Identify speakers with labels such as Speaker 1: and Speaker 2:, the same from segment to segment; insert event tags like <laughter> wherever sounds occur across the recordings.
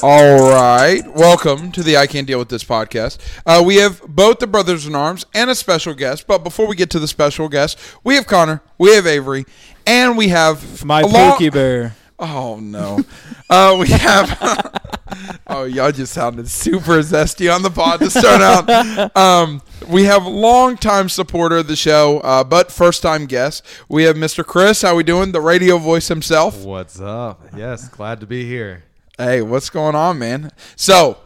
Speaker 1: All right. Welcome to the I Can't Deal with This podcast. Uh, we have both the brothers in arms and a special guest. But before we get to the special guest, we have Connor, we have Avery, and we have
Speaker 2: My
Speaker 1: a long-
Speaker 2: Pookie Bear.
Speaker 1: Oh no. <laughs> uh, we have. <laughs> oh, y'all just sounded super zesty on the pod to start
Speaker 2: <laughs>
Speaker 1: out. Um, we have longtime supporter of the show, uh, but first time guest. We have Mr. Chris. How we doing? The radio voice himself.
Speaker 3: What's up? Yes, glad to be here.
Speaker 1: Hey, what's going on, man? So,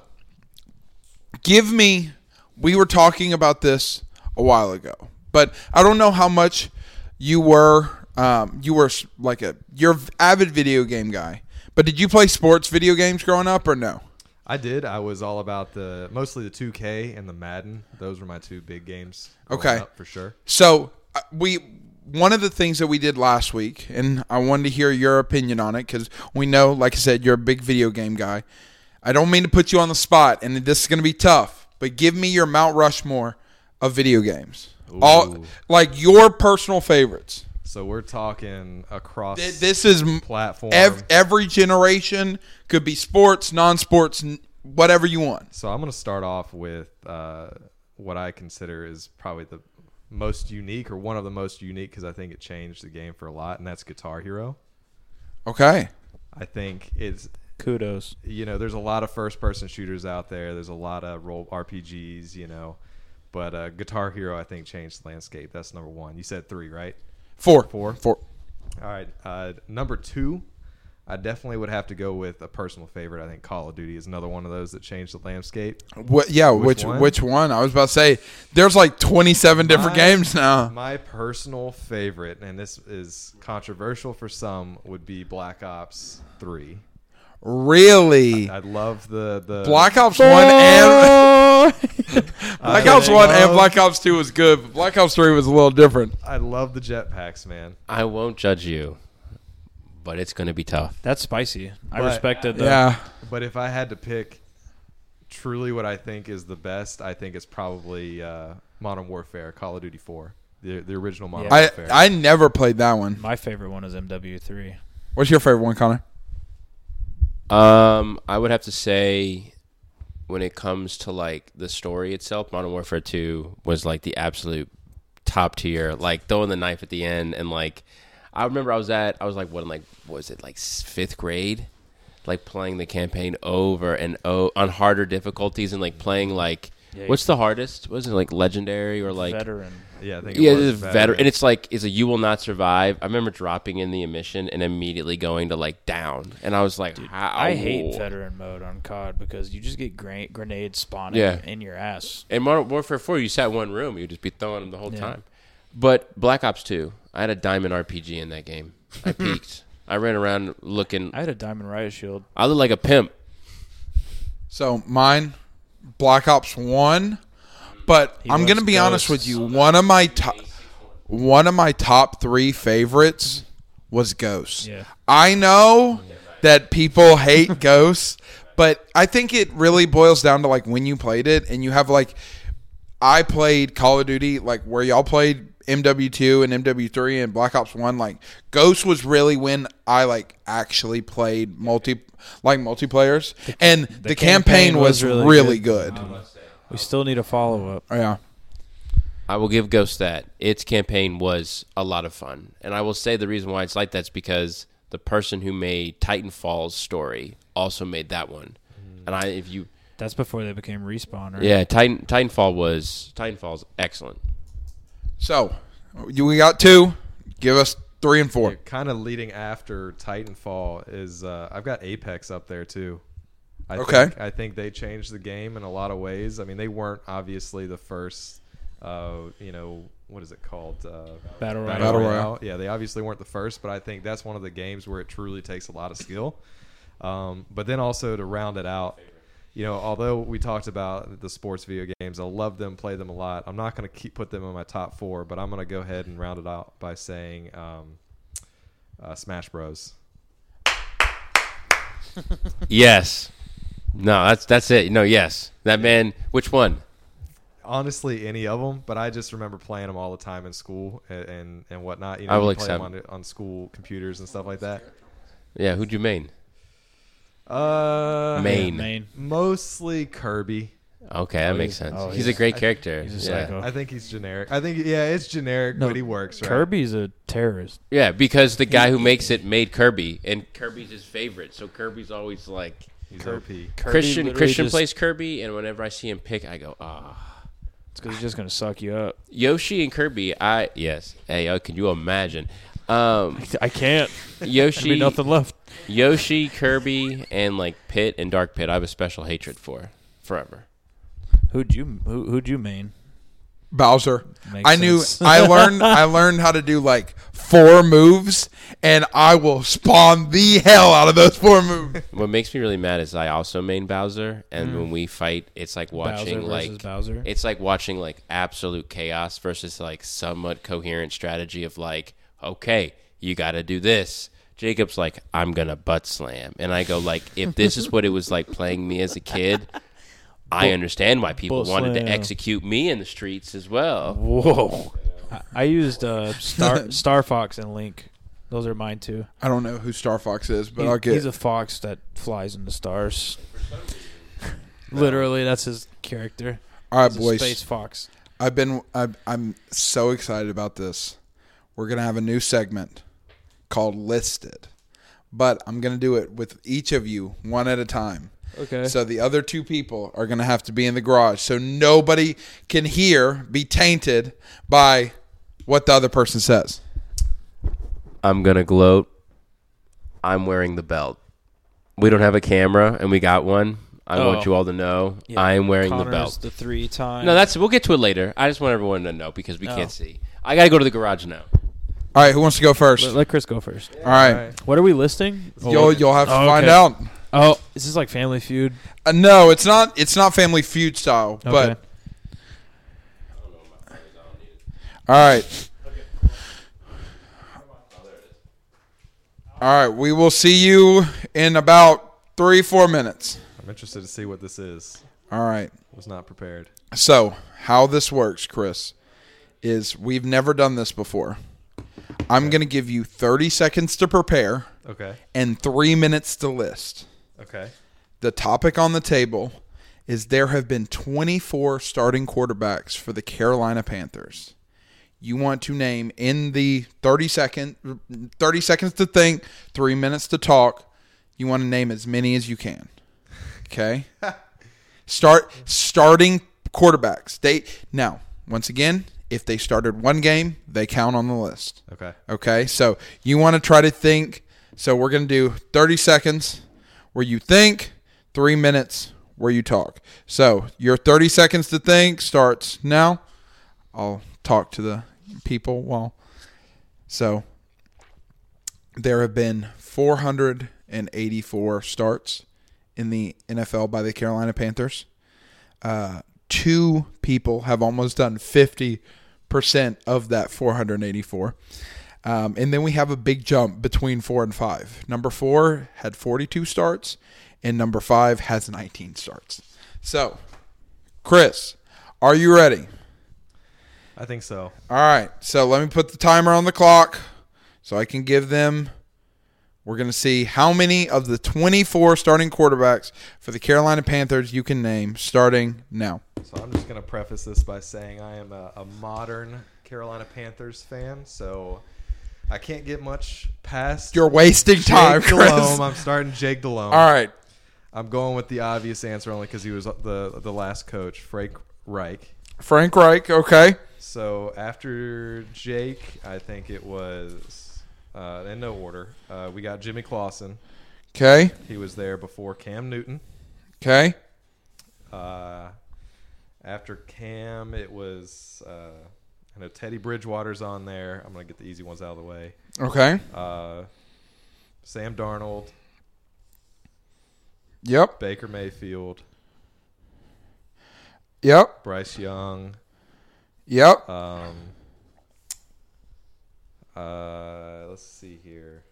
Speaker 1: give me. We were talking about this a while ago, but I don't know how much you were. Um, you were s- like a you're an avid video game guy, but did you play sports video games growing up or no?
Speaker 3: I did. I was all about the mostly the 2K and the Madden. Those were my two big games. growing
Speaker 1: Okay.
Speaker 3: up, for sure.
Speaker 1: So uh, we one of the things that we did last week, and I wanted to hear your opinion on it because we know, like I said, you're a big video game guy. I don't mean to put you on the spot, and this is going to be tough, but give me your Mount Rushmore of video games, all
Speaker 3: Ooh.
Speaker 1: like your personal favorites.
Speaker 3: So we're talking across
Speaker 1: Th- This is m-
Speaker 3: platform.
Speaker 1: ev- every generation could be sports, non-sports, n- whatever you want.
Speaker 3: so I'm going to start off with uh, what I consider is probably the most unique or one of the most unique because I think it changed the game for a lot, and that's Guitar Hero.
Speaker 1: Okay,
Speaker 3: I think it's
Speaker 2: Kudos.
Speaker 3: you know, there's a lot of first person shooters out there. There's a lot of role RPGs, you know, but uh, Guitar Hero I think changed the landscape. That's number one. You said three, right?
Speaker 1: four,
Speaker 3: Four.
Speaker 1: four.
Speaker 3: All right. Uh, number two, I definitely would have to go with a personal favorite. I think Call of Duty is another one of those that changed the landscape.
Speaker 1: What? Yeah, which which one?
Speaker 3: one?
Speaker 1: I was about to say there's like 27 different
Speaker 3: My-
Speaker 1: games now.
Speaker 3: My personal favorite, and this is controversial for some, would be Black Ops Three.
Speaker 1: Really?
Speaker 3: I love the the
Speaker 1: Black Ops One
Speaker 2: <laughs>
Speaker 1: and Black Ops One and
Speaker 3: love-
Speaker 1: Black Ops Two was good. But Black Ops Three was a little different.
Speaker 3: I love the jetpacks, man.
Speaker 4: I won't judge you, but it's going to be tough.
Speaker 2: That's spicy. I
Speaker 3: But-
Speaker 2: respected the
Speaker 1: Yeah.
Speaker 3: But if I had to pick truly what I think is the best, I think it's probably uh, Modern Warfare, Call of Duty 4, the, the original Modern
Speaker 1: I
Speaker 3: Warfare.
Speaker 1: I never played that one.
Speaker 2: My favorite one is MW3.
Speaker 1: What's your favorite one, Connor?
Speaker 4: Um, I would have to say, when it comes to like the story itself, Modern Warfare Two was like the absolute top tier. Like throwing the knife at the end, and like I remember I was at, I was like, what, in, like what was it like s- fifth grade? Like playing the campaign over and o on harder difficulties, and like playing like
Speaker 2: Yeah,
Speaker 4: what's the hardest? Was it like legendary or like
Speaker 2: Veteran.
Speaker 3: yeah, I think
Speaker 4: yeah,
Speaker 3: it was
Speaker 4: it's veteran.
Speaker 3: veteran.
Speaker 4: and it's like it's a you will not survive. I remember dropping in the emission and immediately going to like down, and I was like, How?
Speaker 2: I hate veteran mode on COD because you just get gra- grenades spawning
Speaker 4: Yeah.
Speaker 2: in your ass.
Speaker 4: In Modern Warfare Four, you sat in one room, you'd just be throwing them the whole
Speaker 2: Yeah.
Speaker 4: time. But Black Ops Two, I had a diamond RPG in that game.
Speaker 2: <laughs>
Speaker 4: I peaked. I ran around looking.
Speaker 2: I had a diamond riot shield.
Speaker 4: I looked like a pimp.
Speaker 1: So mine, Black Ops One. But I'm
Speaker 2: loves
Speaker 1: gonna be honest with
Speaker 2: ghosts.
Speaker 1: you. One of my top, one of my top three favorites was Ghosts.
Speaker 2: Yeah.
Speaker 1: I know that people hate Ghosts, but I think it really boils down to like when you played it and you have like I played Call of Duty like where y'all played MW2 and MW3 and Black Ops 1 like Ghost was really when I like actually played multi like multiplayers and the, campaign, was really, good.
Speaker 2: We still need a follow up.
Speaker 1: Yeah.
Speaker 4: I will give Ghost that. Its campaign was a lot of fun. And I will say the reason why it's like that's because the person who made Titanfall's story also made that one.
Speaker 2: Mm.
Speaker 4: And I if you
Speaker 2: That's before they became respawn, right?
Speaker 4: Yeah, Titan Titanfall was Titanfall's
Speaker 2: <laughs>
Speaker 4: excellent.
Speaker 1: So, you we got 2, give us 3 and 4.
Speaker 3: kind of leading after Titanfall is uh, I've got Apex up there too. I
Speaker 1: Okay.
Speaker 3: Think, I think they changed the game in a lot of ways. I mean, they weren't obviously the first, uh, you know, what is it called? Uh,
Speaker 2: Battle Royale.
Speaker 1: Battle Royale.
Speaker 3: Yeah, they obviously weren't the first, but I think that's one of the games where it truly takes a lot of skill. Um, but then also to round it out, you know, although we talked about the sports video games, I love them, play them a lot. I'm not going to keep put them in my top four, but I'm going to go ahead and round it out by saying um, uh, Smash Bros.
Speaker 4: yes. No, that's that's it. No, yes. That man which one?
Speaker 3: Honestly, any of them, but I just remember playing them all the time in school and and, and whatnot. You know,
Speaker 4: I will
Speaker 3: you play 'em
Speaker 4: accept.
Speaker 3: on, on school computers and stuff like that.
Speaker 4: Yeah, who'd you mean?
Speaker 3: Uh,
Speaker 4: Maine.
Speaker 2: Maine.
Speaker 3: Mostly Kirby.
Speaker 4: Okay, that makes sense.
Speaker 2: oh,
Speaker 4: he's,
Speaker 2: he's-
Speaker 4: a great character.
Speaker 2: he's a
Speaker 4: yeah.
Speaker 1: Oh.
Speaker 2: psycho.
Speaker 3: I think he's generic. I think yeah, it's generic, but he works. Right?
Speaker 2: Kirby's a terrorist.
Speaker 4: Yeah, because the guy who makes it made Kirby, and Kirby's his favorite. So Kirby's always like
Speaker 3: He's OP.
Speaker 2: Kirby
Speaker 4: Christian.
Speaker 2: literally
Speaker 4: Christian
Speaker 2: just-
Speaker 4: plays Kirby, and whenever I see him pick, I go, ah.
Speaker 2: It's because he's just gonna suck you
Speaker 4: <laughs>
Speaker 2: up.
Speaker 4: Yoshi and Kirby. I yes. Hey, uh, can you imagine?
Speaker 2: <laughs>
Speaker 4: Um,
Speaker 2: I can't. There'd
Speaker 4: Yoshi,
Speaker 2: be nothing left.
Speaker 4: Yoshi, Kirby, and like Pit and Dark Pit. I have a special hatred for forever.
Speaker 2: Who'd you who, who'd you mean?
Speaker 1: Bowser.
Speaker 2: Makes
Speaker 1: I knew
Speaker 2: sense. <laughs>
Speaker 1: I learned I learned how to do like four moves and I will spawn the hell out of those four moves.
Speaker 2: <laughs>
Speaker 4: What makes me really mad is I also main Bowser, and when we fight, it's like watching
Speaker 2: Mm. Bowser versus
Speaker 4: like
Speaker 2: Bowser?
Speaker 4: It's like watching like absolute chaos versus like somewhat coherent strategy of like, okay, you got to do this. Jacob's like, I'm gonna butt slam, and I go like, if this is what it was like playing me as a kid, I understand why people
Speaker 2: butt
Speaker 4: wanted to
Speaker 2: slam.
Speaker 4: execute me in the streets as well.
Speaker 2: Whoa. I, I used
Speaker 1: <laughs>
Speaker 2: uh, Star Star Fox and Link. Those are mine too.
Speaker 1: I don't know who Star Fox is, but
Speaker 2: He-
Speaker 1: I'll get
Speaker 2: he's a fox that flies in the stars. Literally, that's his character.
Speaker 1: All right,
Speaker 2: He's a
Speaker 1: boys.
Speaker 2: space fox.
Speaker 1: I've been I've, I'm so excited about this. We're going to have a new segment called Listed. But I'm going to do it with each of you one at a time.
Speaker 2: Okay.
Speaker 1: So the other two people are going to have to be in the garage so nobody can hear be tainted by what the other person says.
Speaker 4: I'm gonna gloat. I'm wearing the belt. We don't have a camera, and we got one. I
Speaker 2: Oh.
Speaker 4: want you all to know
Speaker 2: Yeah,
Speaker 4: I am wearing
Speaker 2: Connor's
Speaker 4: the belt.
Speaker 2: The three times.
Speaker 4: No, that's we'll get to it later. I just want everyone to know because we
Speaker 2: Oh.
Speaker 4: can't see. I gotta go to the garage now.
Speaker 1: All right, who wants to go first?
Speaker 2: Let, let Chris go first.
Speaker 1: All right.
Speaker 2: What are we listing?
Speaker 1: You'll you'll have to
Speaker 2: Oh,
Speaker 1: find
Speaker 2: okay.
Speaker 1: out.
Speaker 2: Oh, is this like Family Feud?
Speaker 1: Uh, no, it's not. It's not Family Feud style. But
Speaker 2: Okay.
Speaker 1: all right, all right. We will see you in about three four minutes.
Speaker 3: I'm interested to see what this is.
Speaker 1: All right.
Speaker 3: Was not prepared.
Speaker 1: So how this works, Chris, is we've never done this before. I'm going to give you 30 seconds to prepare
Speaker 3: Okay.
Speaker 1: and three minutes to list.
Speaker 3: Okay.
Speaker 1: The topic on the table is there have been 24 starting quarterbacks for the Carolina Panthers. You want to name in the 30 second 30 seconds to think, 3 minutes to talk. You want to name as many as you can. Okay? Start starting quarterbacks. They now, once again, if they started one game, they count on the list.
Speaker 3: Okay.
Speaker 1: Okay, so you want to try to think. So we're going to do 30 seconds where you think, three minutes where you talk. So your 30 seconds to think starts now. I'll talk to the people while. So there have been 484 starts in the NFL by the Carolina Panthers. Uh, two people have almost done 50% of that 484. Um, and then we have a big jump between four and five. Number four had 42 starts, and number five has 19 starts. So, Chris, are you ready?
Speaker 3: I think so.
Speaker 1: All right. So, let me put the timer on the clock so I can give them. We're going to see how many of the 24 starting quarterbacks for the Carolina Panthers you can name starting now.
Speaker 3: So I'm just gonna preface this by saying I am a, a modern Carolina Panthers fan, so I can't get much past
Speaker 1: You're wasting time,
Speaker 3: Jake
Speaker 1: Chris.
Speaker 3: Delhomme. I'm starting Jake Delhomme.
Speaker 1: All right.
Speaker 3: I'm going with the obvious answer only because he was the the last coach, Frank Reich.
Speaker 1: Frank Reich. Okay.
Speaker 3: So after Jake, I think it was uh, in no order. Uh, we got Jimmy Clausen.
Speaker 1: Okay.
Speaker 3: He was there before Cam Newton.
Speaker 1: Okay.
Speaker 3: Uh, after Cam, it was uh, I know Teddy Bridgewater's on there. I'm gonna get the easy ones out of the way.
Speaker 1: Okay.
Speaker 3: Uh, Sam Darnold,
Speaker 1: Yep.
Speaker 3: Baker Mayfield,
Speaker 1: Yep.
Speaker 3: Bryce Young.
Speaker 1: Yep.
Speaker 3: Um, uh, let's see here.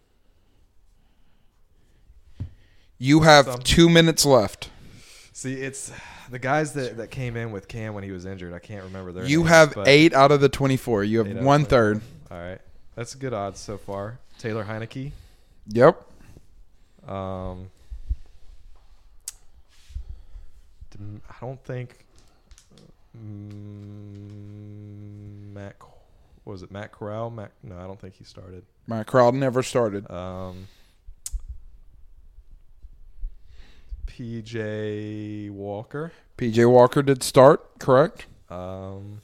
Speaker 1: You have
Speaker 3: Some-
Speaker 1: two minutes left.
Speaker 3: See, it's the guys that, that came in with Cam when he was injured. I can't remember their.
Speaker 1: You
Speaker 3: names,
Speaker 1: have
Speaker 3: but-
Speaker 1: eight out of the 24. You
Speaker 3: Eight out
Speaker 1: have
Speaker 3: of
Speaker 1: one
Speaker 3: 24.
Speaker 1: third.
Speaker 3: All right, that's good odds so far. Taylor Heineke.
Speaker 1: Yep.
Speaker 3: Um, Mm, I don't think mm, Matt Co- what was it Matt Corral? Matt, no, I don't think he started.
Speaker 1: Matt Crowd never started.
Speaker 3: Um, PJ Walker.
Speaker 1: PJ Walker did start, correct?
Speaker 3: Um,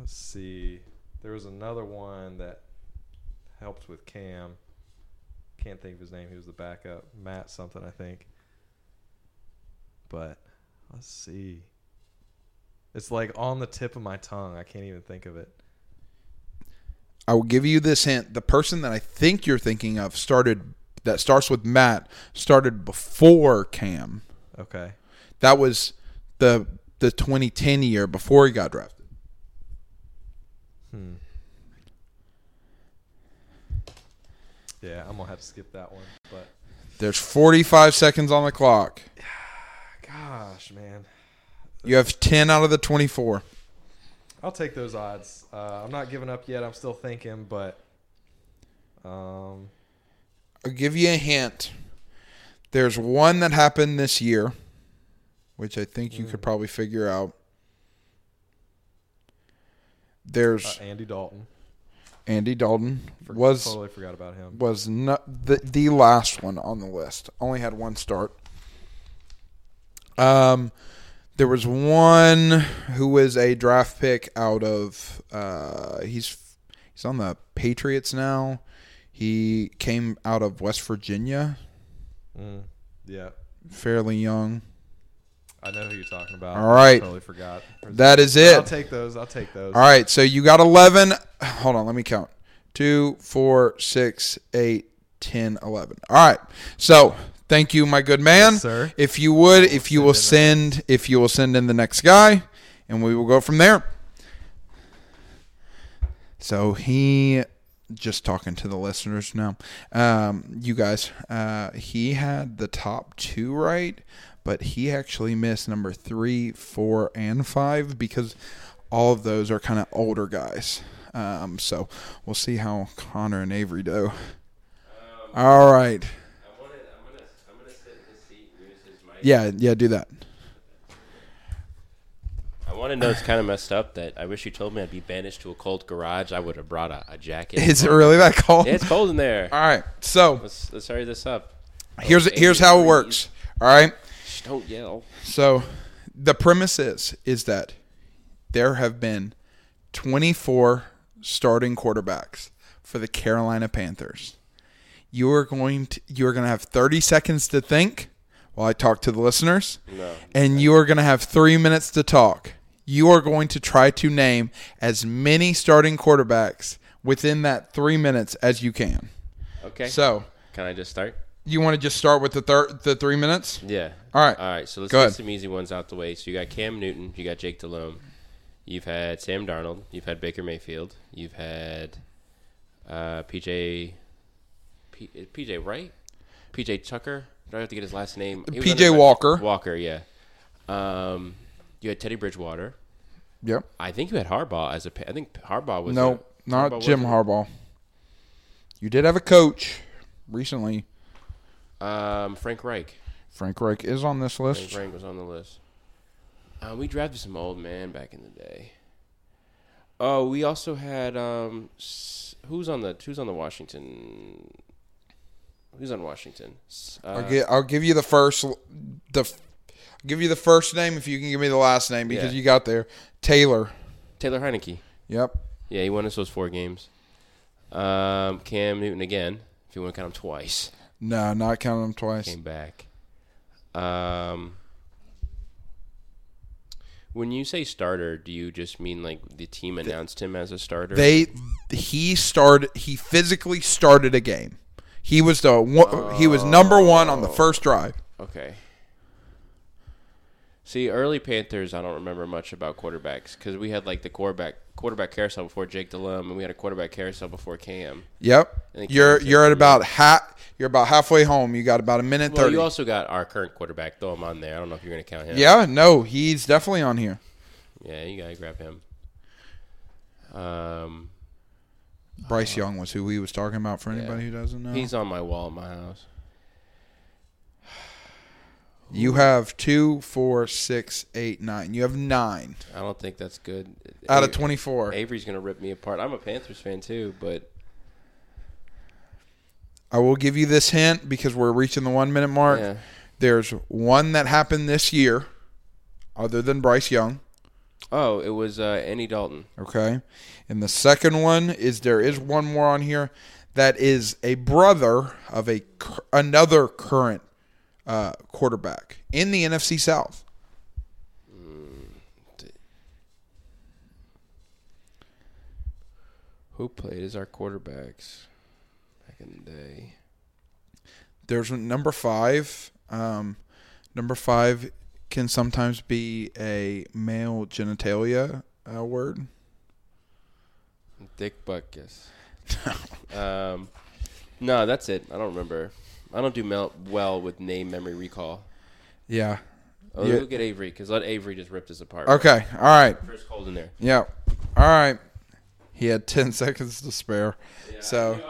Speaker 3: let's see. There was another one that helped with Cam. Can't think of his name. He was the backup. Matt something, I think. But let's see. It's like on the tip of my tongue. I can't even think of it.
Speaker 1: I will give you this hint. The person that I think you're thinking of started that starts with Matt started before Cam.
Speaker 3: Okay.
Speaker 1: That was the the 2010 year before he got drafted.
Speaker 3: Hmm. Yeah, I'm gonna have to skip that one. But
Speaker 1: There's 45 seconds on the clock.
Speaker 3: gosh, man,
Speaker 1: You have 10 out of the 24.
Speaker 3: I'll take those odds. Uh, I'm not giving up yet. I'm still thinking, but um,
Speaker 1: I'll give you a hint. There's one that happened this year, which I think you
Speaker 3: Mm.
Speaker 1: could probably figure out.
Speaker 3: uh,
Speaker 1: There's
Speaker 3: Andy Dalton
Speaker 1: Andy Dalton
Speaker 3: For-
Speaker 1: was
Speaker 3: totally forgot about him.
Speaker 1: was not the the last one on the list. Only had one start. Um, there was one who was a draft pick out of uh he's he's on the Patriots now. He came out of West Virginia,
Speaker 3: Mm, yeah,
Speaker 1: fairly young.
Speaker 3: I know who you're talking about.
Speaker 1: All right.
Speaker 3: totally forgot.
Speaker 1: That is
Speaker 3: I'll
Speaker 1: it.
Speaker 3: take those. I'll take those.
Speaker 1: All right, so you got 11. Hold on, let me count. Two, four, six, eight, ten, eleven. All right. So, thank you my good man.
Speaker 3: Yes, sir.
Speaker 1: If you would, if you will send if you will send in the next guy and we will go from there. So, he just talking to the listeners now. Um, you guys, uh, he had the top two right, but he actually missed number three, four, and five because all of those are kind of older guys. Um, so we'll see how Connor and Avery do. All right. Yeah, yeah, do that.
Speaker 4: I want to know it's kind of messed up that I wish you told me I'd be banished to a cold garage. I would have brought a, a jacket.
Speaker 1: Is it really that cold?
Speaker 4: Yeah, it's cold in there.
Speaker 1: All right. So
Speaker 4: Let's let's hurry this up.
Speaker 1: here's
Speaker 4: Okay,
Speaker 1: here's how it
Speaker 4: please.
Speaker 1: works. All right.
Speaker 4: Shh, don't yell.
Speaker 1: So the premise is is that there have been 24 starting quarterbacks for the Carolina Panthers. You are going to you are going to have 30 seconds to think while I talk to the listeners.
Speaker 4: No.
Speaker 1: And you are going to have 3 minutes to talk. You are going to try to name as many starting quarterbacks within that 3 minutes as you can.
Speaker 4: Okay.
Speaker 1: So,
Speaker 4: can I just start?
Speaker 1: you want to just start with the thir- the 3 minutes?
Speaker 4: Yeah.
Speaker 1: All right.
Speaker 4: All right. So let's
Speaker 1: Go
Speaker 4: get
Speaker 1: ahead.
Speaker 4: some easy ones out the way. So you got Cam Newton. You got Jake Delhomme. You've had Sam Darnold. You've had Baker Mayfield. You've had uh, PJ P, uh, PJ Wright. PJ Tucker. Do I have to get his last name? He was
Speaker 1: PJ
Speaker 4: under-
Speaker 1: Walker.
Speaker 4: Walker. Yeah. Um, you had Teddy Bridgewater.
Speaker 1: Yep.
Speaker 4: I think you had Harbaugh as a. pa- I think Harbaugh was
Speaker 1: no,
Speaker 4: a-
Speaker 1: not
Speaker 4: Harbaugh
Speaker 1: Jim
Speaker 4: was a-
Speaker 1: Harbaugh. You did have a coach recently.
Speaker 4: Um, Frank Reich.
Speaker 1: Frank Reich is on this
Speaker 4: Frank
Speaker 1: list.
Speaker 4: Reich was on the list. Uh, we drafted some old man back in the day. Oh, we also had um, s- who's on the who's on the Washington? Who's on Washington? S- Uh,
Speaker 1: I'll, get, I'll give you the first the f- I'll give you the first name if you can give me the last name because
Speaker 4: Yeah.
Speaker 1: you got there. Taylor.
Speaker 4: Taylor Heineke.
Speaker 1: Yep.
Speaker 4: Yeah, he won us those four games. Um, Cam Newton again. If you want to count him twice,
Speaker 1: No, not counting them twice.
Speaker 4: came back. Um, when you say starter, do you just mean like the team announced him as a starter?
Speaker 1: They he started he physically started a game. He was the one, he was number 1
Speaker 4: Oh.
Speaker 1: on the first drive.
Speaker 4: Okay. See, early Panthers, I don't remember much about quarterbacks because we had like the quarterback quarterback carousel before Jake Delhomme, and we had a quarterback carousel before Cam.
Speaker 1: Yep.
Speaker 4: I think
Speaker 1: You're
Speaker 4: Cam
Speaker 1: you're at
Speaker 4: Newton.
Speaker 1: about ha- you're about halfway home. You got about a minute
Speaker 4: Well,
Speaker 1: 30.
Speaker 4: you also got our current quarterback though. I'm on there. I don't know if you're going to count him.
Speaker 1: yeah, no, he's definitely on here.
Speaker 4: Yeah, you got to grab him. Um,
Speaker 1: Bryce Young was who he was talking about. For anybody who doesn't know,
Speaker 4: he's on my wall in my house.
Speaker 1: You have two, four, six, eight, nine. You have nine
Speaker 4: I don't think that's good.
Speaker 1: out of
Speaker 4: Avery-
Speaker 1: twenty-four.
Speaker 4: Avery's gonna rip me apart. I'm a Panthers fan too, but
Speaker 1: I will give you this hint because we're reaching the one-minute mark.
Speaker 4: yeah.
Speaker 1: There's one that happened this year, other than Bryce Young.
Speaker 4: Oh, it was uh, Andy Dalton.
Speaker 1: Okay. And the second one is there is one more on here that is a brother of a cur- another current uh, quarterback in the NFC South.
Speaker 4: Who played as our quarterbacks back in the day?
Speaker 1: There's number five. Um, number five can sometimes be a male genitalia uh, word. <laughs>
Speaker 4: Dick Buckus. um, no, that's it. I don't remember. I don't do mel- well with name memory recall.
Speaker 1: Yeah.
Speaker 4: Oh,
Speaker 1: Yeah.
Speaker 4: look at Avery because let Avery just ripped us apart.
Speaker 1: Okay. All right.
Speaker 4: Chris Cold in there.
Speaker 1: Yeah. All right. He had 10 <laughs> seconds to spare. so.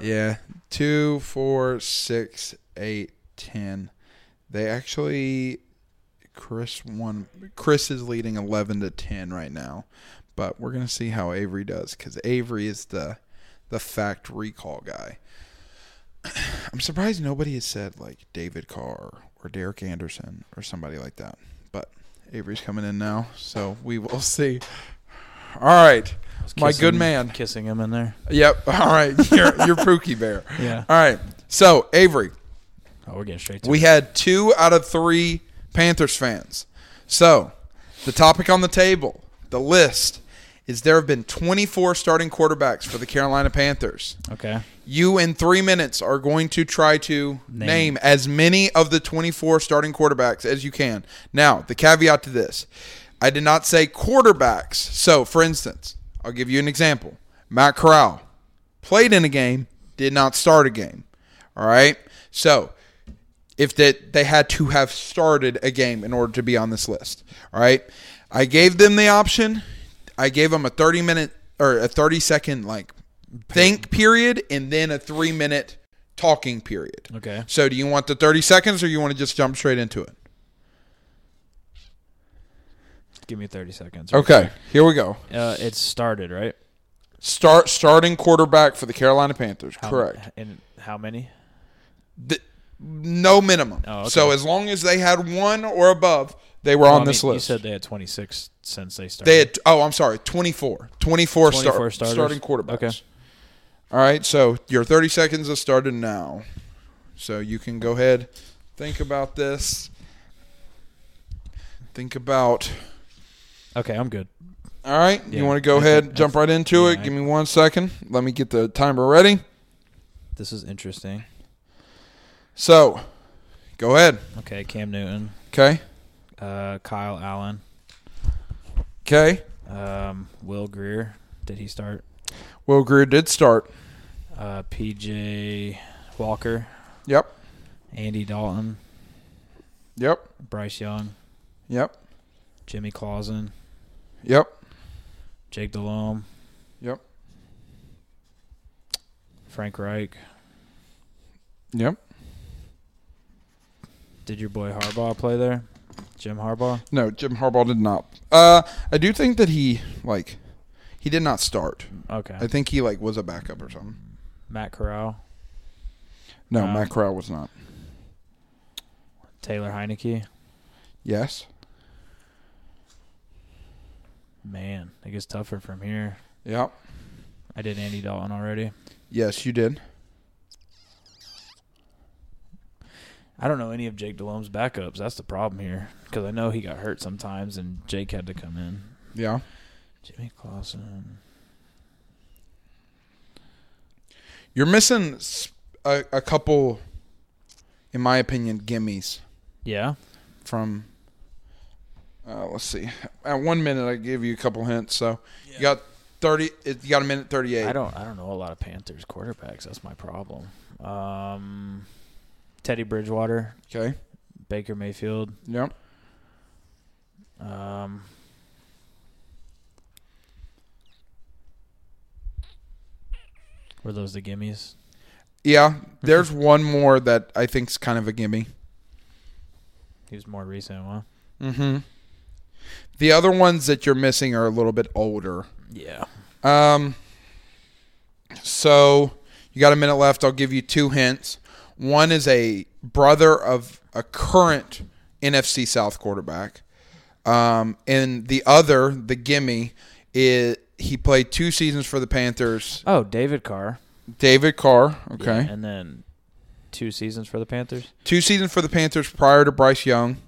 Speaker 1: Yeah. Two, four, six, eight, ten. They actually Chris won Chris is leading eleven to ten right now. But we're gonna see how Avery does because Avery is the the fact recall guy. <clears throat> I'm surprised nobody has said like David Carr or Derek Anderson or somebody like that. But Avery's coming in now, so we will <laughs> see. All right. My good man.
Speaker 2: Kissing him in there.
Speaker 1: Yep. <laughs> All right. You're, you're Pookie Bear.
Speaker 2: Yeah.
Speaker 1: All right. So, Avery,
Speaker 2: Oh, we're getting straight to
Speaker 1: we
Speaker 2: it.
Speaker 1: had two out of three Panthers fans. So, the topic on the table, the list, is there have been 24 starting quarterbacks for the Carolina Panthers.
Speaker 2: Okay.
Speaker 1: You, in three minutes, are going to try to name. as many of the 24 starting quarterbacks as you can. Now, the caveat to this I did not say quarterbacks. So, for instance, I'll give you an example Matt Corral played in a game, did not start a game. All right. So, if that they had to have started a game in order to be on this list. All right. I gave them the option. I gave them a 30 minute or a 30 second like think period and then a 3 minute talking period.
Speaker 2: Okay.
Speaker 1: So do you want the 30 seconds or you want to just jump straight into it?
Speaker 2: Give me 30 seconds.
Speaker 1: Okay. Here we go.
Speaker 2: Uh, it started, right?
Speaker 1: Start starting quarterback for the Carolina Panthers.
Speaker 2: How-
Speaker 1: Correct.
Speaker 2: And how many?
Speaker 1: The- no minimum.
Speaker 2: Oh, okay.
Speaker 1: So as long as they had one or above, they were
Speaker 2: Well,
Speaker 1: on
Speaker 2: I
Speaker 1: this
Speaker 2: mean,
Speaker 1: list.
Speaker 2: You said they had 26 since they started.
Speaker 1: They had oh, I'm sorry, 24. 24,
Speaker 2: 24
Speaker 1: star,
Speaker 2: starters?
Speaker 1: starting quarterbacks.
Speaker 2: Okay.
Speaker 1: All right, so your 30 seconds has started now. So you can go ahead, think about this. Think about.
Speaker 2: Okay, I'm good.
Speaker 1: All right, you
Speaker 2: Yeah,
Speaker 1: want to go
Speaker 2: I
Speaker 1: ahead,
Speaker 2: think-
Speaker 1: jump right into
Speaker 2: yeah,
Speaker 1: it.
Speaker 2: I-
Speaker 1: Give me one second. Let me get the timer ready.
Speaker 2: This is interesting.
Speaker 1: So, go ahead.
Speaker 2: Okay, Cam Newton,
Speaker 1: Okay.
Speaker 2: uh, Kyle Allen,
Speaker 1: Okay.
Speaker 2: um, Will Greer. Did he start?
Speaker 1: Will Greer did start.
Speaker 2: Uh, PJ Walker,
Speaker 1: Yep.
Speaker 2: Andy Dalton,
Speaker 1: Yep.
Speaker 2: Bryce Young,
Speaker 1: Yep.
Speaker 2: Jimmy Clausen,
Speaker 1: Yep.
Speaker 2: Jake Delhomme,
Speaker 1: Yep.
Speaker 2: Frank Reich.
Speaker 1: Yep.
Speaker 2: Did your boy Harbaugh play there? Jim Harbaugh.
Speaker 1: No, Jim Harbaugh did not. Uh, I do think that he like he did not start.
Speaker 2: Okay.
Speaker 1: I think he like was a backup or something.
Speaker 2: Matt Corral,
Speaker 1: No,
Speaker 2: Um,
Speaker 1: Matt Corral was not.
Speaker 2: Taylor Heineke.
Speaker 1: Yes.
Speaker 2: Man, it gets tougher from here.
Speaker 1: Yep.
Speaker 2: I did Andy Dalton already.
Speaker 1: Yes, you did.
Speaker 2: I don't know any of Jake Delhomme's backups. That's the problem here because I know he got hurt sometimes, and Jake had to come in.
Speaker 1: Yeah.
Speaker 2: Jimmy Clausen.
Speaker 1: You're missing s- a, a couple, in my opinion, gimmies
Speaker 2: Yeah.
Speaker 1: from. Uh, let's see. At one minute, I give you a couple hints. So you got thirty. It, you got a minute thirty-eight.
Speaker 2: I don't. I don't know a lot of Panthers quarterbacks. That's my problem. Um, Teddy Bridgewater,
Speaker 1: Okay.
Speaker 2: Baker Mayfield.
Speaker 1: Yep.
Speaker 2: Um, were those the gimmies?
Speaker 1: Yeah. There's one more that I think's kind of a gimme.
Speaker 2: He was more recent, huh?
Speaker 1: Mm-hmm. The other ones that you're missing are a little bit older.
Speaker 2: Yeah.
Speaker 1: Um, so you got a minute left. I'll give you two hints. One is a brother of a current NFC South quarterback, um, and the other, the gimme, is he played two seasons for the Panthers.
Speaker 2: Oh, David Carr.
Speaker 1: David Carr,
Speaker 2: Yeah,
Speaker 1: okay,
Speaker 2: and then two seasons for the Panthers.
Speaker 1: two seasons for the Panthers prior to Bryce Young.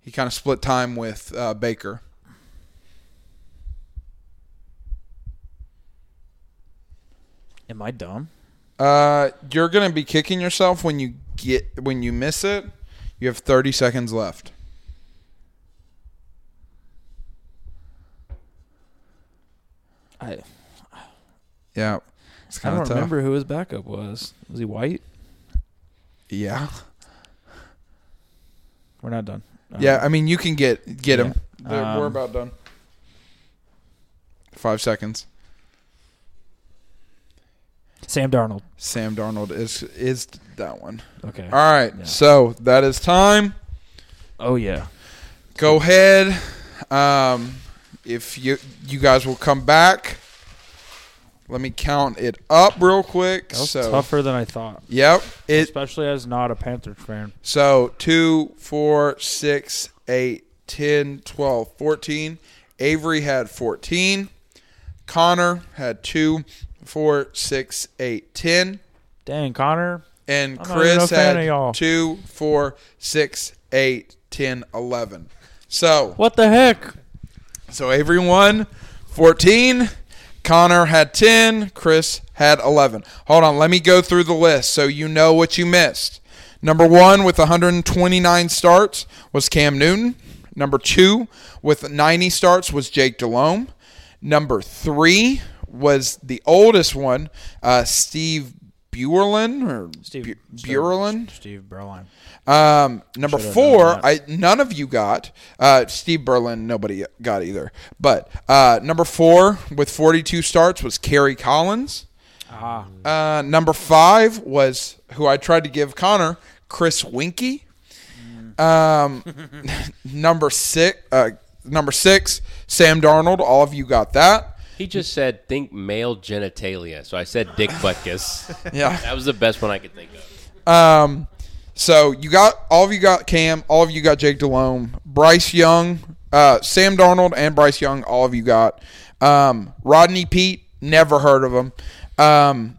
Speaker 1: He kind of split time with uh, Baker.
Speaker 2: Am I dumb?
Speaker 1: Uh, you're gonna be kicking yourself when you get when you miss it. You have 30 seconds left.
Speaker 2: I
Speaker 1: Yeah, it's
Speaker 2: I
Speaker 1: kind
Speaker 2: don't
Speaker 1: of tough.
Speaker 2: remember who his backup was. Was he white?
Speaker 1: Yeah,
Speaker 2: Uh-huh. We're not done. Uh,
Speaker 1: yeah. I mean, you can get get him.
Speaker 2: Yeah.
Speaker 1: They're- we're
Speaker 2: Um,
Speaker 1: about done. Five seconds.
Speaker 2: Sam Darnold.
Speaker 1: Sam Darnold is is that one.
Speaker 2: Okay.
Speaker 1: All right.
Speaker 2: Yeah.
Speaker 1: So that is time.
Speaker 2: Oh yeah.
Speaker 1: Go ahead. Um, if you you guys will come back, let me count it up real quick.
Speaker 2: That was
Speaker 1: so
Speaker 2: tougher than I thought.
Speaker 1: yep, it
Speaker 2: Especially as not a Panthers fan.
Speaker 1: So 2, 4, 6, 8, 10, 12, 14. Avery had 14. Connor had 2, 4, 6, 8, 10.
Speaker 2: Dang, Connor.
Speaker 1: And
Speaker 2: I'm not even a
Speaker 1: Chris
Speaker 2: fan of y'all.
Speaker 1: had 2, 4, 6, 8, 10, 11. So,
Speaker 2: What the heck?
Speaker 1: so Avery won 14. Connor had 10. Chris had 11. Hold on. Let me go through the list so you know what you missed. Number one with 129 starts was Cam Newton. Number two with 90 starts was Jake Delhomme. Number three was the oldest one, uh, Steve Buerlin or Bu- Buerlin.
Speaker 2: Steve Berline.
Speaker 1: Um, number
Speaker 2: Should've known
Speaker 1: four,
Speaker 2: that.
Speaker 1: I none of you got uh, Steve Berlin. Nobody got either. But uh, number four with 42 starts was Kerry Collins.
Speaker 2: Ah.
Speaker 1: Uh, number five was who I tried to give Connor Chris Winky. Um, <laughs> number six, uh, number six, Sam Darnold. All of you got that.
Speaker 4: He just said, think male genitalia. So I said dick butkus.
Speaker 1: Yeah.
Speaker 4: that was the best one I could think of.
Speaker 1: Um, so you got all of you got Cam, all of you got Jake Delhomme, Bryce Young, uh, Sam Darnold, and Bryce Young. All of you got um, Rodney Pete. Never heard of him. Um,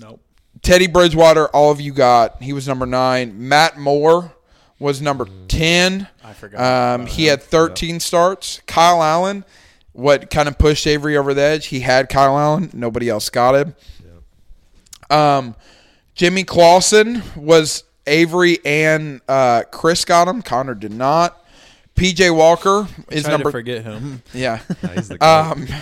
Speaker 2: Nope.
Speaker 1: Teddy Bridgewater. All of you got. He was number nine. Matt Moore was number ten.
Speaker 2: Mm. I forgot.
Speaker 1: Um, he had 13 starts. Kyle Allen, what kind of pushed Avery over the edge? He had Kyle Allen. Nobody else got him. Um, Jimmy Clausen was Avery and uh, Chris got him. Connor did not. PJ Walker is
Speaker 2: Tried
Speaker 1: number
Speaker 2: to forget
Speaker 1: <laughs>
Speaker 2: him. <laughs>
Speaker 1: yeah.
Speaker 3: Nah, he's the goat.
Speaker 1: Um, <laughs>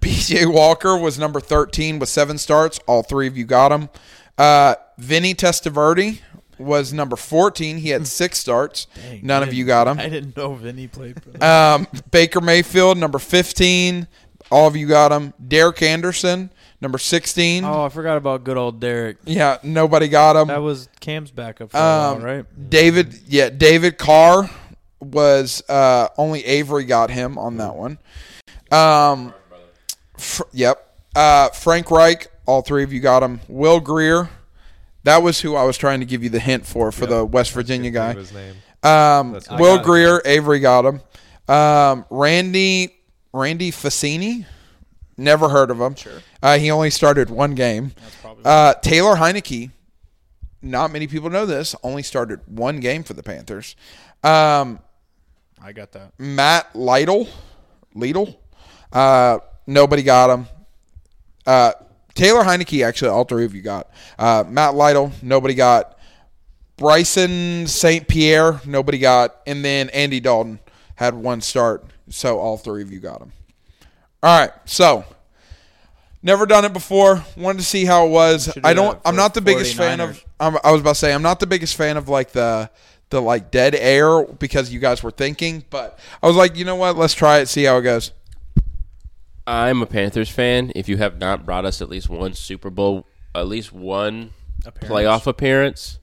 Speaker 1: PJ Walker was number 13 with seven starts. All three of you got him. Uh, Vinny Testaverde was number 14. He had six starts.
Speaker 2: Dang,
Speaker 1: None
Speaker 2: I
Speaker 1: of
Speaker 2: didn't-
Speaker 1: you got him.
Speaker 2: I didn't know Vinny played for them.
Speaker 1: Um, Baker Mayfield, number 15. All of you got him. Derek Anderson, number 16.
Speaker 2: oh, I forgot about good old Derek.
Speaker 1: Yeah, nobody got him.
Speaker 2: That was Cam's backup for a
Speaker 1: Um,
Speaker 2: while, right?
Speaker 1: David, yeah, David Carr was uh, only Avery got him on that one. Um, fr- yep. Uh, Frank Reich, all three of you got him. Will Greer, that was who I was trying to give you the hint for for the West Virginia
Speaker 3: Can't think
Speaker 1: guy.
Speaker 3: of his name.
Speaker 1: Um,
Speaker 3: That's-
Speaker 1: Will
Speaker 3: I got it.
Speaker 1: Greer, Avery got him. Um, Randy Randy Facini, never heard of him. Sure. Uh, he only started one game. Uh, Taylor Heineke, not many people know this. Only started one game for the Panthers. Um,
Speaker 2: I got that.
Speaker 1: Matt Lytle, Lytle, uh, nobody got him. Uh, Taylor Heineke, actually, all three of you got. Uh, Matt Lytle, nobody got. Bryson St. Pierre, nobody got. And then Andy Dalton had one start. So all three of you got him. All right. So never done it before. Wanted to see how it was.
Speaker 2: Should do
Speaker 1: I don't,
Speaker 2: that
Speaker 1: I'm
Speaker 2: for
Speaker 1: not the biggest fan of, I'm, I was about to say, I'm not the biggest fan of like the, the like dead air because you guys were thinking, but I was like, you know what? Let's try it, see how it goes.
Speaker 4: I'm a Panthers fan. If you have not brought us at least one Super Bowl, at least one
Speaker 2: Appearance.
Speaker 4: playoff appearance,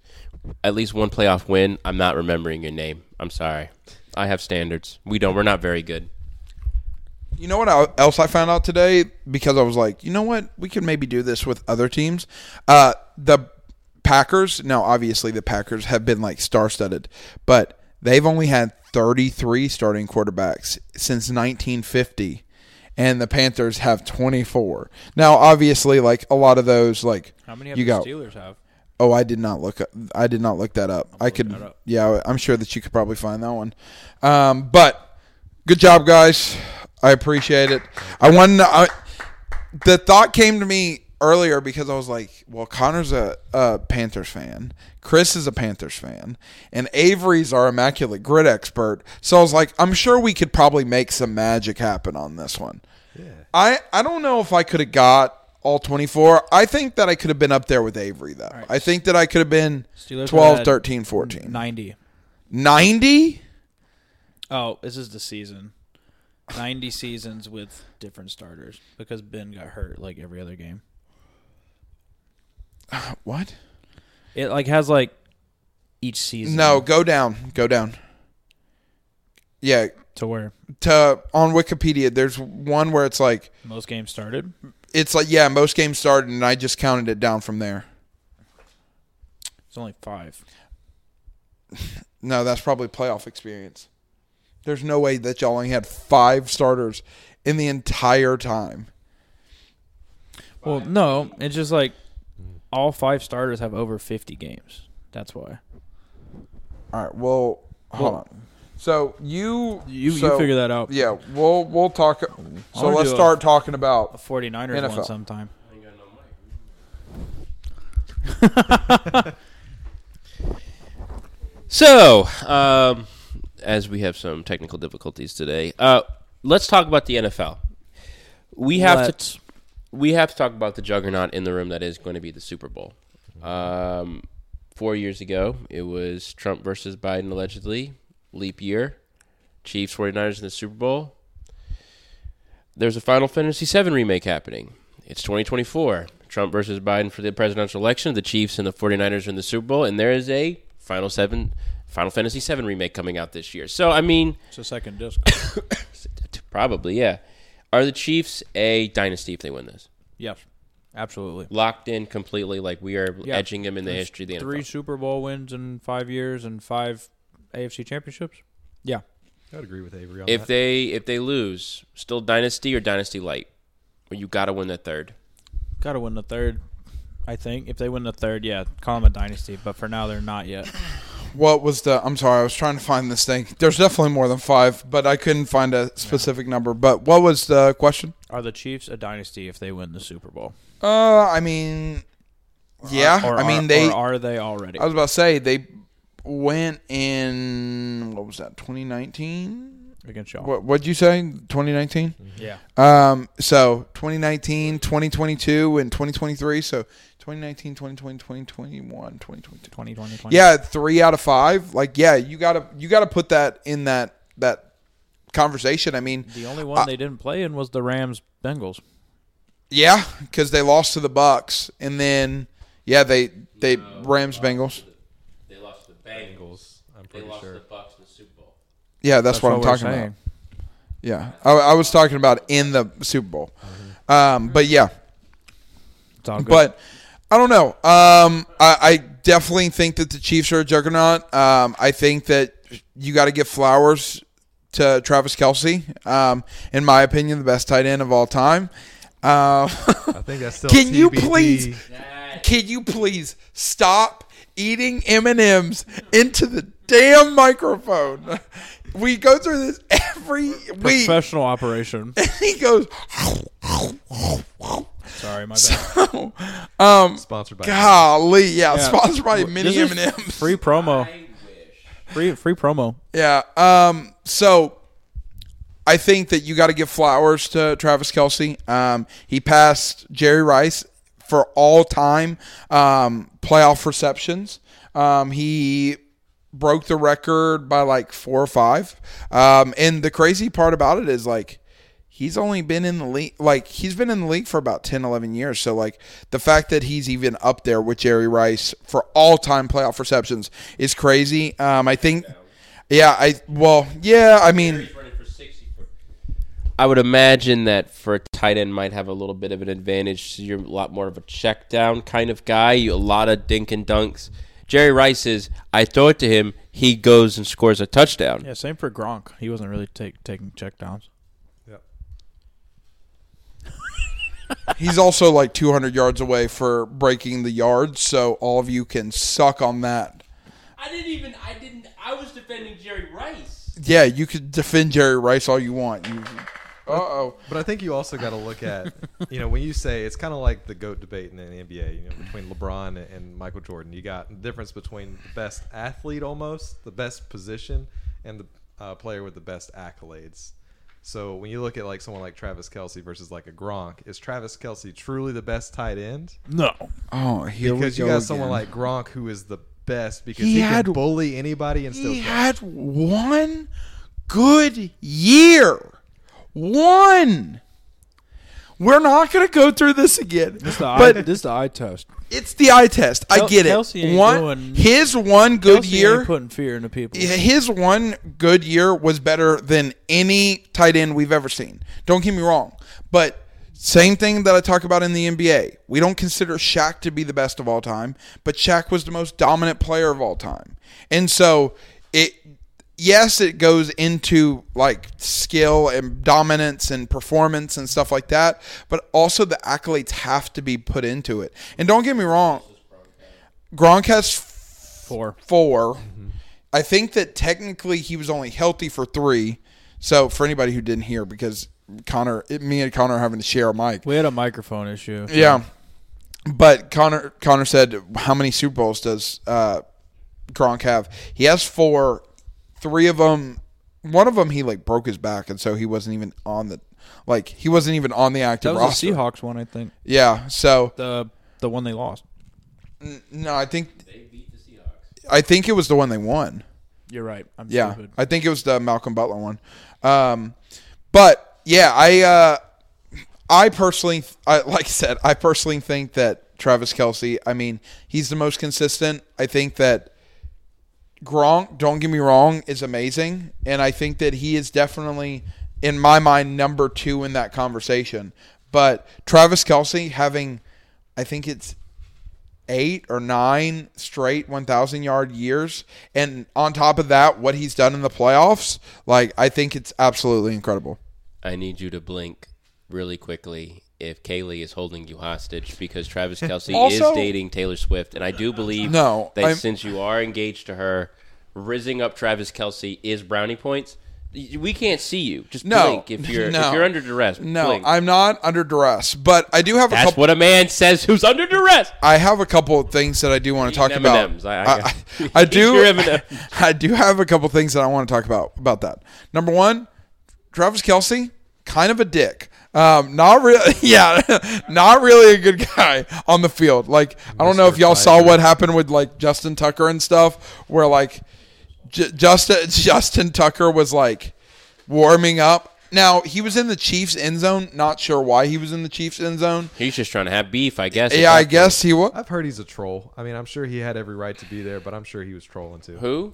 Speaker 4: at least one playoff win, I'm not remembering your name. I'm sorry. I have standards. We don't. We're not very good.
Speaker 1: You know what I- else I found out today? Because I was like, you know what, we could maybe do this with other teams. Uh, the Packers. Now, obviously, the Packers have been like star-studded, but they've only had 33 starting quarterbacks since 1950, and the Panthers have 24. Now, obviously, like a lot of those, like
Speaker 2: How many
Speaker 1: you
Speaker 2: the
Speaker 1: got.
Speaker 2: Steelers have?
Speaker 1: Oh, I did not look. Up, I did not look that up. I could.
Speaker 2: that up.
Speaker 1: Yeah, I'm sure that you could probably find that one. Um, but good job, guys. I appreciate it. I wanted. To, I, the thought came to me earlier because I was like, "Well, Connor's a, a Panthers fan. Chris is a Panthers fan, and Avery's our immaculate grid expert." So I was like, "I'm sure we could probably make some magic happen on this one." I, I don't know if I could have got all 24. I think that I could have been up there with Avery, though. I think that I could have been
Speaker 2: Steelers
Speaker 1: twelve,
Speaker 2: had
Speaker 1: thirteen, fourteen,
Speaker 2: Ninety.
Speaker 1: ninety. 12, 13, 14. 90?
Speaker 2: Oh, this is the season. Ninety seasons with different starters because Ben got hurt like every other game.
Speaker 1: What?
Speaker 2: It like has like each season.
Speaker 1: No, go down. Go down. Yeah,
Speaker 2: to where
Speaker 1: to on Wikipedia, there's one where it's like
Speaker 2: most games started.
Speaker 1: it's like yeah, most games started, and I just counted it down from there.
Speaker 2: It's only five.
Speaker 1: No, that's probably playoff experience. There's no way that y'all only had five starters in the entire time.
Speaker 2: Well, no, it's just like
Speaker 1: Mm.
Speaker 2: all five starters have over fifty games. That's why
Speaker 1: All right. Well, hold
Speaker 2: Well-
Speaker 1: on. So you
Speaker 2: you
Speaker 1: so,
Speaker 2: you figure that out.
Speaker 1: Yeah, we'll we'll talk. uh, So
Speaker 2: wanna
Speaker 1: let's
Speaker 2: do a-
Speaker 1: start talking
Speaker 2: A
Speaker 1: about.
Speaker 2: 49ers
Speaker 1: NFL.
Speaker 2: one sometime.
Speaker 4: So, um, as we have some technical difficulties today, uh, let's talk about the NFL. We have
Speaker 2: Let's.
Speaker 4: to we have to talk about the juggernaut in the room that is going to be the Super Bowl. Um, four years ago, it was Trump versus Biden allegedly leap year, Chiefs 49ers in the Super Bowl. There's a Final Fantasy VII remake happening. It's 2024. Trump versus Biden for the presidential election. The Chiefs and the 49ers are in the Super Bowl, and there is a Final Seven, Final Fantasy VII remake coming out this year. So I mean,
Speaker 2: It's a second disc. <coughs>
Speaker 4: probably yeah. Are the Chiefs a dynasty if they win this?
Speaker 2: yes, absolutely.
Speaker 4: Locked in completely, like we are
Speaker 2: Yeah.
Speaker 4: edging them in the history of the NFL.
Speaker 2: Three Super Bowl wins in five years and five AFC championships. Yeah,
Speaker 3: I'd agree with Avery on
Speaker 4: If
Speaker 3: that.
Speaker 4: they if they lose, still dynasty or dynasty light, or you got to win the third.
Speaker 2: got to win the third. I think if they win the third, yeah, call them a dynasty. But for now, they're not yet.
Speaker 1: What was the? I'm sorry, I was trying to find this thing. There's definitely more than five, but I couldn't find a specific number. But what was the question?
Speaker 2: Are the Chiefs a dynasty if they win the Super Bowl?
Speaker 1: Uh, I mean, yeah,
Speaker 2: Or
Speaker 1: I mean
Speaker 2: are,
Speaker 1: they. Uh,
Speaker 2: or are they already?
Speaker 1: I was about to say they went in what was that? 2019.
Speaker 2: against y'all.
Speaker 1: What what'd you say? 2019.
Speaker 2: Yeah,
Speaker 1: Um, so 2019, 2022, and 2023. So 2019, 2020, 2021, 2022.
Speaker 2: 2020, 20.
Speaker 1: Yeah, three out of five. Like, yeah, you gotta you gotta put that in that that conversation. I mean,
Speaker 2: The only one they didn't play in was the Rams Bengals.
Speaker 1: yeah, because they lost to the Bucks, and then yeah, they they Rams Bengals.
Speaker 4: They lost the Bengals.
Speaker 3: Bengals, I'm pretty sure.
Speaker 4: Bucks in the Super Bowl.
Speaker 1: Yeah, that's, what, I'm
Speaker 2: we're
Speaker 1: talking about. Yeah, I, I was talking about in the Super Bowl. Um, but yeah,
Speaker 2: It's all good.
Speaker 1: But I don't know. Um, I, I definitely think that the Chiefs are a juggernaut. Um, I think that you got to give flowers to Travis Kelsey. Um, in my opinion, the best tight end of all time. Uh,
Speaker 3: I think that's still.
Speaker 1: can you
Speaker 3: TBD.
Speaker 1: please? Can you please stop eating M and M's into the damn microphone? We go through this every week. <laughs>
Speaker 2: professional operation.
Speaker 1: He
Speaker 2: <laughs>
Speaker 1: goes.
Speaker 2: Sorry, my bad.
Speaker 1: um,
Speaker 3: Sponsored by.
Speaker 1: golly, yeah,
Speaker 2: Yeah.
Speaker 1: sponsored by
Speaker 2: This
Speaker 1: Mini
Speaker 2: is
Speaker 1: M and M's.
Speaker 2: Free promo. Free free promo.
Speaker 1: Yeah. Um. So, I think that you got to give flowers to Travis Kelsey. Um. He passed Jerry Rice for all time um, playoff receptions. Um. He broke the record by like four or five. Um. And the crazy part about it is like he's only been in the league like he's been in the league for about 10 11 years so like the fact that he's even up there with jerry rice for all-time playoff receptions is crazy um i think yeah i well yeah i mean
Speaker 4: I would imagine that for a tight end might have a little bit of an advantage. So you're a lot more of a check down kind of guy. You a lot of dink and dunks. Jerry Rice is I throw it to him, he goes and scores a touchdown.
Speaker 2: Yeah, same for Gronk. He wasn't really take, taking checkdowns.
Speaker 3: Yep.
Speaker 1: He's also like 200 yards away for breaking the yards, so all of you can suck on that.
Speaker 5: I didn't even. I didn't. I was defending Jerry Rice.
Speaker 1: Yeah, you could defend Jerry Rice all you want. You, uh-oh.
Speaker 3: But I think you also got to look at, you know, when you say it's kind of like the goat debate in the NBA, you know, between LeBron and Michael Jordan. You got the difference between the best athlete, almost the best position, and the uh, player with the best accolades. So when you look at like someone like Travis Kelsey versus like a Gronk, is Travis Kelsey truly the best tight end?
Speaker 2: No.
Speaker 1: Oh, here
Speaker 3: Because
Speaker 1: we
Speaker 3: you
Speaker 1: go
Speaker 3: got
Speaker 1: again.
Speaker 3: someone like Gronk who is the best because
Speaker 1: He
Speaker 3: he,
Speaker 1: had-
Speaker 3: can bully anybody and still
Speaker 1: He
Speaker 3: score.
Speaker 1: had one good year. One. We're not going to go through this again.
Speaker 2: This the eye,
Speaker 1: but
Speaker 2: this the eye test.
Speaker 1: it's the eye test. I
Speaker 2: Kel-
Speaker 1: get it.
Speaker 2: Kelsey ain't
Speaker 1: one
Speaker 2: doing-
Speaker 1: his one good
Speaker 2: Kelsey ain't
Speaker 1: year.
Speaker 2: putting fear into people.
Speaker 1: his one good year was better than any tight end we've ever seen. Don't get me wrong, but same thing that I talk about in the NBA. We don't consider Shaq to be the best of all time, but Shaq was the most dominant player of all time. And so it yes, it goes into like skill and dominance and performance and stuff like that, but also the accolades have to be put into it. And don't get me wrong, Gronk has
Speaker 2: Four.
Speaker 1: 4
Speaker 2: Mm-hmm.
Speaker 1: I think that technically he was only healthy for three. So for anybody who didn't hear, because Connor, it, me and Connor are having to share a mic.
Speaker 2: We had a microphone issue.
Speaker 1: Yeah, but Connor, Connor said, how many Super Bowls does uh, Gronk have? He has four. Three of them, one of them he like broke his back, and so he wasn't even on the like he wasn't even on the
Speaker 2: That
Speaker 1: active
Speaker 2: was
Speaker 1: roster.
Speaker 2: the Seahawks one, I think.
Speaker 1: Yeah, so
Speaker 2: The the one they lost.
Speaker 1: n- no, I think I think it was the one they won.
Speaker 2: You're right. I'm
Speaker 1: Yeah,
Speaker 2: stupid.
Speaker 1: I think it was the Malcolm Butler one. Um, but yeah, I uh, I personally, I, like I said, I personally think that Travis Kelsey. I mean, he's the most consistent. I think that Gronk, don't get me wrong, is amazing, and I think that he is definitely in my mind number two in that conversation. But Travis Kelsey having, I think it's eight or nine straight 1,000 yard years. And on top of that, what he's done in the playoffs, like, I think it's absolutely incredible.
Speaker 4: I need you to blink really quickly if Kaylee is holding you hostage
Speaker 1: <laughs>
Speaker 4: because Travis Kelsey
Speaker 1: Also-
Speaker 4: is dating Taylor Swift, and I do believe
Speaker 1: No,
Speaker 4: that
Speaker 1: I'm-
Speaker 4: since you are engaged to her, rizzing up Travis Kelsey is brownie points. Y- We can't see you. Just
Speaker 1: No.
Speaker 4: blink if you're
Speaker 1: <laughs> No.
Speaker 4: if you're under duress.
Speaker 1: No,
Speaker 4: blink.
Speaker 1: I'm not under duress, but I do have a
Speaker 4: That's
Speaker 1: couple.
Speaker 4: what a man says who's under duress.
Speaker 1: I have a couple of things that I do want to talk
Speaker 4: Eating
Speaker 1: about.
Speaker 4: M&Ms. I- I
Speaker 1: I,
Speaker 4: got-
Speaker 1: I,
Speaker 4: <laughs>
Speaker 1: I do.
Speaker 4: Your M&Ms.
Speaker 1: <laughs> I do have a couple things that I want to talk about about that. Number one, Travis Kelsey, kind of a dick. Um, not really. <laughs> Yeah, not really a good guy on the field. Like I don't know if y'all saw what happened with like Justin Tucker and stuff, where like J- Justin <laughs> Justin Tucker was like warming up. Now he was in the Chiefs end zone. Not sure why he was in the Chiefs end zone.
Speaker 4: He's just trying to have beef, I guess. at
Speaker 1: Yeah, I
Speaker 4: that
Speaker 1: guess he was.
Speaker 3: I've heard he's a troll. I mean, I'm sure he had every right to be there, but I'm sure he was trolling too.
Speaker 4: point. Who?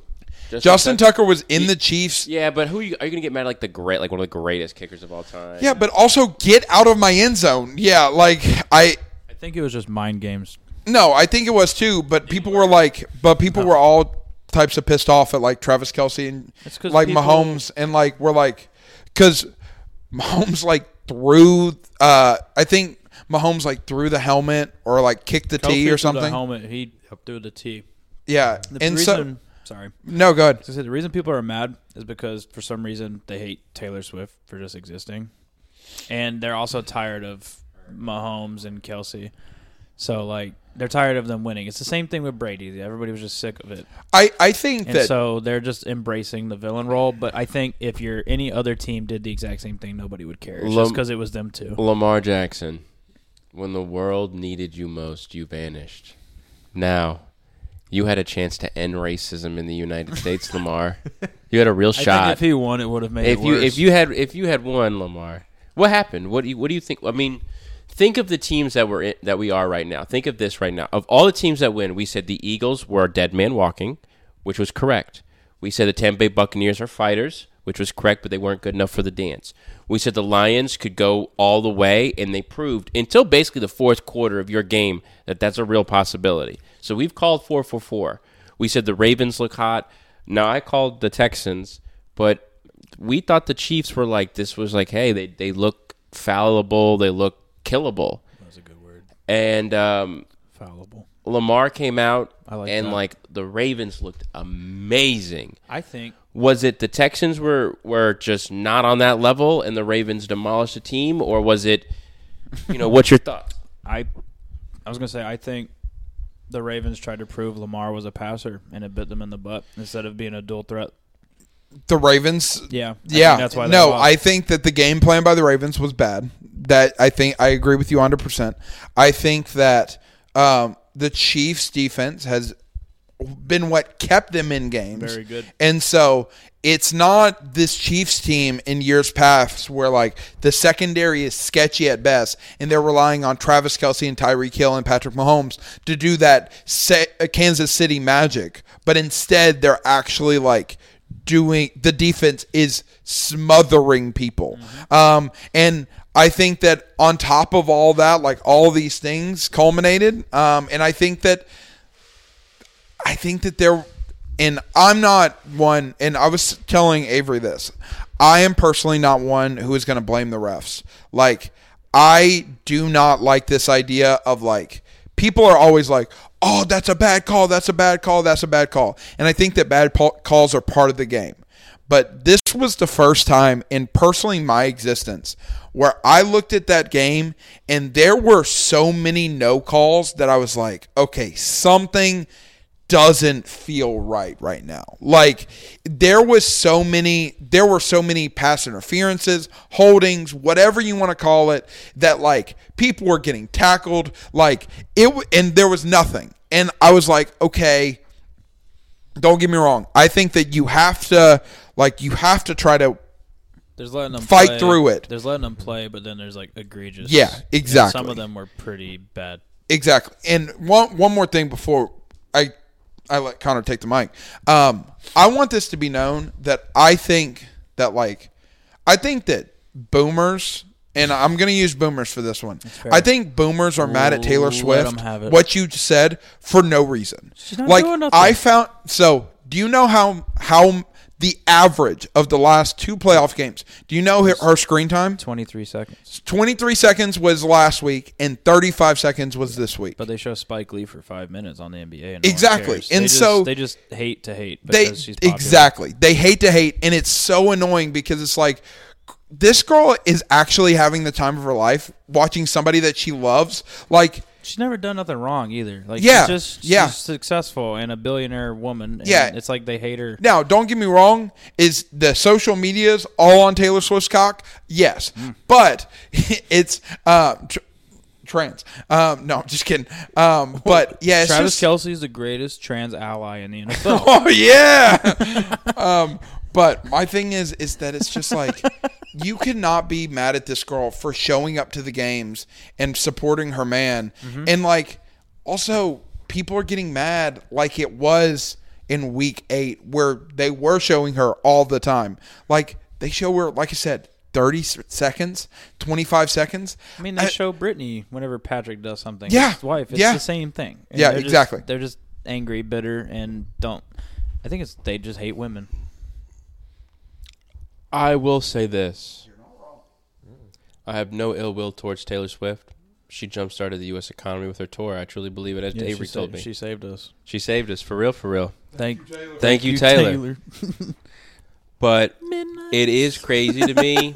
Speaker 1: Justin Tucker was in the Chiefs.
Speaker 4: Yeah, but who are you, are you going to get mad at, like the great, like one of the greatest kickers of all time?
Speaker 1: Yeah, but also get out of my end zone. Yeah, like I
Speaker 2: I think it was just mind games.
Speaker 1: no, I think it was too, but people were like but people were all types of pissed off at like Travis Kelsey and
Speaker 2: That's 'cause
Speaker 1: like
Speaker 2: people-
Speaker 1: Mahomes and like we're like cuz Mahomes like threw uh I think Mahomes like threw the helmet or like kicked the
Speaker 2: Kelsey
Speaker 1: tee
Speaker 2: threw
Speaker 1: or
Speaker 2: the
Speaker 1: something.
Speaker 2: helmet. He threw the tee.
Speaker 1: Yeah.
Speaker 2: The
Speaker 1: and so
Speaker 2: reason, sorry.
Speaker 1: no, go ahead.
Speaker 2: So I said the reason people are mad is because for some reason they hate Taylor Swift for just existing, and they're also tired of Mahomes and Kelsey. So like they're tired of them winning. It's the same thing with Brady. Everybody was just sick of it,
Speaker 1: I I think
Speaker 2: and
Speaker 1: that
Speaker 2: so they're just embracing the villain role. But I think if you're any other team did the exact same thing, nobody would care. It's just
Speaker 4: Lum-
Speaker 2: because it was them too.
Speaker 4: Lamar Jackson, when the world needed you most, you vanished. Now, you had a chance to end racism in the United States, Lamar. You had a real
Speaker 2: <laughs> I think
Speaker 4: shot.
Speaker 2: if he won, it would have made
Speaker 4: if
Speaker 2: it
Speaker 4: you
Speaker 2: worse.
Speaker 4: if you had if you had won, Lamar, What happened? What do you What do you think? I mean, think of the teams that we're in, that we are right now. Think of this right now. Of all the teams that win, we said the Eagles were a dead man walking, which was correct. We said the Tampa Bay Buccaneers are fighters, which was correct, but they weren't good enough for the dance. We said the Lions could go all the way, and they proved until basically the fourth quarter of your game that that's a real possibility. So we've called four for four. We said the Ravens look hot. Now I called the Texans, but we thought the Chiefs were like this was like, hey, they they look fallible, they look killable,
Speaker 2: That's a good word.
Speaker 4: and um,
Speaker 2: Fallible.
Speaker 4: Lamar came out
Speaker 2: I like
Speaker 4: and
Speaker 2: that.
Speaker 4: like the Ravens looked amazing.
Speaker 2: I think
Speaker 4: Was it the Texans were were just not on that level and the Ravens demolished the team, or was it, you know, what's your thoughts?
Speaker 2: I I was gonna say I think the Ravens tried to prove Lamar was a passer and it bit them in the butt instead of being a dual threat.
Speaker 1: The Ravens.
Speaker 2: Yeah, I think
Speaker 1: Yeah.
Speaker 2: that's why. they
Speaker 1: no,
Speaker 2: lost.
Speaker 1: I think that the game plan by the Ravens was bad. That I think I agree with you 100%. I think that um, the Chiefs defense has been what kept them in games.
Speaker 2: Very good.
Speaker 1: And so it's not this Chiefs team in years past where like the secondary is sketchy at best, and they're relying on Travis Kelsey and Tyreek Hill and Patrick Mahomes to do that se- uh, Kansas City magic. But instead, they're actually like doing the defense is smothering people.
Speaker 2: Mm-hmm.
Speaker 1: Um, and I think that on top of all that, like all these things culminated. Um, and I think that I think that there, and I'm not one, and I was telling Avery this. I am personally not one who is going to blame the refs. Like, I do not like this idea of like, people are always like, oh, that's a bad call, that's a bad call, that's a bad call. And I think that bad pa- calls are part of the game. But this was the first time in personally my existence where I looked at that game and there were so many no calls that I was like, okay, something doesn't feel right right now. Like there was so many there were so many pass interferences, holdings, whatever you want to call it that like people were getting tackled like it w- and there was nothing. And I was like, okay, don't get me wrong. I think that you have to like you have to try to
Speaker 2: there's letting them
Speaker 1: fight
Speaker 2: play-
Speaker 1: through it.
Speaker 2: There's letting them play, but then there's like egregious.
Speaker 1: Yeah,
Speaker 2: and Some
Speaker 1: exactly.
Speaker 2: of them were pretty bad.
Speaker 1: Exactly. And one one more thing before I I let Connor take the mic. Um, I want this to be known that I think that like I think that boomers and I'm going to use boomers for this one. I think boomers are mad at Taylor
Speaker 2: Let 'em
Speaker 1: Swift.
Speaker 2: have it.
Speaker 1: What you said for no reason.
Speaker 2: not
Speaker 1: like
Speaker 2: doing nothing.
Speaker 1: I found so do you know how how the average of the last two playoff games? Do you know her, her screen time?
Speaker 2: Twenty three seconds,
Speaker 1: 23 seconds was last week and 35 seconds was this week.
Speaker 2: but they show Spike Lee for five minutes on the NBA. And no one
Speaker 1: Exactly.
Speaker 2: cares.
Speaker 1: And
Speaker 2: They just-
Speaker 1: so-
Speaker 2: they just hate to hate.
Speaker 1: they
Speaker 2: Because she's popular.
Speaker 1: exactly they hate to hate and it's so annoying because it's like this girl is actually having the time of her life watching somebody that she loves like
Speaker 2: She's never done nothing wrong either. Like
Speaker 1: Yeah,
Speaker 2: she's just she's
Speaker 1: yeah.
Speaker 2: successful and a billionaire woman. And
Speaker 1: Yeah.
Speaker 2: it's like they hate her.
Speaker 1: now don't get me wrong is the social medias all on taylor swift's cock yes
Speaker 2: Mm.
Speaker 1: but <laughs> it's uh tr- trans um no I'm just kidding
Speaker 2: <laughs>
Speaker 1: um but yeah it's
Speaker 2: Travis
Speaker 1: just,
Speaker 2: Kelsey is the greatest trans ally in the NFL.
Speaker 1: <laughs> Oh yeah. um, but my thing is, is that it's just like you cannot be mad at this girl for showing up to the games and supporting her man,
Speaker 2: Mm-hmm.
Speaker 1: and like also people are getting mad like it was in week eight where they were showing her all the time. Like they show her, like I said, thirty s- seconds, twenty five seconds.
Speaker 2: I mean, they show Brittany whenever Patrick does something.
Speaker 1: Yeah,
Speaker 2: his wife. It's
Speaker 1: yeah.
Speaker 2: the same thing. And
Speaker 1: Yeah,
Speaker 2: they're just-
Speaker 1: exactly.
Speaker 2: they're just angry, bitter, and don't. I think it's they just hate women.
Speaker 4: I will say this. I have no ill will towards Taylor Swift. She jump started the U.S. economy with her tour. I truly believe it, as
Speaker 2: Yeah,
Speaker 4: Avery
Speaker 2: she,
Speaker 4: told
Speaker 2: saved,
Speaker 4: me.
Speaker 2: she saved us.
Speaker 4: She saved us for real, for real.
Speaker 2: Thank,
Speaker 4: Thank, you, Taylor. But
Speaker 2: Midnight.
Speaker 4: it is crazy
Speaker 2: <laughs>
Speaker 4: to me.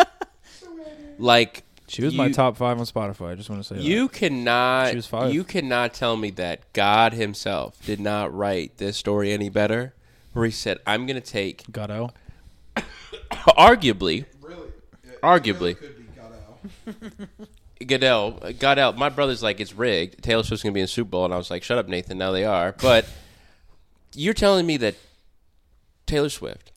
Speaker 4: like
Speaker 2: She was my
Speaker 4: you-
Speaker 2: top five on Spotify. I just want to say
Speaker 4: You
Speaker 2: She
Speaker 4: cannot.
Speaker 2: was five.
Speaker 4: You cannot tell me that God Himself did not write this story any better. Where He said, "I'm going to take
Speaker 2: that. got out.
Speaker 4: arguably
Speaker 1: Really,
Speaker 4: Arguably. really
Speaker 2: <laughs>
Speaker 4: Goodell got out. My brother's like, it's rigged. Taylor Swift's gonna be in the Super Bowl, and I was like, shut up, Nathan. Now they are. But you're telling me that Taylor Swift,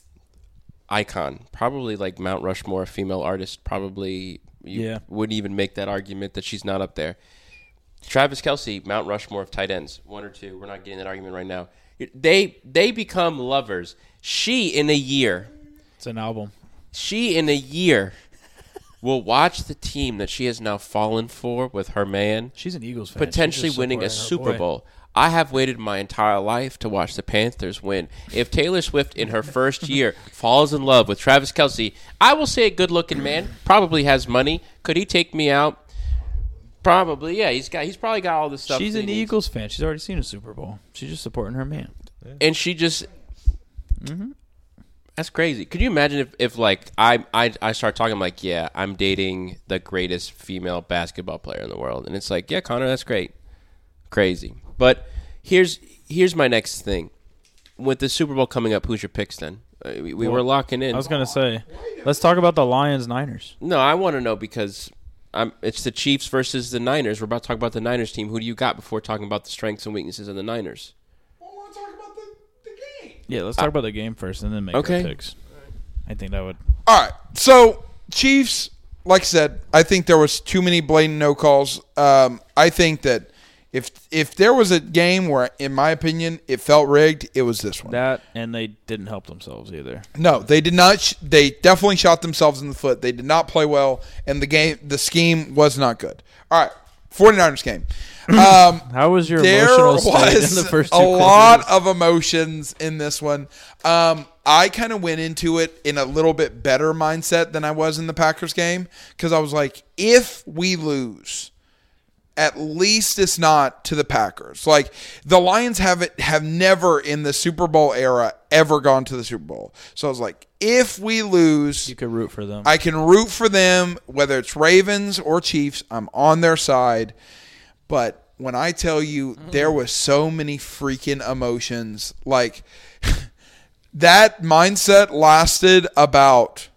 Speaker 4: icon, probably like Mount Rushmore, female artist, probably You
Speaker 2: Yeah.
Speaker 4: wouldn't even make that argument that she's not up there. Travis Kelsey, Mount Rushmore of tight ends, one or two. We're not getting that argument right now. They they become lovers. She in a year,
Speaker 2: It's an album.
Speaker 4: she in a year will watch the team that she has now fallen for with her man
Speaker 2: She's an Eagles fan. She's
Speaker 4: potentially
Speaker 2: just
Speaker 4: winning a
Speaker 2: supporting her
Speaker 4: Super
Speaker 2: boy.
Speaker 4: Bowl. I have waited my entire life to watch the Panthers win. If Taylor Swift in her first year falls in love with Travis Kelsey, I will say a good looking man, probably has money. Could he take me out? Probably, yeah. He's got he's probably got all this stuff.
Speaker 2: She's
Speaker 4: that
Speaker 2: an
Speaker 4: he needs.
Speaker 2: Eagles fan. She's already seen a Super Bowl. She's just supporting her man.
Speaker 4: And she just
Speaker 2: Mm-hmm.
Speaker 4: That's crazy. Could you imagine if, if like I, I I start talking I'm like, yeah, I'm dating the greatest female basketball player in the world and it's like, yeah, Connor, that's great. Crazy. But here's here's my next thing. With the Super Bowl coming up, who's your picks then? Uh, We, we were locking in.
Speaker 2: I was gonna say, let's talk about the Lions Niners.
Speaker 4: no, I want to know because I'm, it's the Chiefs versus the Niners. We're about to talk about the Niners team. Who do you got before talking about the strengths and weaknesses of the Niners?
Speaker 5: Well, we're talking about the, the game.
Speaker 2: Yeah, let's talk about the game first and then make
Speaker 4: Okay.
Speaker 2: our picks. I think that would.
Speaker 1: All right. So Chiefs, like I said, I think there was too many blatant no calls. Um, I think that if if there was a game where, in my opinion, it felt rigged, it was this one.
Speaker 2: That and they didn't help themselves either.
Speaker 1: No, they did not. Sh- they definitely shot themselves in the foot. They did not play well, and the game, the scheme was not good. All right, 49ers game. Um,
Speaker 2: How was your
Speaker 1: there <laughs>
Speaker 2: emotional
Speaker 1: was
Speaker 2: state in the first two
Speaker 1: a
Speaker 2: quarters?
Speaker 1: lot of emotions in this one. Um, I kind of went into it in a little bit better mindset than I was in the Packers game because I was like, if we lose, at least it's not to the Packers. Like the Lions have it have never in the Super Bowl era ever gone to the Super Bowl. So I was like, if we lose,
Speaker 2: You could root for them.
Speaker 1: I can root for them, whether it's Ravens or Chiefs. I'm on their side. But when I tell you there was so many freaking emotions, like <laughs> that mindset lasted about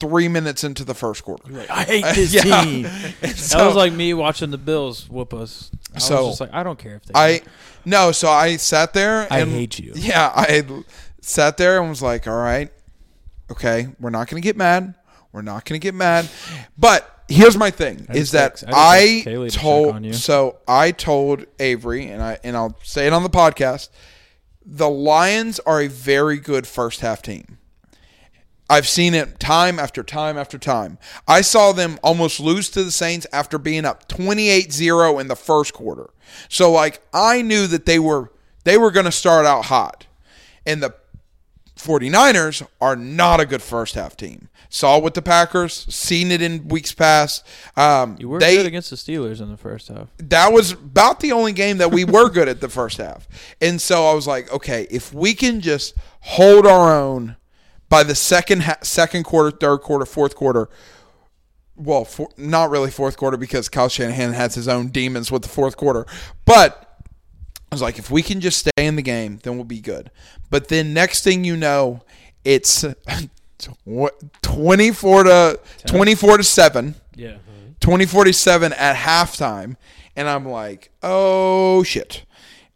Speaker 1: three minutes into the first quarter.
Speaker 2: I hate <laughs> this
Speaker 1: Yeah.
Speaker 2: team. that
Speaker 1: so-
Speaker 2: was like me watching the Bills whoop us. I
Speaker 1: So,
Speaker 2: was just like, I don't care if they.
Speaker 1: I no, so I sat there. And,
Speaker 2: I hate you.
Speaker 1: Yeah, I sat there and was like, "All right, okay, we're not gonna get mad. We're not gonna get mad." But here's my thing: is that
Speaker 2: text- I
Speaker 1: I,
Speaker 2: didn't text Kaylee to check on you.
Speaker 1: told so I told Avery and I and I'll say it on the podcast: the Lions are a very good first half team. I've seen it time after time after time. I saw them almost lose to the Saints after being up 28-0 in the first quarter. So like I knew that they were they were going to start out hot. And the 49ers are not a good first half team. Saw it with the Packers, seen it in weeks past. Um
Speaker 2: you were
Speaker 1: they
Speaker 2: good against the Steelers in the first half.
Speaker 1: that was about the only game that we were good at the first half. And so I was like, okay, if we can just hold our own by the second ha- second quarter, third quarter, fourth quarter, well, four, not really fourth quarter because Kyle Shanahan has his own demons with the fourth quarter. But I was like, if we can just stay in the game, then we'll be good. But then next thing you know, it's <laughs> tw- 24 to 24 to 7.
Speaker 2: Yeah.
Speaker 1: 2047 at halftime and i'm like oh shit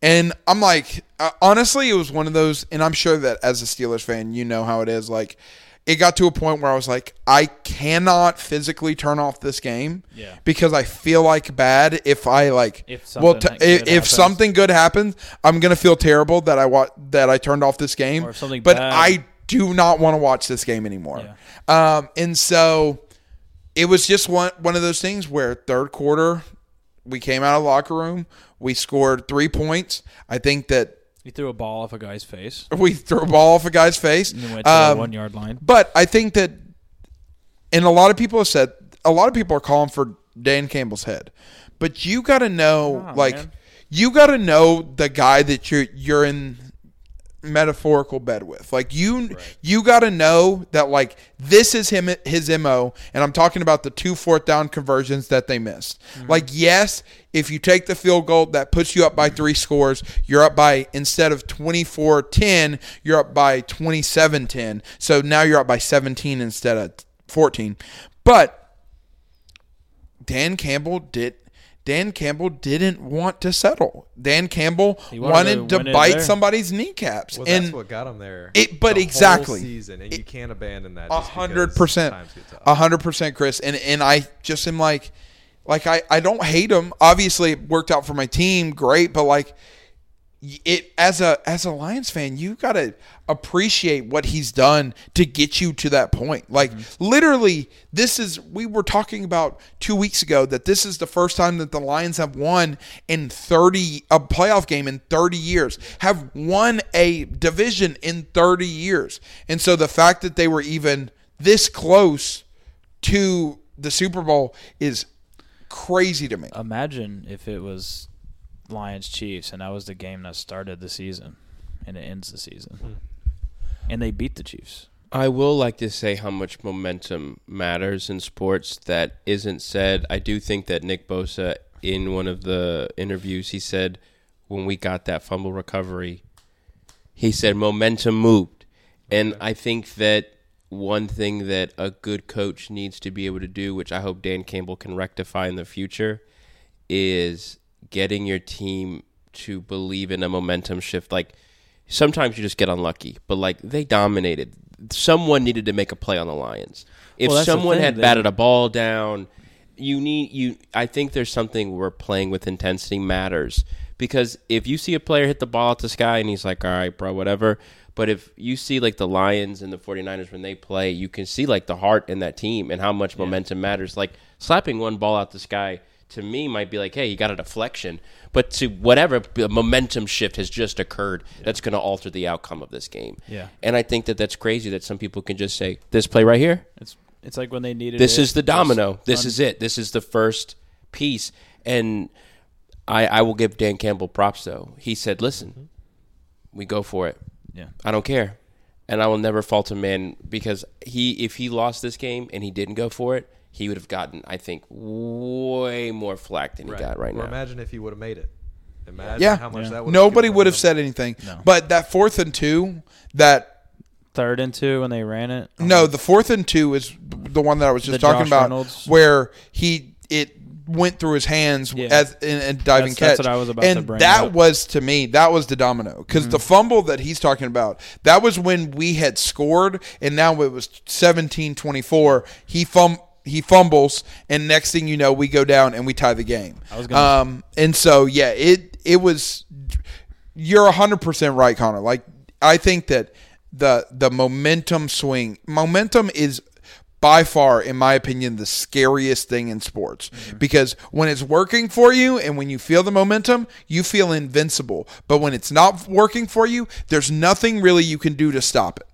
Speaker 1: and i'm like uh, honestly it was one of those and i'm sure that as a steelers fan you know how it is like it got to a point where i was like i cannot physically turn off this game
Speaker 2: Yeah.
Speaker 1: because i feel like bad if i like
Speaker 2: If something
Speaker 1: well t-
Speaker 2: that
Speaker 1: if,
Speaker 2: good
Speaker 1: if
Speaker 2: happens.
Speaker 1: something good happens i'm gonna feel terrible that i wa- that i turned off this game
Speaker 2: Or if something
Speaker 1: but
Speaker 2: bad-
Speaker 1: i do not want to watch this game anymore um, and so it was just one one of those things where third quarter we came out of the locker room we scored three points i think that <laughs>
Speaker 2: You threw a ball off a guy's face
Speaker 1: we threw a ball off a guy's face
Speaker 2: and went to
Speaker 1: Um,
Speaker 2: the one yard line.
Speaker 1: but i think that and a lot of people have said a lot of people are calling for dan campbell's head but you gotta know
Speaker 2: Nah,
Speaker 1: like
Speaker 2: man.
Speaker 1: you gotta know the guy that you're you're in metaphorical bed with. Like you you got to know that like this is him his MO and I'm talking about the two fourth down conversions that they missed.
Speaker 2: Mm-hmm.
Speaker 1: Like yes, if you take the field goal that puts you up by 3 scores, you're up by instead of 24-10, you're up by 27-10. So now you're up by 17 instead of 14. But Dan Campbell did Dan Campbell didn't want to settle. Dan Campbell
Speaker 2: wanted
Speaker 1: wanted to
Speaker 2: to win it
Speaker 1: bite
Speaker 2: there.
Speaker 1: somebody's kneecaps.
Speaker 3: Well, that's
Speaker 1: and
Speaker 3: what got him there.
Speaker 1: it- but
Speaker 3: the whole
Speaker 1: exactly.
Speaker 3: season, and you can't abandon that.
Speaker 1: a
Speaker 3: just because
Speaker 1: hundred percent,
Speaker 3: times get tough.
Speaker 1: a hundred percent, Chris. And and I just am like, like I I don't hate him. Obviously, it worked out for my team, great. But like, y- it as a as a Lions fan, you gotta appreciate what he's done to get you to that point. Like literally, this is we were talking about two weeks ago that this is the first time that the Lions have won in thirty a playoff game in thirty years, have won a division in thirty years, and so the fact that they were even this close to the Super Bowl is crazy to me.
Speaker 2: Imagine if it was Lions Chiefs and that was the game that started the season and it ends the season. And they beat the Chiefs.
Speaker 4: I will like to say how much momentum matters in sports that isn't said. I do think that Nick Bosa, in one of the interviews, he said when we got that fumble recovery, he said momentum moved. And I think that one thing that a good coach needs to be able to do, which I hope Dan Campbell can rectify in the future, is getting your team to believe in a momentum shift. Like sometimes you just get unlucky, but like they dominated. Someone needed to make a play on the Lions. If
Speaker 2: Well, that's the
Speaker 4: someone
Speaker 2: thing,
Speaker 4: had
Speaker 2: they-
Speaker 4: batted a ball down, you need you I think there's something where playing with intensity matters because if you see a player hit the ball out the sky and he's like, "All right, bro, whatever." But if you see like the Lions and the 49ers when they play, you can see like the heart in that team and how much momentum matters. Like slapping one ball out the sky to me might be like, hey, you got a deflection, but to whatever a momentum shift has just occurred, that's going to alter the outcome of this game.
Speaker 2: Yeah.
Speaker 4: and I think that that's crazy that some people can just say this play right here,
Speaker 2: It's it's like when they needed
Speaker 4: this
Speaker 2: it,
Speaker 4: is the
Speaker 2: just
Speaker 4: domino, this
Speaker 2: un-
Speaker 4: is it, this is the first piece, and I I will give Dan Campbell props though. He said, listen, we go for it.
Speaker 2: Yeah.
Speaker 4: I don't care. And I will never fault a man because he if he lost this game and he didn't go for it, he would have gotten, I think, way more flack than he got right
Speaker 3: Well,
Speaker 4: now.
Speaker 3: Imagine if he would have made it. Imagine
Speaker 1: Yeah.
Speaker 3: how much
Speaker 2: Yeah.
Speaker 3: that would.
Speaker 1: Nobody would have said anything. But that fourth and two, that
Speaker 2: third and two when they ran it.
Speaker 1: no, the fourth and two is the one that I was just
Speaker 2: Uh-huh. The
Speaker 1: talking
Speaker 2: Josh
Speaker 1: about,
Speaker 2: Reynolds?
Speaker 1: where he it went through his hands
Speaker 2: Yeah.
Speaker 1: as in a diving
Speaker 2: That's-
Speaker 1: catch.
Speaker 2: that's what I was about to
Speaker 1: and
Speaker 2: bring
Speaker 1: that
Speaker 2: up. Mm-hmm.
Speaker 1: was to me that was the domino because the fumble that he's talking about that was when we had scored and now it was 17-24. He fum he fumbles and next thing you know we go down and we tie the game.
Speaker 2: was gonna-
Speaker 1: um and so yeah it it was you're 100% right connor like i think that the the momentum swing momentum is by far in my opinion the scariest thing in sports because when it's working for you and when you feel the momentum you feel invincible but when it's not working for you there's nothing really you can do to stop it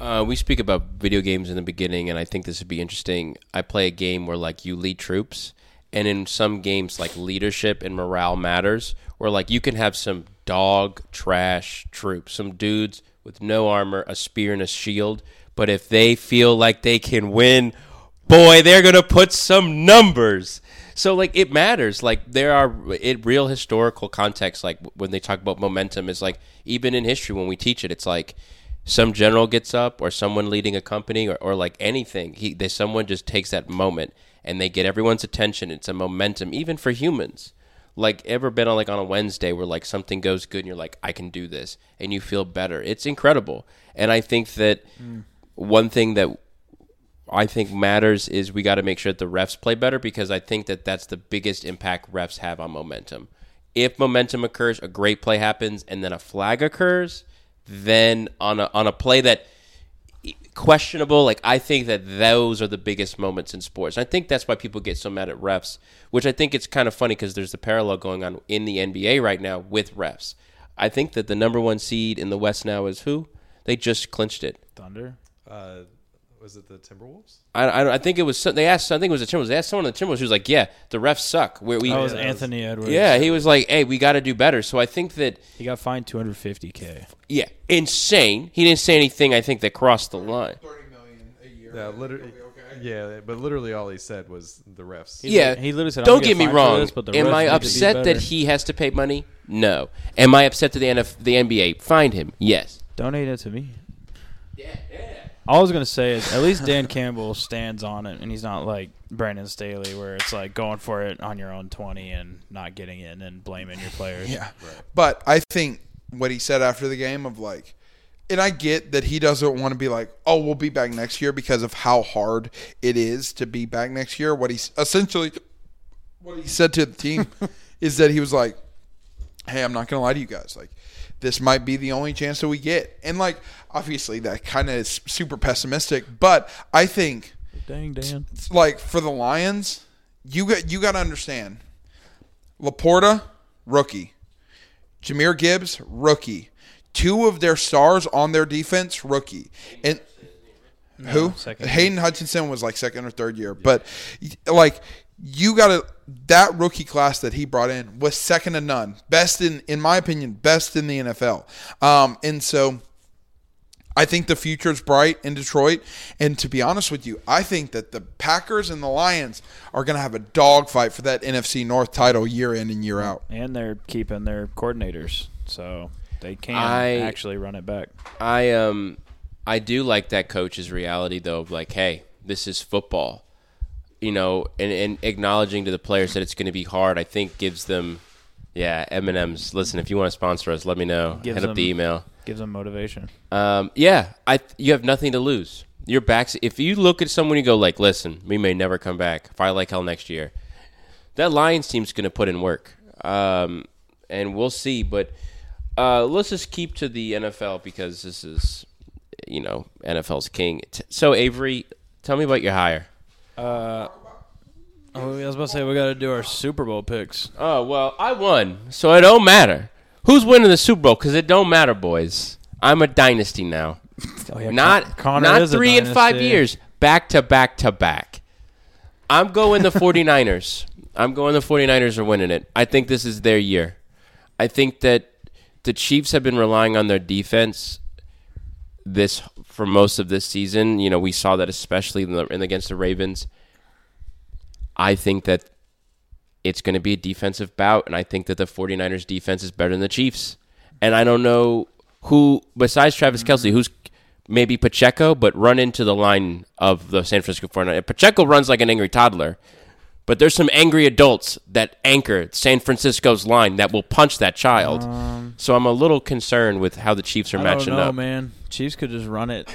Speaker 4: Uh, we speak about video games in the beginning, and I think this would be interesting. I play a game where like you lead troops, and in some games like leadership and morale matters. Where like you can have some dog trash troops, some dudes with no armor, a spear, and a shield, but if they feel like they can win, boy, they're gonna put some numbers. So like it matters. Like there are it real historical context. Like when they talk about momentum, is like even in history when we teach it, it's like some general gets up or someone leading a company or, or like anything he they, someone just takes that moment and they get everyone's attention it's a momentum even for humans like ever been on like on a wednesday where like something goes good and you're like i can do this and you feel better it's incredible and i think that one thing that I think matters is we got to make sure that the refs play better because I think that that's the biggest impact refs have on momentum. If momentum occurs, a great play happens, and then a flag occurs, then on a on a play that questionable, like I think that those are the biggest moments in sports. I think that's why people get so mad at refs, which I think it's kind of funny because there's the parallel going on in the NBA right now with refs. I think that the number one seed in the West now is who? They just clinched it.
Speaker 2: Thunder.
Speaker 3: Uh, was it the Timberwolves?
Speaker 4: I, I, I think it was some- they asked. I think it was the Timberwolves. They asked someone in the Timberwolves. She was like, "Yeah, the refs suck." Where we,
Speaker 2: That was Anthony Edwards.
Speaker 4: yeah, he was like, "Hey, we got to do better." So I think that
Speaker 2: He got fined 250k.
Speaker 4: yeah, insane. He didn't say anything. I think that crossed the line.
Speaker 1: 30 million a year
Speaker 3: Yeah, literally. Yeah, but literally all he said was the refs.
Speaker 2: He
Speaker 4: yeah,
Speaker 2: lit- he literally said, "I'm
Speaker 4: "Don't
Speaker 2: gonna get
Speaker 4: get me
Speaker 2: fined for
Speaker 4: wrong."
Speaker 2: this, but the
Speaker 4: Am
Speaker 2: refs
Speaker 4: I
Speaker 2: need to be
Speaker 4: upset that
Speaker 2: better."
Speaker 4: he has to pay money? No. Am I upset that the NF, the NBA fined him? Yes.
Speaker 2: Donate it to me.
Speaker 4: Yeah, yeah.
Speaker 2: All I was gonna say is at least Dan Campbell stands on it, and he's not like Brandon Staley, where it's like going for it on your own twenty and not getting it, and then blaming your players.
Speaker 1: Yeah. But I think what he said after the game of like, and I get that he doesn't want to be like, oh, we'll be back next year because of how hard it is to be back next year. What he s- essentially, what he said to the team is that he was like, hey, I'm not going to lie to you guys. Like, this might be the only chance that we get. And like, obviously, that kind of is super pessimistic, but I think
Speaker 2: Dang Dan.
Speaker 1: it's like for the Lions, you got you got to understand. Laporta, rookie. Jameer Gibbs, rookie. Two of their stars on their defense, rookie. And who?
Speaker 2: second
Speaker 1: Hayden Hutchinson was like second or third year, but like you got to that rookie class that he brought in was second to none. Best in in my opinion, best in the NFL. Um and so I think the future's bright in Detroit. And to be honest with you, I think that the Packers and the Lions are going to have a dogfight for that NFC North title year in and year out.
Speaker 2: And they're keeping their coordinators, so they can
Speaker 4: I-
Speaker 2: actually run it back.
Speaker 4: I um I do like that coach's reality though of like, hey, this is football. You know, and, and acknowledging to the players that it's gonna be hard, I think gives them yeah, M&M's. Listen, if you want to sponsor us, let me know.
Speaker 2: Gives
Speaker 4: Hit up the
Speaker 2: them-
Speaker 4: email.
Speaker 2: Gives them motivation.
Speaker 4: Um, yeah, I you have nothing to lose. Your backs. If you look at someone, you go like, "Listen, we may never come back. Fight like hell next year." That Lions team's going to put in work, um, and we'll see. But uh, let's just keep to the NFL because this is, you know, NFL's king. T- So Avery, tell me about your hire.
Speaker 2: Oh, I was about to say we got to do our Super Bowl picks.
Speaker 4: Oh well, I won, so it don't matter who's winning the Super Bowl because it don't matter, boys. I'm a dynasty now.
Speaker 2: Oh, yeah,
Speaker 4: not not three and five years back to back to back i'm going the <laughs> 49ers i'm going the 49ers are winning it i think this is their year i think that the chiefs have been relying on their defense this for most of this season you know we saw that especially in the, in against the ravens i think that it's going to be a defensive bout and i think that the 49ers defense is better than the chiefs and i don't know who besides travis
Speaker 2: Mm-hmm.
Speaker 4: kelsey who's maybe pacheco but run into the line of the san francisco 49ers pacheco runs like an angry toddler but there's some angry adults that anchor san francisco's line that will punch that child so i'm a little concerned with how the chiefs are
Speaker 2: Um, I
Speaker 4: matching
Speaker 2: don't know,
Speaker 4: up
Speaker 2: man. Chiefs could just run it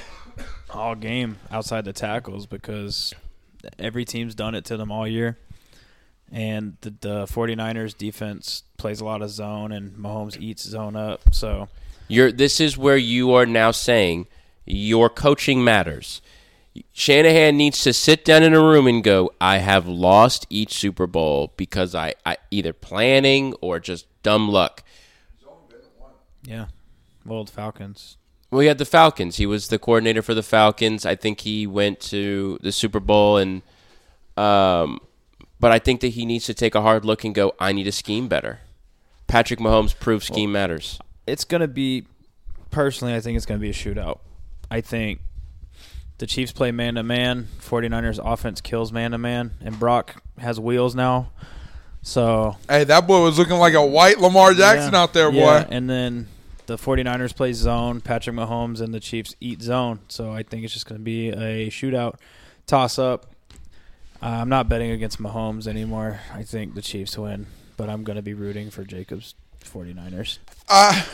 Speaker 2: all game outside the tackles because every team's done it to them all year. And the, the 49ers defense plays a lot of zone, and Mahomes eats zone up. So
Speaker 4: You're, this is where you are now saying your coaching matters. Shanahan needs to sit down in a room and go, I have lost each Super Bowl because I, I either planning or just dumb luck.
Speaker 2: yeah, old Falcons.
Speaker 4: We had the Falcons. He was the coordinator for the Falcons. I think he went to the Super Bowl and um but I think that he needs to take a hard look and go, I need to scheme better. Patrick Mahomes proved scheme matters.
Speaker 2: It's gonna be personally, I think it's gonna be a shootout. I think the Chiefs play man to man. 49ers offense kills man to man, and Brock has wheels now. So
Speaker 1: Hey, that boy was looking like a white Lamar Jackson
Speaker 2: Yeah.
Speaker 1: out there, boy.
Speaker 2: Yeah, and then the 49ers play zone. Patrick Mahomes and the Chiefs eat zone. So I think it's just going to be a shootout, toss up. Uh, I'm not betting against Mahomes anymore. I think the Chiefs win, but I'm going to be rooting for Jacobs 49ers.
Speaker 1: I,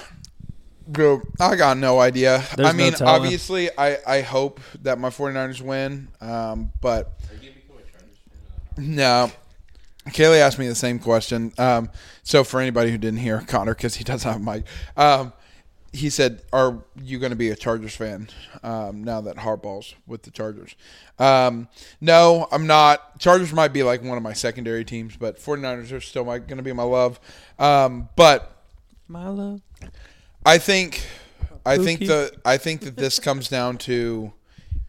Speaker 1: bro, Uh, I got no idea.
Speaker 2: There's
Speaker 1: I
Speaker 2: no
Speaker 1: mean,
Speaker 2: telling.
Speaker 1: obviously, I, I hope that my 49ers win, um, but no. Kaylee asked me the same question. Um, so for anybody who didn't hear Connor, because he doesn't have a mic, um, he said, "Are you going to be a Chargers fan um, now that Harbaugh's with the Chargers?" Um, no, I'm not. Chargers might be like one of my secondary teams, but 49ers are still going to be my love. Um, but
Speaker 2: My love.
Speaker 1: I think, I think
Speaker 2: Pookie.
Speaker 1: the I think that
Speaker 2: <laughs>
Speaker 1: this comes down to,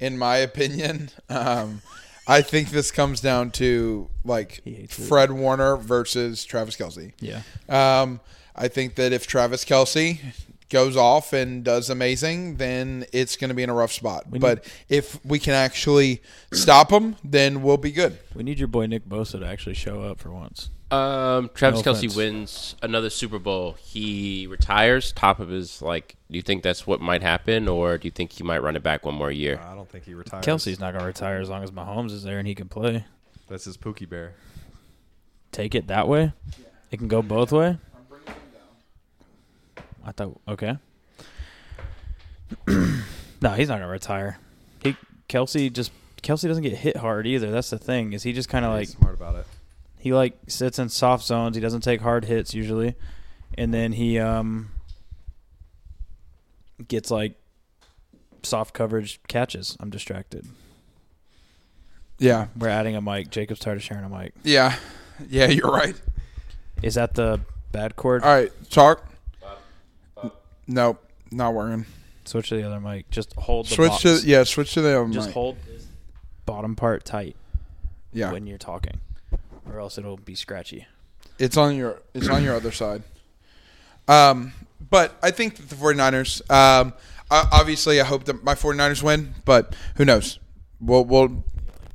Speaker 1: in my opinion, um, I think this comes down to like
Speaker 2: hates it.
Speaker 1: Fred Warner versus Travis Kelsey.
Speaker 2: Yeah.
Speaker 1: Um, I think that if Travis Kelsey goes off and does amazing, then it's going to be in a rough spot. but if we can actually stop him, then we'll be good.
Speaker 2: We need your boy Nick Bosa to actually show up for once.
Speaker 4: Um, Travis
Speaker 2: No
Speaker 4: Kelsey
Speaker 2: offense.
Speaker 4: wins another Super Bowl. He retires top of his like. Do you think that's what might happen, or do you think he might run it back one more year?
Speaker 3: I don't think he retires.
Speaker 2: Kelsey's not going to retire as long as Mahomes is there and he can play.
Speaker 3: That's his Pookie Bear.
Speaker 2: Take it that way. It can go both way. I thought okay. <clears throat> no, he's not going to retire. He Kelsey just Kelsey doesn't get hit hard either. That's the thing. Is he just kind of like
Speaker 3: He's smart about it.
Speaker 2: He like sits in soft zones. He doesn't take hard hits usually, and then he um gets like soft coverage catches. I'm distracted.
Speaker 1: Yeah.
Speaker 2: We're adding a mic. Jacob started sharing a mic.
Speaker 1: Yeah. Yeah, you're right.
Speaker 2: Is that the bad cord?
Speaker 1: All right, talk. Nope, not working.
Speaker 2: Switch to the other mic. Just hold the
Speaker 1: Switch
Speaker 2: box.
Speaker 1: to yeah, switch to the um,
Speaker 2: Just
Speaker 1: mic.
Speaker 2: hold this bottom part tight
Speaker 1: yeah.
Speaker 2: when you're talking, or else it'll be scratchy.
Speaker 1: It's on your it's on your other side. Um, but I think that the 49ers um I, obviously I hope that my 49ers win, but who knows. We'll we'll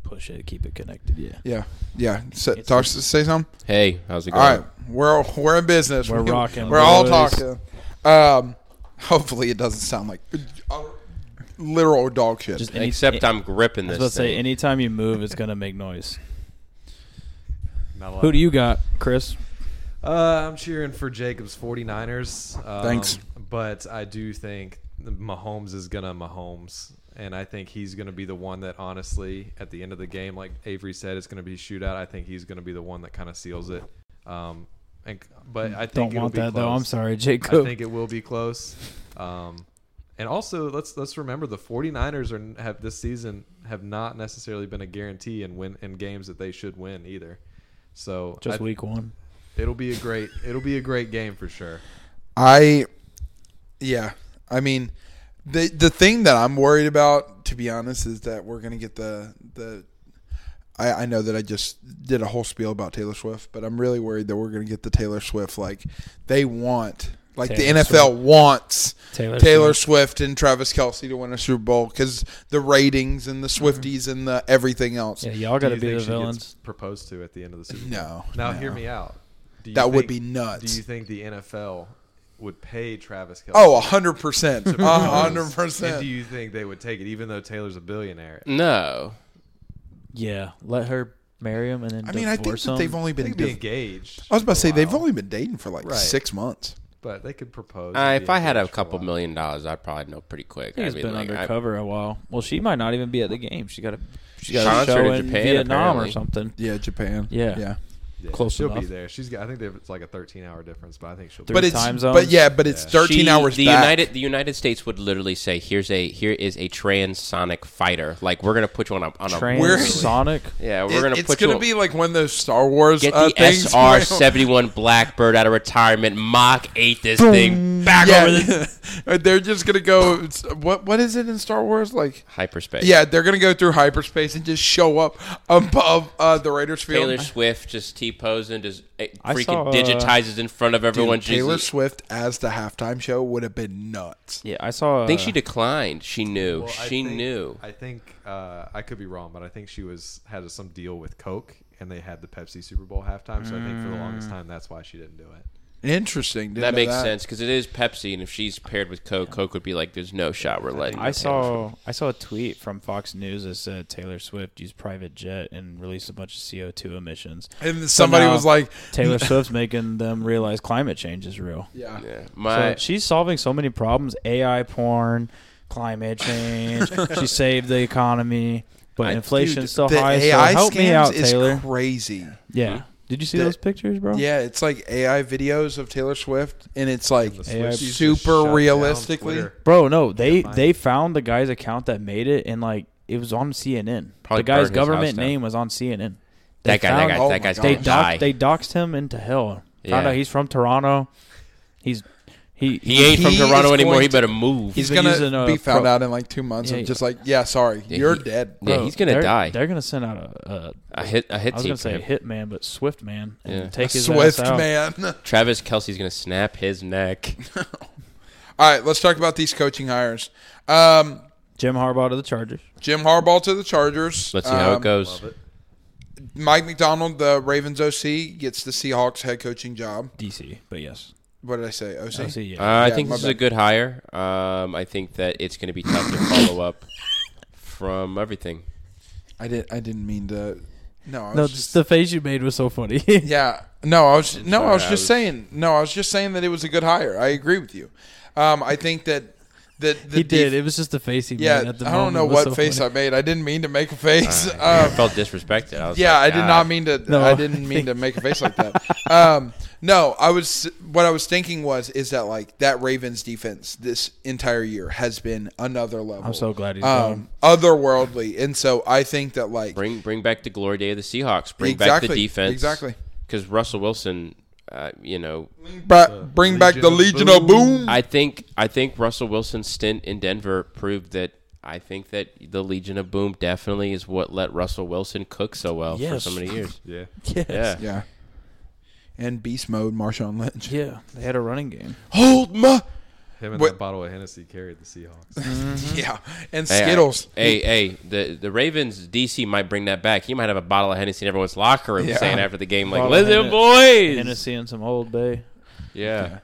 Speaker 2: Push it. Keep it connected. Yeah.
Speaker 1: yeah. Yeah. S talk say something.
Speaker 4: Hey, how's it
Speaker 1: All
Speaker 4: going?
Speaker 1: right. We're we're in business.
Speaker 2: We're rocking,
Speaker 1: We're all
Speaker 2: boys.
Speaker 1: talking. Um hopefully it doesn't sound like uh, literal dog shit.
Speaker 2: Just any,
Speaker 4: Except I'm gripping
Speaker 2: I was
Speaker 4: this.
Speaker 2: about to say
Speaker 4: thing.
Speaker 2: anytime you move, it's gonna make noise.
Speaker 3: Not a
Speaker 2: <laughs>
Speaker 3: lot.
Speaker 2: Who do you got, Chris?
Speaker 3: Uh, I'm cheering for Jacobs 49ers. Um,
Speaker 1: Thanks.
Speaker 3: But I do think Mahomes is going to Mahomes. And I think he's going to be the one that, honestly, at the end of the game, like Avery said, it's going to be shootout. I think he's going to be the one that kind of seals it. Um, and, but I think
Speaker 2: Don't
Speaker 3: it'll
Speaker 2: want
Speaker 3: be
Speaker 2: that though. I'm
Speaker 3: close.
Speaker 2: sorry, Jacob.
Speaker 3: I think it will be close. Um, and also, let's let's remember the 49ers are have this season have not necessarily been a guarantee in win in games that they should win either. So
Speaker 2: <laughs> Just
Speaker 3: I-
Speaker 2: week one.
Speaker 3: it'll be a great it'll be a great game for sure.
Speaker 1: I, yeah, I mean, the the thing that I'm worried about, to be honest, is that we're gonna get the the. I, I know that I just did a whole spiel about Taylor Swift, but I'm really worried that we're gonna get the Taylor Swift like they want, like
Speaker 2: Taylor
Speaker 1: the NFL wants
Speaker 2: Taylor
Speaker 1: Taylor, Swift. and Travis Kelsey to win a Super Bowl because the ratings and the Swifties and the everything else.
Speaker 2: Yeah, y'all got to
Speaker 3: Do you
Speaker 2: be the
Speaker 3: think she gets
Speaker 2: villains.
Speaker 3: proposed to at the end of the season.
Speaker 1: No,
Speaker 3: Now
Speaker 1: no.
Speaker 3: hear me out. Do you
Speaker 1: That would
Speaker 3: think-
Speaker 1: be nuts.
Speaker 3: Do you think the NFL would pay Travis Kelce?
Speaker 1: Oh, hundred
Speaker 3: <laughs>
Speaker 1: percent,
Speaker 3: to propose?
Speaker 1: hundred
Speaker 3: And do
Speaker 1: percent.
Speaker 3: you think they would take it, even though Taylor's a billionaire?
Speaker 4: No.
Speaker 2: Yeah, let her marry him and then
Speaker 1: I mean, I think
Speaker 2: divorce
Speaker 1: that
Speaker 2: him.
Speaker 1: they've only been
Speaker 3: They'd be
Speaker 1: div-
Speaker 3: engaged.
Speaker 1: I was about to say
Speaker 3: for a
Speaker 1: they've
Speaker 3: while,
Speaker 1: only been dating for like
Speaker 3: Right.
Speaker 1: six months.
Speaker 3: but they could propose.
Speaker 4: Uh,
Speaker 3: and
Speaker 4: if
Speaker 3: be
Speaker 4: I had a
Speaker 3: engaged for
Speaker 4: couple
Speaker 3: while.
Speaker 4: million dollars, I'd probably know pretty quick.
Speaker 2: I think
Speaker 4: I'd
Speaker 2: it's been
Speaker 4: like, I-
Speaker 2: undercover a while. Well, she might not even be at the game. She got a she got a
Speaker 4: Concert
Speaker 2: show
Speaker 4: in
Speaker 2: in
Speaker 4: Japan,
Speaker 2: Vietnam or
Speaker 4: apparently.
Speaker 2: something.
Speaker 1: Yeah, Japan.
Speaker 2: Yeah.
Speaker 1: yeah.
Speaker 3: Yeah,
Speaker 2: Close
Speaker 3: she'll
Speaker 2: enough.
Speaker 3: be there. She's got. I think there's like a 13 hour difference, but I think she'll.
Speaker 2: Three
Speaker 1: But
Speaker 3: be
Speaker 1: it's
Speaker 2: time
Speaker 1: but
Speaker 2: zones?
Speaker 1: yeah, but it's thirteen
Speaker 4: She-
Speaker 1: hours.
Speaker 4: The
Speaker 1: back.
Speaker 4: United the United States would literally say, "Here's a here is a transonic fighter. Like we're gonna put you on a on a
Speaker 1: We're-
Speaker 2: Transonic.
Speaker 4: yeah
Speaker 1: It-
Speaker 4: we're gonna
Speaker 1: it's
Speaker 4: put
Speaker 1: gonna
Speaker 4: you on-
Speaker 1: be like one of those Star Wars
Speaker 4: get
Speaker 1: uh,
Speaker 4: the
Speaker 1: things.
Speaker 4: SR
Speaker 1: where- <laughs>
Speaker 4: seventy one Blackbird out of retirement. Mach eight this thing back <laughs>
Speaker 1: <laughs>
Speaker 4: over the
Speaker 1: Yeah, they're just gonna go. it's- What what is it in Star Wars like?
Speaker 4: hyperspace.
Speaker 1: Yeah, they're gonna go through hyperspace and just show up above uh, the Raiders field.
Speaker 4: Taylor Swift just T posing, just eh,
Speaker 2: I
Speaker 4: freaking
Speaker 2: saw, uh,
Speaker 4: digitizes in front of everyone.
Speaker 1: Dude, Taylor
Speaker 4: She's-
Speaker 1: Swift as the halftime show would have been nuts.
Speaker 2: Yeah, I saw.
Speaker 4: I think she declined. She knew.
Speaker 3: Well, I
Speaker 4: she
Speaker 3: think-
Speaker 4: knew.
Speaker 3: I think uh, I could be wrong, but I think she was had some deal with Coke, and they had the Pepsi Super Bowl halftime. So I think for the
Speaker 4: Mm.
Speaker 3: longest time, that's why she didn't do it.
Speaker 1: Interesting. didn't
Speaker 4: that
Speaker 1: know
Speaker 4: makes sense because it is Pepsi, and if she's paired with Coke, Coke would be like, "There's no shot we're letting."
Speaker 2: uh, I
Speaker 4: you."
Speaker 2: saw I saw a tweet from Fox News that said Taylor Swift used private jet and released a bunch of CO2 emissions.
Speaker 1: And somebody
Speaker 2: now-
Speaker 1: was like, <laughs>
Speaker 2: Taylor Swift's making them realize climate change is real.
Speaker 1: "Yeah,
Speaker 4: Yeah.
Speaker 2: So
Speaker 4: My
Speaker 2: she's solving so many problems: AI porn, climate change.
Speaker 1: <laughs>
Speaker 2: she saved the economy, but inflation's still
Speaker 1: the
Speaker 2: high.
Speaker 1: AI
Speaker 2: so help me
Speaker 1: scams
Speaker 2: out,
Speaker 1: is
Speaker 2: Taylor.
Speaker 1: crazy."
Speaker 2: yeah. Did you see
Speaker 1: The-
Speaker 2: those pictures, bro?
Speaker 1: Yeah, it's like AI videos of Taylor Swift, and it's like
Speaker 3: The
Speaker 2: AI
Speaker 3: Swifties just shut
Speaker 1: super
Speaker 3: down
Speaker 1: realistically.
Speaker 3: Twitter.
Speaker 2: Bro, no, they
Speaker 3: find
Speaker 2: they found the guy's account that made it, and like it was on CNN.
Speaker 4: Probably
Speaker 2: the guy's
Speaker 4: burned his house
Speaker 2: government
Speaker 4: down.
Speaker 2: name was on CNN. They
Speaker 4: that guy, that
Speaker 2: found-
Speaker 4: guy,
Speaker 1: oh
Speaker 4: that
Speaker 1: my
Speaker 4: guy's
Speaker 1: God.
Speaker 2: They
Speaker 4: gonna
Speaker 1: Oh,
Speaker 4: die.
Speaker 2: doxed, they doxed him into hell. Found
Speaker 4: Yeah.
Speaker 2: out he's from Toronto. He's he
Speaker 4: He ain't from
Speaker 1: He
Speaker 4: Toronto
Speaker 1: is
Speaker 4: anymore.
Speaker 1: going
Speaker 4: He
Speaker 1: to-
Speaker 4: better move.
Speaker 1: He's
Speaker 2: been
Speaker 1: gonna
Speaker 2: using, uh,
Speaker 1: be found
Speaker 2: pro-
Speaker 1: out in like two months
Speaker 2: Yeah,
Speaker 1: of
Speaker 2: yeah.
Speaker 1: just like, yeah, sorry,
Speaker 4: Yeah,
Speaker 1: you're
Speaker 4: he-
Speaker 1: dead.
Speaker 4: yeah, he's gonna
Speaker 2: they're-
Speaker 4: die.
Speaker 2: They're gonna send out a, a
Speaker 4: I hit. I hit.
Speaker 2: I was
Speaker 4: team
Speaker 2: gonna say
Speaker 4: for him.
Speaker 2: hitman, but swift man, and
Speaker 4: Yeah.
Speaker 2: take his
Speaker 1: Swift
Speaker 2: ass out.
Speaker 1: man. <laughs>
Speaker 4: Travis Kelsey's gonna snap his neck.
Speaker 1: All right, let's talk about these coaching hires. Um,
Speaker 2: Jim Harbaugh to the Chargers.
Speaker 1: Jim Harbaugh to the Chargers.
Speaker 4: Let's see how
Speaker 1: Um,
Speaker 4: it goes.
Speaker 1: Mike McDonald, the Ravens OC, gets the Seahawks head coaching job.
Speaker 2: DC, but yes.
Speaker 1: What did I say? OC.
Speaker 2: I see, yeah.
Speaker 4: Uh, I
Speaker 1: Yeah,
Speaker 4: think
Speaker 1: my
Speaker 4: this is
Speaker 1: bad.
Speaker 4: a good hire. Um, I think that it's going to be tough to follow
Speaker 1: <laughs>
Speaker 4: up from everything.
Speaker 1: I did. I didn't mean to. No. I was
Speaker 2: no,
Speaker 1: just,
Speaker 2: just the face you made was so funny. <laughs>
Speaker 1: yeah. No, I was. No, I was
Speaker 4: Sorry, I
Speaker 1: just
Speaker 4: was-
Speaker 1: saying. No, I was just saying that it was a good hire. I agree with you. Um, I think that that the
Speaker 2: he did.
Speaker 1: def-
Speaker 2: It was just the face he
Speaker 1: yeah,
Speaker 2: made at the
Speaker 1: I don't know what face I made. I didn't mean to make a face. um,
Speaker 4: I felt disrespected. I was
Speaker 1: yeah, I
Speaker 4: like, "Ah,
Speaker 1: did
Speaker 4: "God."
Speaker 1: not mean to.
Speaker 2: No,
Speaker 1: I
Speaker 2: I
Speaker 1: didn't mean
Speaker 2: think-
Speaker 1: to make a face like that. Um, no, I was. What I was thinking was is that like that Ravens defense this entire year has been another level.
Speaker 2: I'm so glad he's
Speaker 1: um, otherworldly, and so I think that like
Speaker 4: Bring bring back the glory day of the Seahawks. Bring back
Speaker 1: Exactly,
Speaker 4: the defense.
Speaker 1: exactly.
Speaker 4: Because Russell Wilson, uh, you know,
Speaker 1: ba- bring back the Legion
Speaker 3: Legion
Speaker 1: of
Speaker 3: of
Speaker 1: Boom.
Speaker 4: I think I think Russell Wilson's stint in Denver proved that. I think that the Legion of Boom definitely is what let Russell Wilson cook so well for
Speaker 2: Yes.
Speaker 4: so many years.
Speaker 3: Yeah.
Speaker 2: <laughs> Yes.
Speaker 4: Yeah.
Speaker 1: yeah, and beast mode, Marshawn Lynch.
Speaker 2: Yeah, they had a running game.
Speaker 1: Hold my
Speaker 3: Him and
Speaker 1: What-
Speaker 3: that bottle of Hennessy carried the Seahawks.
Speaker 2: Mm-hmm.
Speaker 1: yeah, and
Speaker 4: Hey, I-
Speaker 1: Skittles.
Speaker 4: Hey, hey, the the Ravens DC might bring that back. He might have a bottle of Hennessy in everyone's locker room
Speaker 1: Yeah.
Speaker 4: saying after the game, like,
Speaker 2: Bottle of
Speaker 4: "Listen,
Speaker 2: Henne-
Speaker 4: boys."
Speaker 2: Hennessy and some Old Bay.
Speaker 4: Yeah.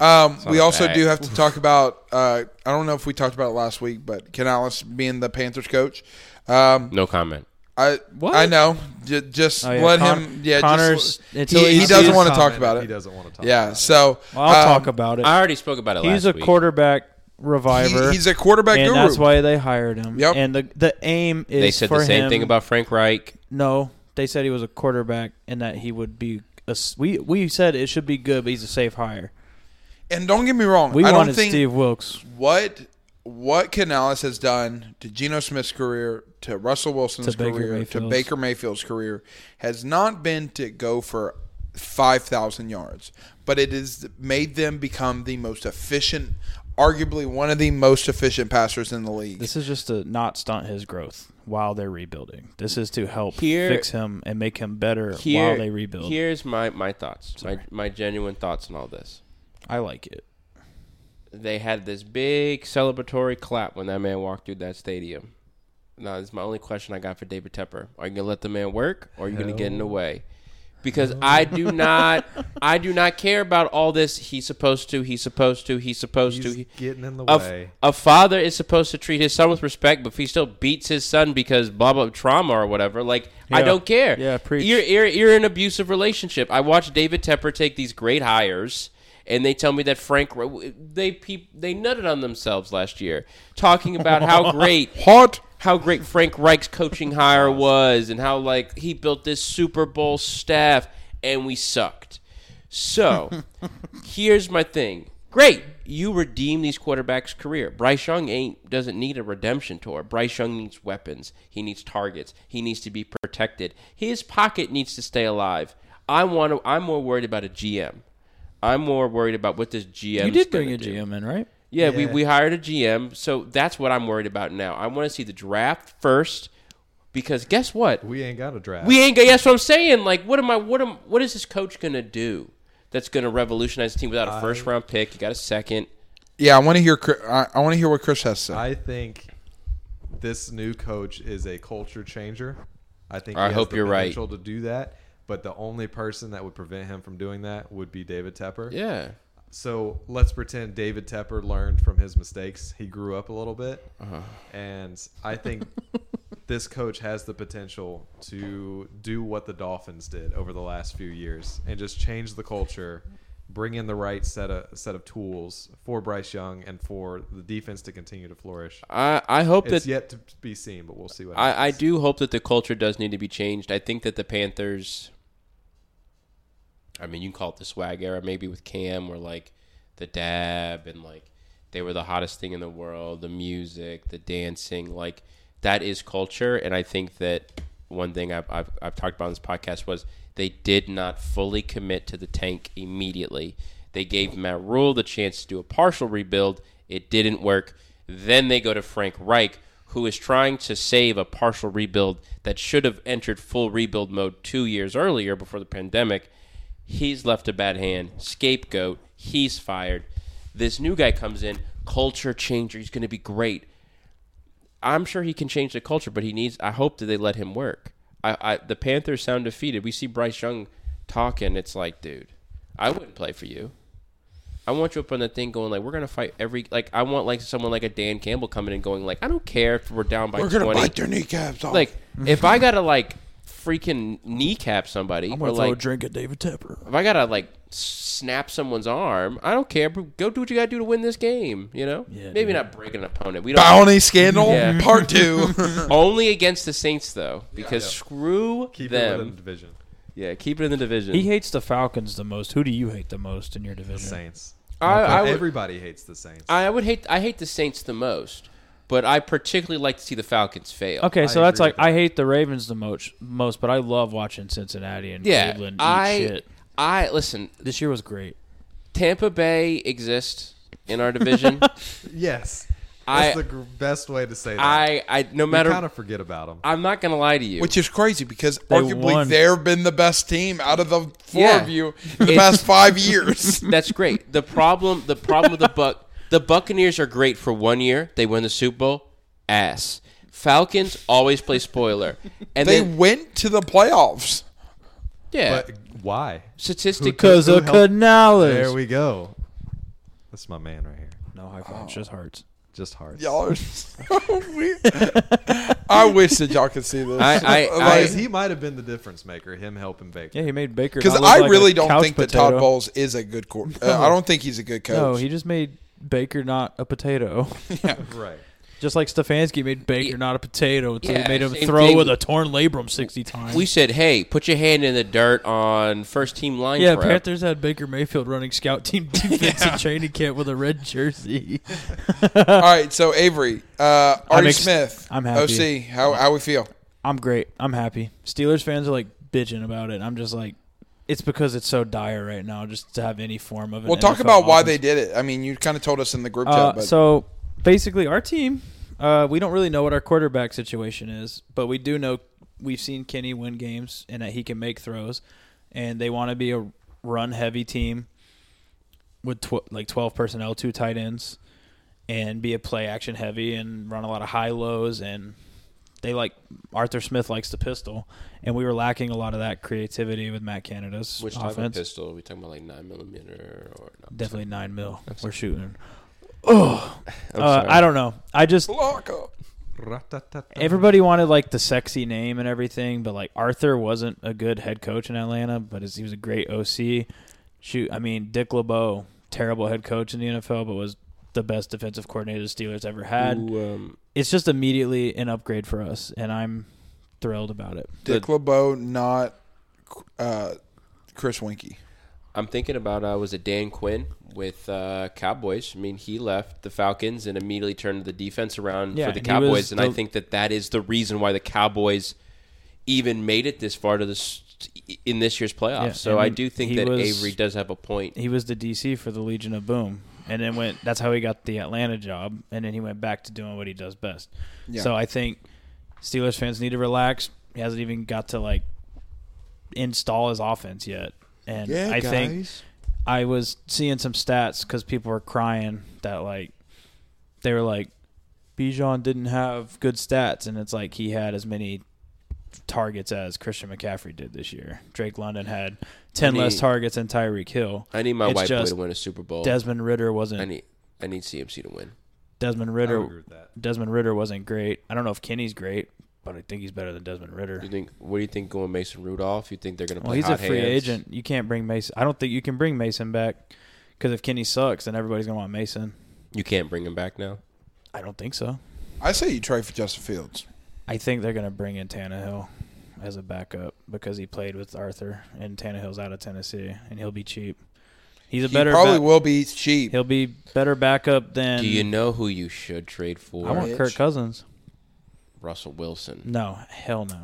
Speaker 1: Um, we
Speaker 4: not
Speaker 1: also
Speaker 4: bad.
Speaker 1: do have
Speaker 2: <laughs>
Speaker 1: to talk about. Uh, I don't know if we talked about it last week, but Canales being the Panthers coach. Um,
Speaker 4: No comment.
Speaker 1: I
Speaker 2: What?
Speaker 1: I know. J- just
Speaker 2: Oh, yeah.
Speaker 1: let
Speaker 2: Con-
Speaker 1: him. Yeah,
Speaker 2: Connor's-
Speaker 1: just,
Speaker 2: until
Speaker 1: he,
Speaker 2: he
Speaker 1: he
Speaker 2: sees
Speaker 1: doesn't want to
Speaker 3: Comment
Speaker 1: talk
Speaker 3: if
Speaker 1: about
Speaker 3: He
Speaker 1: it.
Speaker 3: doesn't want to talk.
Speaker 1: Yeah,
Speaker 3: about
Speaker 1: so
Speaker 2: Well, I'll
Speaker 1: um,
Speaker 2: talk about it.
Speaker 4: I already spoke about it
Speaker 2: He's
Speaker 4: last
Speaker 2: a
Speaker 4: week.
Speaker 2: quarterback reviver.
Speaker 1: he- he's a quarterback
Speaker 2: and
Speaker 1: guru.
Speaker 2: that's why they hired him.
Speaker 1: Yep.
Speaker 2: And the the aim is
Speaker 4: They said
Speaker 2: for
Speaker 4: the same
Speaker 2: him-
Speaker 4: thing about Frank Reich.
Speaker 2: no. They said he was a quarterback and that he would be. A, s- we we said it should be good, but he's a safe hire.
Speaker 1: and don't get me wrong.
Speaker 2: We
Speaker 1: I don't
Speaker 2: wanted
Speaker 1: think
Speaker 2: Steve Wilkes
Speaker 1: what what Canales has done to Geno Smith's career, to Russell Wilson's
Speaker 2: To Baker
Speaker 1: career, to
Speaker 2: Mayfield's.
Speaker 1: Baker Mayfield's career has not been to go for five thousand yards, but it has made them become the most efficient, arguably one of the most efficient passers in the league.
Speaker 2: This is just to not stunt his growth while they're rebuilding. This is to help
Speaker 4: Here-
Speaker 2: fix him and make him better
Speaker 4: Here-
Speaker 2: while they rebuild.
Speaker 4: Here's my my thoughts. My my genuine thoughts on all this.
Speaker 2: I like it.
Speaker 4: they had this big celebratory clap when that man walked through that stadium. Now, this is my only question I got for David Tepper. Are you gonna let the man work, or are you gonna get in the way? Because I do not, I do not care about all this. He's supposed to. He's supposed to. He's supposed
Speaker 3: He's
Speaker 4: to. He-
Speaker 3: getting in the
Speaker 4: a,
Speaker 3: way.
Speaker 4: a father is supposed to treat his son with respect, but if he still beats his son because blah blah trauma or whatever, like I
Speaker 2: Yeah.
Speaker 4: don't care.
Speaker 2: Yeah, preach.
Speaker 4: You're, you're you're in an abusive relationship. I watched David Tepper take these great hires, and they tell me that Frank Ro- they peep, they nutted on themselves last year, talking
Speaker 2: <laughs>
Speaker 4: about how great
Speaker 1: Hot.
Speaker 4: how great Frank Reich's coaching hire was, and how like he built this Super Bowl staff, and we sucked.
Speaker 2: <laughs>
Speaker 4: So here's my thing. Great, you redeem these quarterbacks' career. Bryce Young ain't doesn't need a redemption tour. Bryce Young needs weapons. He needs targets. He needs to be protected. His pocket needs to stay alive. I want to. I'm more worried about a GM. I'm more worried about what this GM.
Speaker 2: You did bring a GM in, right?
Speaker 4: Yeah, We, we hired a GM, so that's what I'm worried about now. I want to see the draft first because guess what?
Speaker 3: We ain't got a draft.
Speaker 4: We ain't. That's what I'm saying. Like, what am I? What am? What is this coach gonna do? That's gonna revolutionize the team without a first round pick. You got a second.
Speaker 1: Yeah, I want to hear. Chri- I, I want to hear what Chris has to say.
Speaker 3: I think this new coach is a culture changer. I think
Speaker 4: I
Speaker 3: he
Speaker 4: hope
Speaker 3: has
Speaker 4: you're
Speaker 3: the
Speaker 4: right.
Speaker 3: potential to do that, but the only person that would prevent him from doing that would be David Tepper.
Speaker 4: Yeah.
Speaker 3: So let's pretend David Tepper learned from his mistakes. He grew up a little bit,
Speaker 4: Uh-huh.
Speaker 3: and I
Speaker 4: <laughs>
Speaker 3: think this coach has the potential to do what the Dolphins did over the last few years and just change the culture, bring in the right set of set of tools for Bryce Young and for the defense to continue to flourish.
Speaker 4: I I hope
Speaker 3: It's
Speaker 4: that
Speaker 3: yet to be seen, but we'll see what.
Speaker 4: I, I
Speaker 3: happens.
Speaker 4: do hope that the culture does need to be changed. I think that the Panthers, I mean, you can call it the swag era, maybe with Cam or like the dab and like they were the hottest thing in the world, the music, the dancing, like that is culture. And I think that one thing I've, I've, I've talked about on this podcast was they did not fully commit to the tank immediately. They gave Matt Rule the chance to do a partial rebuild. It didn't work. Then they go to Frank Reich, who is trying to save a partial rebuild that should have entered full rebuild mode two years earlier before the pandemic. He's left a bad hand, scapegoat. He's fired. This new guy comes in, culture changer. He's going to be great. I'm sure he can change the culture, but he needs. I hope that they let him work. I, I the Panthers sound defeated. We see Bryce Young talking. It's like, dude, I wouldn't play for you. I want you up on the thing going like we're gonna fight every like I want like someone like a Dan Campbell coming in going like I don't care if we're down by
Speaker 1: We're gonna
Speaker 4: twenty.
Speaker 1: bite their Mm-hmm. kneecaps off.
Speaker 4: like if I gotta like freaking kneecap somebody or like
Speaker 2: drink at David Tepper.
Speaker 4: if I gotta like snap someone's arm, I don't care. But go do what you gotta do to win this game. You know,
Speaker 2: Yeah,
Speaker 4: maybe
Speaker 2: dude.
Speaker 4: not break an opponent. We don't
Speaker 1: bounty scandal
Speaker 4: Yeah.
Speaker 1: part
Speaker 4: <laughs>
Speaker 1: two.
Speaker 4: only against the Saints though, because screw
Speaker 3: Keep it within
Speaker 4: them.
Speaker 3: the division.
Speaker 4: yeah, keep it in the division.
Speaker 2: He hates the Falcons the most. Who do you hate the most in your
Speaker 3: The
Speaker 2: division?
Speaker 3: Saints.
Speaker 4: I, I would,
Speaker 3: Everybody hates the Saints.
Speaker 4: I would hate. I hate the Saints the most, but I particularly like to see the Falcons fail.
Speaker 2: Okay,
Speaker 3: I
Speaker 2: so that's
Speaker 3: agree
Speaker 2: like
Speaker 3: with that.
Speaker 2: I hate the Ravens the most, most, but I love watching Cincinnati and
Speaker 4: Yeah,
Speaker 2: Cleveland eat
Speaker 4: I.
Speaker 2: shit.
Speaker 4: I listen.
Speaker 2: This year was great.
Speaker 4: Tampa Bay exists in our division.
Speaker 3: yes,
Speaker 4: I-
Speaker 3: that's the gr- best way to say that.
Speaker 4: I. I. No matter.
Speaker 3: kind of forget about them.
Speaker 4: I'm not gonna lie to you.
Speaker 1: Which is crazy because
Speaker 2: They
Speaker 1: arguably
Speaker 2: won.
Speaker 1: they've been the best team out of the four
Speaker 4: Yeah.
Speaker 1: of you in the
Speaker 4: It-
Speaker 1: past five
Speaker 2: <laughs>
Speaker 1: years.
Speaker 4: That's great. The problem, the problem with the buck, the Buccaneers are great for one year. They win the Super Bowl. Ass. Falcons always play spoiler, and
Speaker 1: They
Speaker 4: then
Speaker 1: went to the playoffs.
Speaker 4: yeah,
Speaker 3: But why?
Speaker 4: statistic
Speaker 2: Because
Speaker 3: Who
Speaker 2: of
Speaker 3: helped-
Speaker 2: Canales.
Speaker 3: There we go. That's my man right here.
Speaker 2: No high fives, just hearts.
Speaker 3: Just hearts.
Speaker 1: Y'all are so
Speaker 2: <laughs>
Speaker 1: weird. I wish that y'all could see this.
Speaker 4: I- I-
Speaker 1: Like,
Speaker 3: Guys, he might have been the difference maker. Him helping Baker.
Speaker 2: Yeah, he made Baker.
Speaker 1: Because
Speaker 2: not
Speaker 1: I,
Speaker 2: look like a
Speaker 1: really don't
Speaker 2: couch
Speaker 1: think that
Speaker 2: potato.
Speaker 1: Todd Bowles is a good coach. Uh, I don't think he's a good coach.
Speaker 2: No, he just made Baker not a potato. <laughs>
Speaker 3: Right.
Speaker 2: just like Stefanski made Baker
Speaker 4: Yeah.
Speaker 2: not a potato until
Speaker 4: Yeah,
Speaker 2: he made him
Speaker 4: same
Speaker 2: throw
Speaker 4: thing.
Speaker 2: with a torn labrum sixty times.
Speaker 4: we said, hey, put your hand in the dirt on first team line.
Speaker 2: yeah,
Speaker 4: prep.
Speaker 2: Panthers had Baker Mayfield running scout team defensive training camp with a red jersey. <laughs>
Speaker 1: All right, so Avery, uh,
Speaker 2: I'm
Speaker 1: Artie
Speaker 2: ex-
Speaker 1: Smith,
Speaker 2: I'm happy.
Speaker 1: OC, how how we feel?
Speaker 2: I'm great. I'm happy. Steelers fans are like bitching about it. I'm just like, it's because it's so dire right now. Just to have any form of. an
Speaker 1: Well, talk
Speaker 2: NFL
Speaker 1: about why
Speaker 2: offense.
Speaker 1: they did it. I mean, you kind of told us in the group chat,
Speaker 2: Uh,
Speaker 1: but
Speaker 2: so basically, our team, uh, we don't really know what our quarterback situation is, but we do know we've seen Kenny win games and that he can make throws, and they want to be a run heavy team with tw- like 12 personnel, two tight ends, and be a play action heavy and run a lot of high lows. And they like Arthur Smith likes the pistol, and we were lacking a lot of that creativity with Matt Canada's
Speaker 4: Which type of
Speaker 2: offense.
Speaker 4: pistol? Are we talking about like nine millimeter or no?
Speaker 2: Definitely nine mil. We're shooting.
Speaker 4: I'm
Speaker 2: Uh,
Speaker 4: sorry.
Speaker 2: I don't know. I just
Speaker 1: block up.
Speaker 2: Everybody wanted like the sexy name and everything, but like Arthur wasn't a good head coach in Atlanta, but his- he was a great OC. Shoot, I mean Dick LeBeau, terrible head coach in the NFL, but was the best defensive coordinator the Steelers ever had.
Speaker 4: Who, um,
Speaker 2: It's just immediately an upgrade for us, and I'm thrilled about it.
Speaker 1: Dick LeBeau, not uh, Chris Winky.
Speaker 4: I'm thinking about uh, was it Dan Quinn with uh, Cowboys? I mean, he left the Falcons and immediately turned the defense around
Speaker 2: Yeah,
Speaker 4: for the
Speaker 2: and he was
Speaker 4: Cowboys, and I
Speaker 2: the-
Speaker 4: think that that is the reason why the Cowboys even made it this far to this in this year's playoffs.
Speaker 2: Yeah,
Speaker 4: so
Speaker 2: I
Speaker 4: I,
Speaker 2: mean,
Speaker 4: do think
Speaker 2: he
Speaker 4: that
Speaker 2: was-
Speaker 4: Avery does have a point.
Speaker 2: He was the DC for the Legion of Boom, and then went. That's how he got the Atlanta job, and then he went back to doing what he does best.
Speaker 1: Yeah.
Speaker 2: So I think Steelers fans need to relax. He hasn't even got to like install his offense yet, and I think I was seeing some stats because people were crying that like they were like Bijan didn't have good stats, and it's like he had as many targets as Christian McCaffrey did this year. Drake London had ten
Speaker 4: I
Speaker 2: less
Speaker 4: need-
Speaker 2: targets than Tyreek Hill.
Speaker 4: I need my
Speaker 2: It's
Speaker 4: white boy
Speaker 2: just
Speaker 4: to win a Super
Speaker 3: Oh.
Speaker 4: Bowl.
Speaker 2: Desmond Ritter
Speaker 4: I
Speaker 2: wasn't
Speaker 4: need I need CMC to win.
Speaker 2: Desmond
Speaker 3: I would agree
Speaker 2: Ritter
Speaker 3: with that.
Speaker 2: Desmond Ritter wasn't great. I don't know if Kenny's great, but I think he's better than Desmond Ritter.
Speaker 4: You think? What do you think going Mason Rudolph? You think they're going to play?
Speaker 2: Well, he's a
Speaker 4: hot
Speaker 2: free
Speaker 4: hands?
Speaker 2: agent. You can't bring Mason. I don't think you can bring Mason back because if Kenny sucks, then everybody's gonna want Mason.
Speaker 4: You can't bring him back now.
Speaker 2: I don't think so.
Speaker 1: I say you trade for Justin Fields.
Speaker 2: I think they're gonna bring in Tannehill as a backup because he played with Arthur and Tannehill's out of Tennessee and he'll be cheap. He's a
Speaker 1: He
Speaker 2: better
Speaker 1: probably
Speaker 2: back-
Speaker 1: will be cheap.
Speaker 2: he'll be better backup than
Speaker 4: do you know who you should trade for?
Speaker 2: I want
Speaker 1: Rich.
Speaker 2: Kirk Cousins.
Speaker 4: Russell Wilson.
Speaker 2: No, hell no,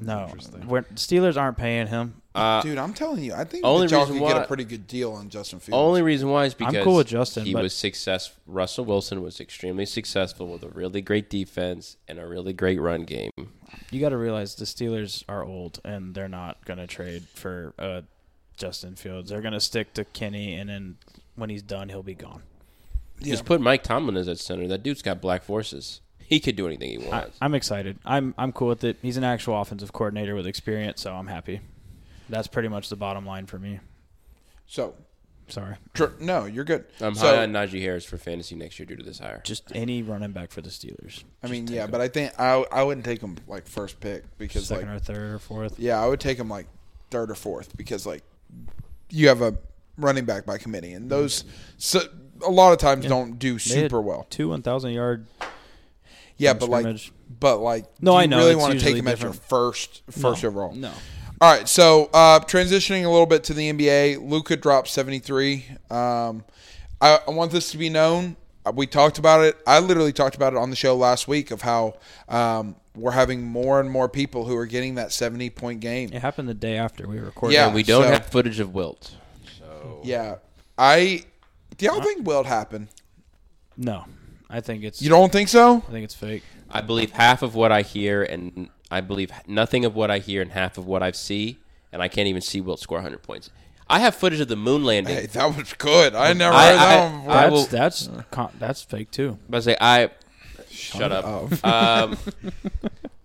Speaker 2: no.
Speaker 3: interesting.
Speaker 2: We're, Steelers aren't paying him.
Speaker 4: Uh,
Speaker 1: Dude, I'm telling you, I think
Speaker 4: Only
Speaker 1: that y'all
Speaker 4: reason
Speaker 1: could
Speaker 4: why-
Speaker 1: get a pretty good deal on Justin Fields.
Speaker 4: Only reason why is
Speaker 2: I'm
Speaker 4: because
Speaker 2: cool with Justin,
Speaker 4: He
Speaker 2: but-
Speaker 4: was successful. Russell Wilson was extremely successful with a really great defense and a really great run game.
Speaker 2: You got to realize the Steelers are old and they're not going to trade for uh, Justin Fields. They're going to stick to Kenny, and then when he's done, he'll be gone.
Speaker 1: Yeah.
Speaker 4: Just put Mike Tomlin as at center. That dude's got black forces. <laughs> He could do anything he
Speaker 2: I,
Speaker 4: wants.
Speaker 2: I'm excited. I'm I'm cool with it. He's an actual offensive coordinator with experience, so I'm happy. That's pretty much the bottom line for me.
Speaker 1: So,
Speaker 2: Sorry.
Speaker 1: tr- no, you're good.
Speaker 4: I'm
Speaker 1: so,
Speaker 4: high on Najee Harris for fantasy next year due to this hire.
Speaker 2: Just any running back for the Steelers.
Speaker 1: I mean, yeah, but I think I I wouldn't take him like first pick because
Speaker 2: second
Speaker 1: like
Speaker 2: or third or fourth.
Speaker 1: yeah, I would take him like third or fourth because like you have a running back by committee, and those so, a lot of times don't do
Speaker 2: Mm-hmm. They had
Speaker 1: super well.
Speaker 2: Two one thousand yard.
Speaker 1: Yeah,
Speaker 2: from
Speaker 1: but like,
Speaker 2: scrimmage.
Speaker 1: but like,
Speaker 2: No,
Speaker 1: do you
Speaker 2: I know,
Speaker 1: Really
Speaker 2: it's
Speaker 1: want to take
Speaker 2: usually
Speaker 1: him as your
Speaker 2: different.
Speaker 1: first first
Speaker 2: No.
Speaker 1: overall?
Speaker 2: No.
Speaker 1: All right, so uh, transitioning a little bit to the NBA, Luca dropped seventy three. Um, I, I want this to be known. Uh, We talked about it. I literally talked about it on the show last week of how um, we're having more and more people who are getting that seventy point game.
Speaker 2: It happened the day after we recorded.
Speaker 1: Yeah.
Speaker 4: and we don't
Speaker 1: so-
Speaker 4: have footage of Wilt.
Speaker 1: Yeah, I. Do y'all think Wilt happened?
Speaker 2: No. I think it's
Speaker 1: You don't think so?
Speaker 2: I think it's fake.
Speaker 4: I believe half of what I hear, and I believe nothing of what I hear, and half of what I see, and I can't even see Wilt score 100 points. I have footage of the moon landing.
Speaker 1: Hey, that was good. I Uh. never
Speaker 4: I-
Speaker 1: heard that
Speaker 4: I-
Speaker 1: one before.
Speaker 4: I
Speaker 2: That's
Speaker 4: will-
Speaker 2: that's con- that's fake too.
Speaker 4: But I say I shut, up.
Speaker 1: Oh,
Speaker 4: um,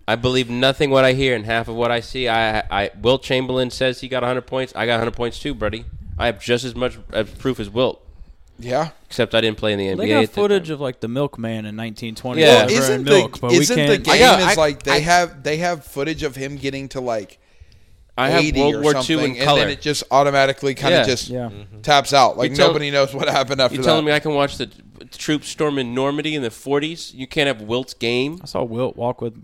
Speaker 4: I believe nothing what I hear and half of what I see. I, I Wilt Chamberlain says he got 100 points. I got 100 points too, buddy. I have just as much uh, proof as Wilt,
Speaker 1: yeah.
Speaker 4: except I didn't play in the
Speaker 2: They
Speaker 4: NBA.
Speaker 2: got
Speaker 4: at that
Speaker 2: footage
Speaker 4: time.
Speaker 2: of like the milkman in 1920.
Speaker 4: Yeah.
Speaker 2: whatever,
Speaker 1: isn't
Speaker 2: and
Speaker 1: the,
Speaker 2: milk, but
Speaker 1: isn't
Speaker 2: we
Speaker 1: the
Speaker 2: can't.
Speaker 1: game
Speaker 4: I got-
Speaker 1: is
Speaker 4: I-
Speaker 1: like they
Speaker 4: I-
Speaker 1: have they have footage of him getting to like
Speaker 4: I have
Speaker 1: 80
Speaker 4: World
Speaker 1: or
Speaker 4: War
Speaker 1: something,
Speaker 4: II in
Speaker 1: and
Speaker 4: color.
Speaker 1: then it just automatically kind of
Speaker 4: Yeah. Mm-hmm.
Speaker 1: just
Speaker 2: Yeah.
Speaker 1: taps out. Like
Speaker 4: You tell-
Speaker 1: nobody knows what happened after
Speaker 4: You're
Speaker 1: that.
Speaker 4: telling me I can watch the troops storm in Normandy in the 40s? You can't have Wilt's game.
Speaker 2: I saw Wilt walk with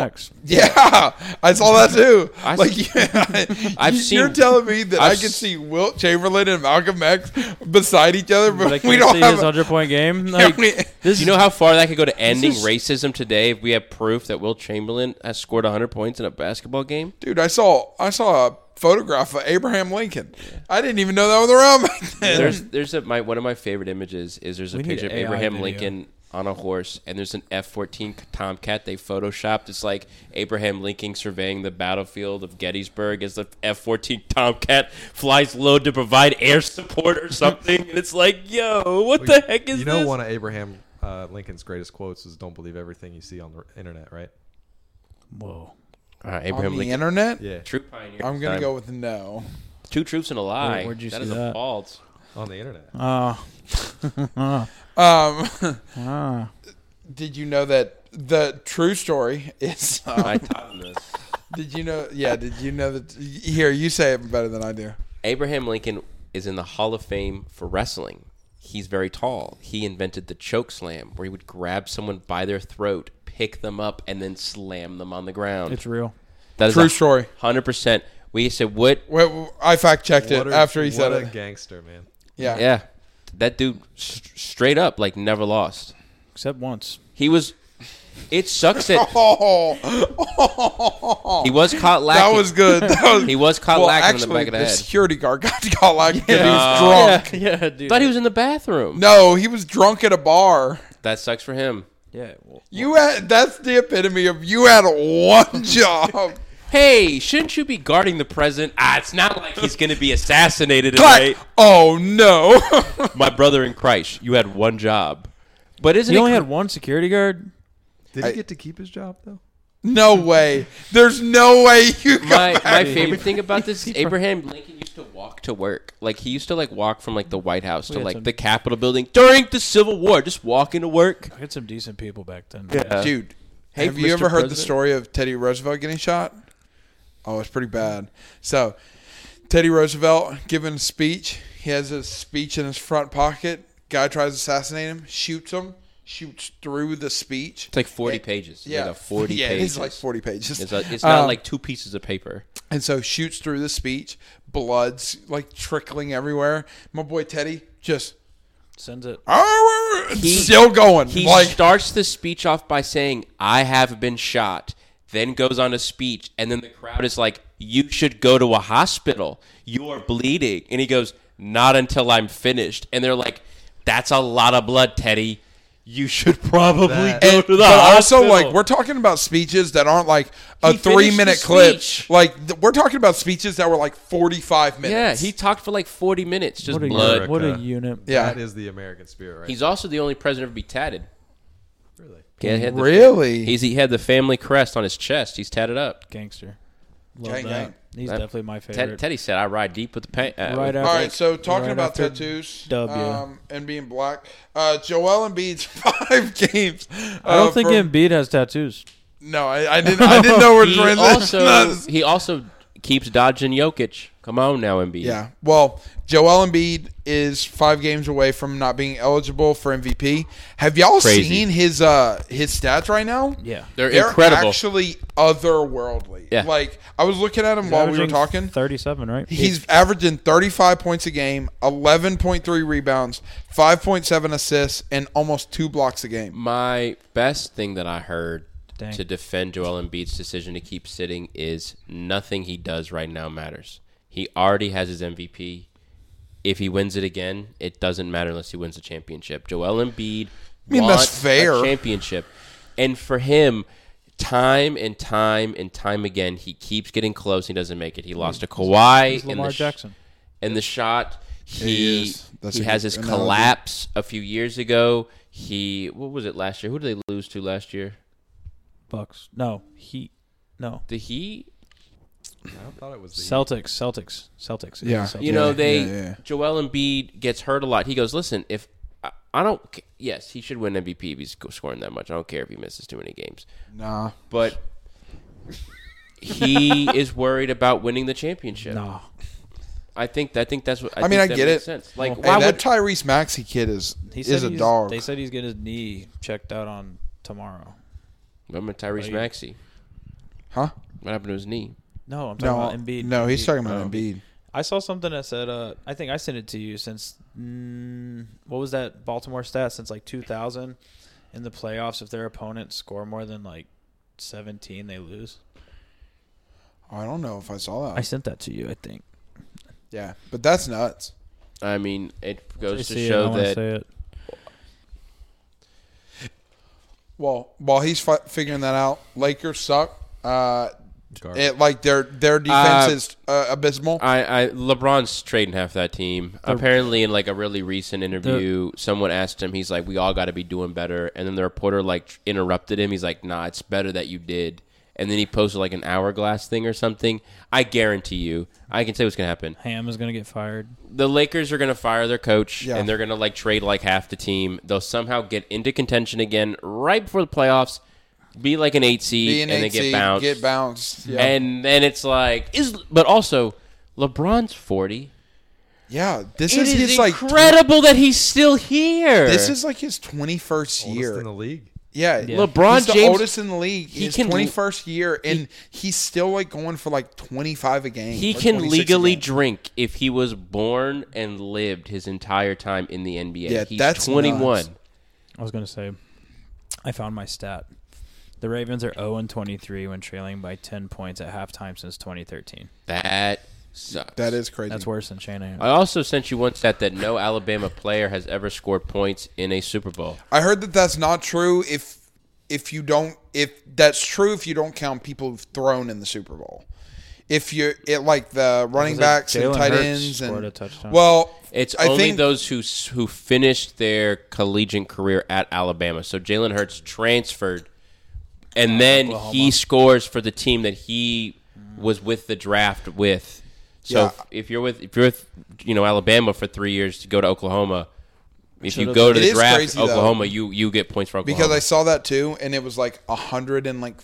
Speaker 1: <laughs>
Speaker 2: X.
Speaker 1: <laughs> yeah, I saw that too.
Speaker 4: I-
Speaker 1: like, <laughs> yeah,
Speaker 4: I've
Speaker 1: you- you're
Speaker 4: seen-
Speaker 1: telling me that i
Speaker 4: I've
Speaker 1: can
Speaker 4: s-
Speaker 1: see Wilt Chamberlain and Malcolm X beside each other, but,
Speaker 2: But I
Speaker 1: we
Speaker 2: can't
Speaker 1: don't
Speaker 2: see
Speaker 1: have. <laughs>
Speaker 2: his
Speaker 1: a-
Speaker 2: 100 point game.
Speaker 1: yeah,
Speaker 2: Like,
Speaker 1: we-
Speaker 2: this
Speaker 4: You know how far that could go to ending
Speaker 2: is-
Speaker 4: racism today if we have proof that Will Chamberlain has scored 100 points in a basketball game?
Speaker 1: <laughs> dude, I saw I saw a photograph of Abraham Lincoln. I didn't even know that was around back then.
Speaker 4: there's there's a my one of my favorite images is there's a
Speaker 2: We need
Speaker 4: picture of
Speaker 2: an AI
Speaker 4: Abraham
Speaker 2: video.
Speaker 4: Lincoln on a horse and there's an F-14 Tomcat they photoshopped. It's like Abraham Lincoln surveying the battlefield of Gettysburg as the F-14 Tomcat flies low to provide air support or something. and it's like, yo, what the heck is
Speaker 3: you know
Speaker 4: this?
Speaker 3: one of Abraham uh, Lincoln's greatest quotes is "Don't believe everything you see on the internet." Right?
Speaker 2: Whoa.
Speaker 4: All right,
Speaker 1: on
Speaker 4: Abraham
Speaker 1: the
Speaker 4: Lincoln,
Speaker 1: internet.
Speaker 3: Yeah,
Speaker 4: true pioneer.
Speaker 1: I'm gonna
Speaker 4: Time.
Speaker 1: go with no.
Speaker 4: two troops and a lie.
Speaker 2: Where- where'd you
Speaker 4: That
Speaker 2: see
Speaker 4: is a
Speaker 2: that? <laughs>
Speaker 4: fault.
Speaker 3: on the internet.
Speaker 2: Uh,
Speaker 1: Um,
Speaker 2: uh,
Speaker 1: did you know that the true story is? <laughs> um,
Speaker 4: I taught him this.
Speaker 1: Did you know? Yeah. Did you know that? Here, you say it better than I do.
Speaker 4: Abraham Lincoln is in the Hall of Fame for wrestling. He's very tall. He invented the choke slam, where he would grab someone by their throat, pick them up, and then slam them on the ground.
Speaker 2: it's real.
Speaker 4: that
Speaker 1: True story.
Speaker 4: Hundred percent. We said what?
Speaker 1: Well, I fact checked it
Speaker 3: What a-
Speaker 1: after he said
Speaker 3: what a
Speaker 1: it.
Speaker 3: gangster man.
Speaker 1: Yeah.
Speaker 4: Yeah, that dude s- straight up like never lost.
Speaker 2: Except
Speaker 1: <laughs>
Speaker 2: once. <laughs>
Speaker 4: He was. It sucks that
Speaker 1: Oh,
Speaker 4: he was caught
Speaker 1: that
Speaker 4: lacking.
Speaker 1: was
Speaker 4: <laughs>
Speaker 1: good. That was,
Speaker 4: He was caught
Speaker 1: well,
Speaker 4: lacking
Speaker 1: actually,
Speaker 4: in the back of the head.
Speaker 1: security guard <laughs> got caught lacking. because He was drunk.
Speaker 2: yeah, dude.
Speaker 4: Thought he was in the bathroom.
Speaker 1: No, he was drunk at a bar.
Speaker 4: That sucks for him.
Speaker 2: yeah. Well,
Speaker 1: You had that's the epitome of you had
Speaker 4: <laughs>
Speaker 1: one job.
Speaker 4: Hey, shouldn't you be guarding the president? Ah, it's not like he's going to be assassinated
Speaker 1: Clack.
Speaker 4: tonight.
Speaker 1: Oh no. <laughs>
Speaker 4: my brother in Christ, you had one job. But isn't
Speaker 2: you
Speaker 4: it
Speaker 2: only
Speaker 4: cr-
Speaker 2: had one security guard?
Speaker 3: Did
Speaker 1: I-
Speaker 3: he get to keep his job though?
Speaker 1: No way. There's no way you got
Speaker 4: my, my
Speaker 1: back.
Speaker 4: favorite thing about
Speaker 2: <laughs>
Speaker 4: this is Abraham Lincoln used to walk to work. Like he used to like walk from like the White House to
Speaker 2: had
Speaker 4: like
Speaker 2: some-
Speaker 4: the Capitol building during the Civil War, just walking to work.
Speaker 2: I had some decent people back then.
Speaker 1: Dude,
Speaker 4: Hey,
Speaker 1: have you
Speaker 4: Mr.
Speaker 1: ever heard the
Speaker 4: President.
Speaker 1: story of Teddy Roosevelt getting shot? Oh, it's pretty bad. So, Teddy Roosevelt giving a speech. He has his speech in his front pocket. Guy tries to assassinate him, shoots him, shoots through the speech.
Speaker 4: It's like forty
Speaker 1: Yeah.
Speaker 4: pages.
Speaker 1: yeah,
Speaker 4: Yeah, forty
Speaker 1: <laughs> yeah,
Speaker 4: pages.
Speaker 1: it's like forty pages.
Speaker 4: It's, a- it's not
Speaker 1: Um,
Speaker 4: like two pieces of paper.
Speaker 1: and so shoots through the speech. Blood's like trickling everywhere. My boy Teddy just
Speaker 2: Sends it.
Speaker 1: "Arr!"
Speaker 4: He-
Speaker 1: still going.
Speaker 4: He
Speaker 1: like
Speaker 4: starts the speech off by saying, "I have been shot." Then goes on to speech, and then the crowd is like, "You should go to a hospital. You're bleeding." And he goes, "Not until I'm finished." And they're like, "That's a lot of blood, Teddy. You should <laughs> probably
Speaker 3: That-
Speaker 4: go
Speaker 1: And-
Speaker 4: to the
Speaker 1: but
Speaker 4: hospital."
Speaker 1: also like we're talking about speeches that aren't like a
Speaker 4: He finished
Speaker 1: three minute
Speaker 4: the
Speaker 1: clip
Speaker 4: speech.
Speaker 1: like th- we're talking about speeches that were like 45
Speaker 4: yeah,
Speaker 1: minutes
Speaker 4: he talked for like 40 minutes, just
Speaker 2: What a,
Speaker 4: blood.
Speaker 2: unit. what a
Speaker 3: America.
Speaker 2: unit.
Speaker 1: yeah
Speaker 3: That is the American spirit, right?
Speaker 4: He's also the only president to be tatted.
Speaker 3: Really?
Speaker 4: Yeah, he had the-
Speaker 1: Really?
Speaker 4: He's he had the family crest on his chest. He's tatted up.
Speaker 2: Gangster. Love
Speaker 1: Gang,
Speaker 2: that.
Speaker 1: gang.
Speaker 2: He's
Speaker 4: That-
Speaker 2: definitely my
Speaker 4: Ted,
Speaker 2: favorite.
Speaker 4: Teddy said, "I ride deep with the paint." Uh,
Speaker 2: Right
Speaker 4: with-
Speaker 1: All
Speaker 2: I
Speaker 1: right,
Speaker 2: think
Speaker 1: so talking
Speaker 2: right
Speaker 1: about
Speaker 2: after
Speaker 1: tattoos
Speaker 2: W.
Speaker 1: um, and being black, uh, Joel Embiid's <laughs> five games.
Speaker 2: I don't
Speaker 1: uh,
Speaker 2: think
Speaker 1: for-
Speaker 2: Embiid has tattoos.
Speaker 1: No, I, I didn't.
Speaker 4: <laughs>
Speaker 1: I didn't know where
Speaker 2: <laughs>
Speaker 4: he also
Speaker 1: transition. <laughs>
Speaker 4: he also keeps dodging Jokic. Come on now, Embiid.
Speaker 1: Yeah. Well, Joel Embiid is five games away from not being eligible for MVP. Have y'all
Speaker 4: Crazy.
Speaker 1: seen his uh his stats right now?
Speaker 2: Yeah.
Speaker 4: they're,
Speaker 1: They're
Speaker 4: incredible.
Speaker 1: actually otherworldly.
Speaker 4: Yeah.
Speaker 1: Like I was looking at him while we were
Speaker 2: Averaging
Speaker 1: talking.
Speaker 2: 37, right?
Speaker 1: He's averaging 35 points a game, 11.3 rebounds, 5.7 assists, and almost two blocks a game.
Speaker 4: My best thing that I heard
Speaker 2: Dang.
Speaker 4: to defend Joel Embiid's decision to keep sitting is nothing he does right now matters. He already has his MVP. If he wins it again, it doesn't matter unless he wins the championship. Joel Embiid
Speaker 1: mean, that's
Speaker 4: wants
Speaker 1: fair.
Speaker 4: a championship, and for him, time and time and time again, he keeps getting close. He doesn't make it. He lost to Kawhi
Speaker 2: he's
Speaker 4: in
Speaker 2: Lamar
Speaker 4: the sh-
Speaker 2: Jackson.
Speaker 4: in the shot.
Speaker 1: He
Speaker 4: He he,
Speaker 1: is. That's a
Speaker 4: has
Speaker 1: good
Speaker 4: his
Speaker 1: analogy.
Speaker 4: collapse a few years ago. He what was it last year? Who did they lose to last year?
Speaker 2: Bucks. No. He. No.
Speaker 4: The Heat.
Speaker 3: I thought it was the
Speaker 2: Celtics. Celtics. Celtics.
Speaker 1: Yeah.
Speaker 2: Celtics.
Speaker 4: You know, they
Speaker 1: yeah, yeah.
Speaker 4: Joel Embiid gets hurt a lot. He goes, listen, if I, I don't, c- yes, he should win MVP if he's sc- scoring that much. I don't care if he misses too many games,
Speaker 1: Nah.
Speaker 4: but he
Speaker 1: <laughs>
Speaker 4: is worried about winning the championship.
Speaker 2: No.
Speaker 4: I think I think that's what I,
Speaker 1: mean,
Speaker 4: think
Speaker 1: I
Speaker 4: that
Speaker 1: get
Speaker 4: makes
Speaker 1: it.
Speaker 4: Sense. Like,
Speaker 1: Hey,
Speaker 4: why
Speaker 1: that
Speaker 4: would
Speaker 1: Tyrese Maxey kid is
Speaker 2: He said
Speaker 1: is a
Speaker 2: he's-
Speaker 1: dog.
Speaker 2: They said he's getting his knee checked out on tomorrow.
Speaker 4: remember Tyrese
Speaker 2: Like-
Speaker 4: Maxey?
Speaker 1: huh?
Speaker 4: What happened to his knee?
Speaker 2: No, I'm talking
Speaker 1: No,
Speaker 2: about Embiid.
Speaker 1: no, he's
Speaker 2: Embiid.
Speaker 1: talking about
Speaker 2: Oh.
Speaker 1: Embiid.
Speaker 2: I saw something that said, uh, I think I sent it to you since, mm, what was that Baltimore stat? Since like 2000 in the playoffs, if their opponents score more than like 17, they lose.
Speaker 1: Oh, I don't know if I saw that.
Speaker 2: I sent that to you, I think.
Speaker 1: yeah, but that's nuts.
Speaker 4: I mean, it goes to
Speaker 2: See it, I
Speaker 4: show
Speaker 2: wanna
Speaker 4: that
Speaker 2: say it.
Speaker 1: Well, while he's fi- figuring that out, Lakers suck. Uh,
Speaker 3: garbage.
Speaker 1: it, like their their defense
Speaker 4: Uh,
Speaker 1: is uh, abysmal.
Speaker 4: I, I LeBron's trading half that team. Apparently, in like a really recent interview, someone asked him. He's like, "We all got to be doing better." And then the reporter like tr- interrupted him. He's like, "Nah, it's better that you did." And then he posted like an hourglass thing or something. I guarantee you, I can say what's gonna happen.
Speaker 2: Ham is going to get fired.
Speaker 4: The Lakers are gonna fire their coach,
Speaker 1: Yeah.
Speaker 4: and they're gonna like trade like half the team. They'll somehow get into contention again right before the playoffs, be like an eight seed,
Speaker 1: Being
Speaker 4: and
Speaker 1: eight
Speaker 4: they get
Speaker 1: seed,
Speaker 4: bounced.
Speaker 1: Get bounced. Yeah.
Speaker 4: And then it's like is, but also LeBron's forty.
Speaker 1: yeah. This
Speaker 4: It
Speaker 1: is,
Speaker 4: is
Speaker 1: his like
Speaker 4: incredible that he's still here.
Speaker 1: This is like his 21st
Speaker 3: oldest
Speaker 1: year.
Speaker 3: in the league.
Speaker 1: yeah.
Speaker 4: LeBron
Speaker 1: he's the
Speaker 4: James-
Speaker 1: oldest in the league.
Speaker 4: he
Speaker 1: his
Speaker 4: can-
Speaker 1: 21st year, and he's still like going for like 25 a game.
Speaker 4: he
Speaker 1: or
Speaker 4: can
Speaker 1: 26 a
Speaker 4: legally
Speaker 1: game.
Speaker 4: drink if he was born and lived his entire time in the NBA.
Speaker 1: Yeah,
Speaker 4: he's
Speaker 1: that's
Speaker 4: 21.
Speaker 1: nuts.
Speaker 2: I was going to say, I found my stat. The Ravens are 0 23 when trailing by 10 points at halftime since 2013.
Speaker 4: That sucks.
Speaker 1: That is crazy.
Speaker 2: That's worse than Shanahan.
Speaker 4: I also sent you one stat that no Alabama player has ever scored points in a Super Bowl.
Speaker 1: I heard that that's not true. If if you don't, if that's true, if you don't count people who've thrown in the Super Bowl, if you it like the running
Speaker 2: it
Speaker 1: backs and
Speaker 2: Jalen
Speaker 1: tight
Speaker 2: Hurts
Speaker 1: ends
Speaker 2: scored
Speaker 1: and
Speaker 2: a touchdown?
Speaker 1: well,
Speaker 4: It's
Speaker 1: I
Speaker 4: only
Speaker 1: think
Speaker 4: those who s- who finished their collegiate career at Alabama. So Jalen Hurts transferred, and then he scores for the team that he was with the draft with. So
Speaker 1: Yeah.
Speaker 4: if, if you're with if you're with you know Alabama for three years to go to Oklahoma, if you
Speaker 2: Should've-
Speaker 4: go to
Speaker 1: It
Speaker 4: the
Speaker 1: is
Speaker 4: draft
Speaker 1: crazy, though.
Speaker 4: Oklahoma, you you get points for Oklahoma.
Speaker 1: because I saw that too, and it was like a hundred and like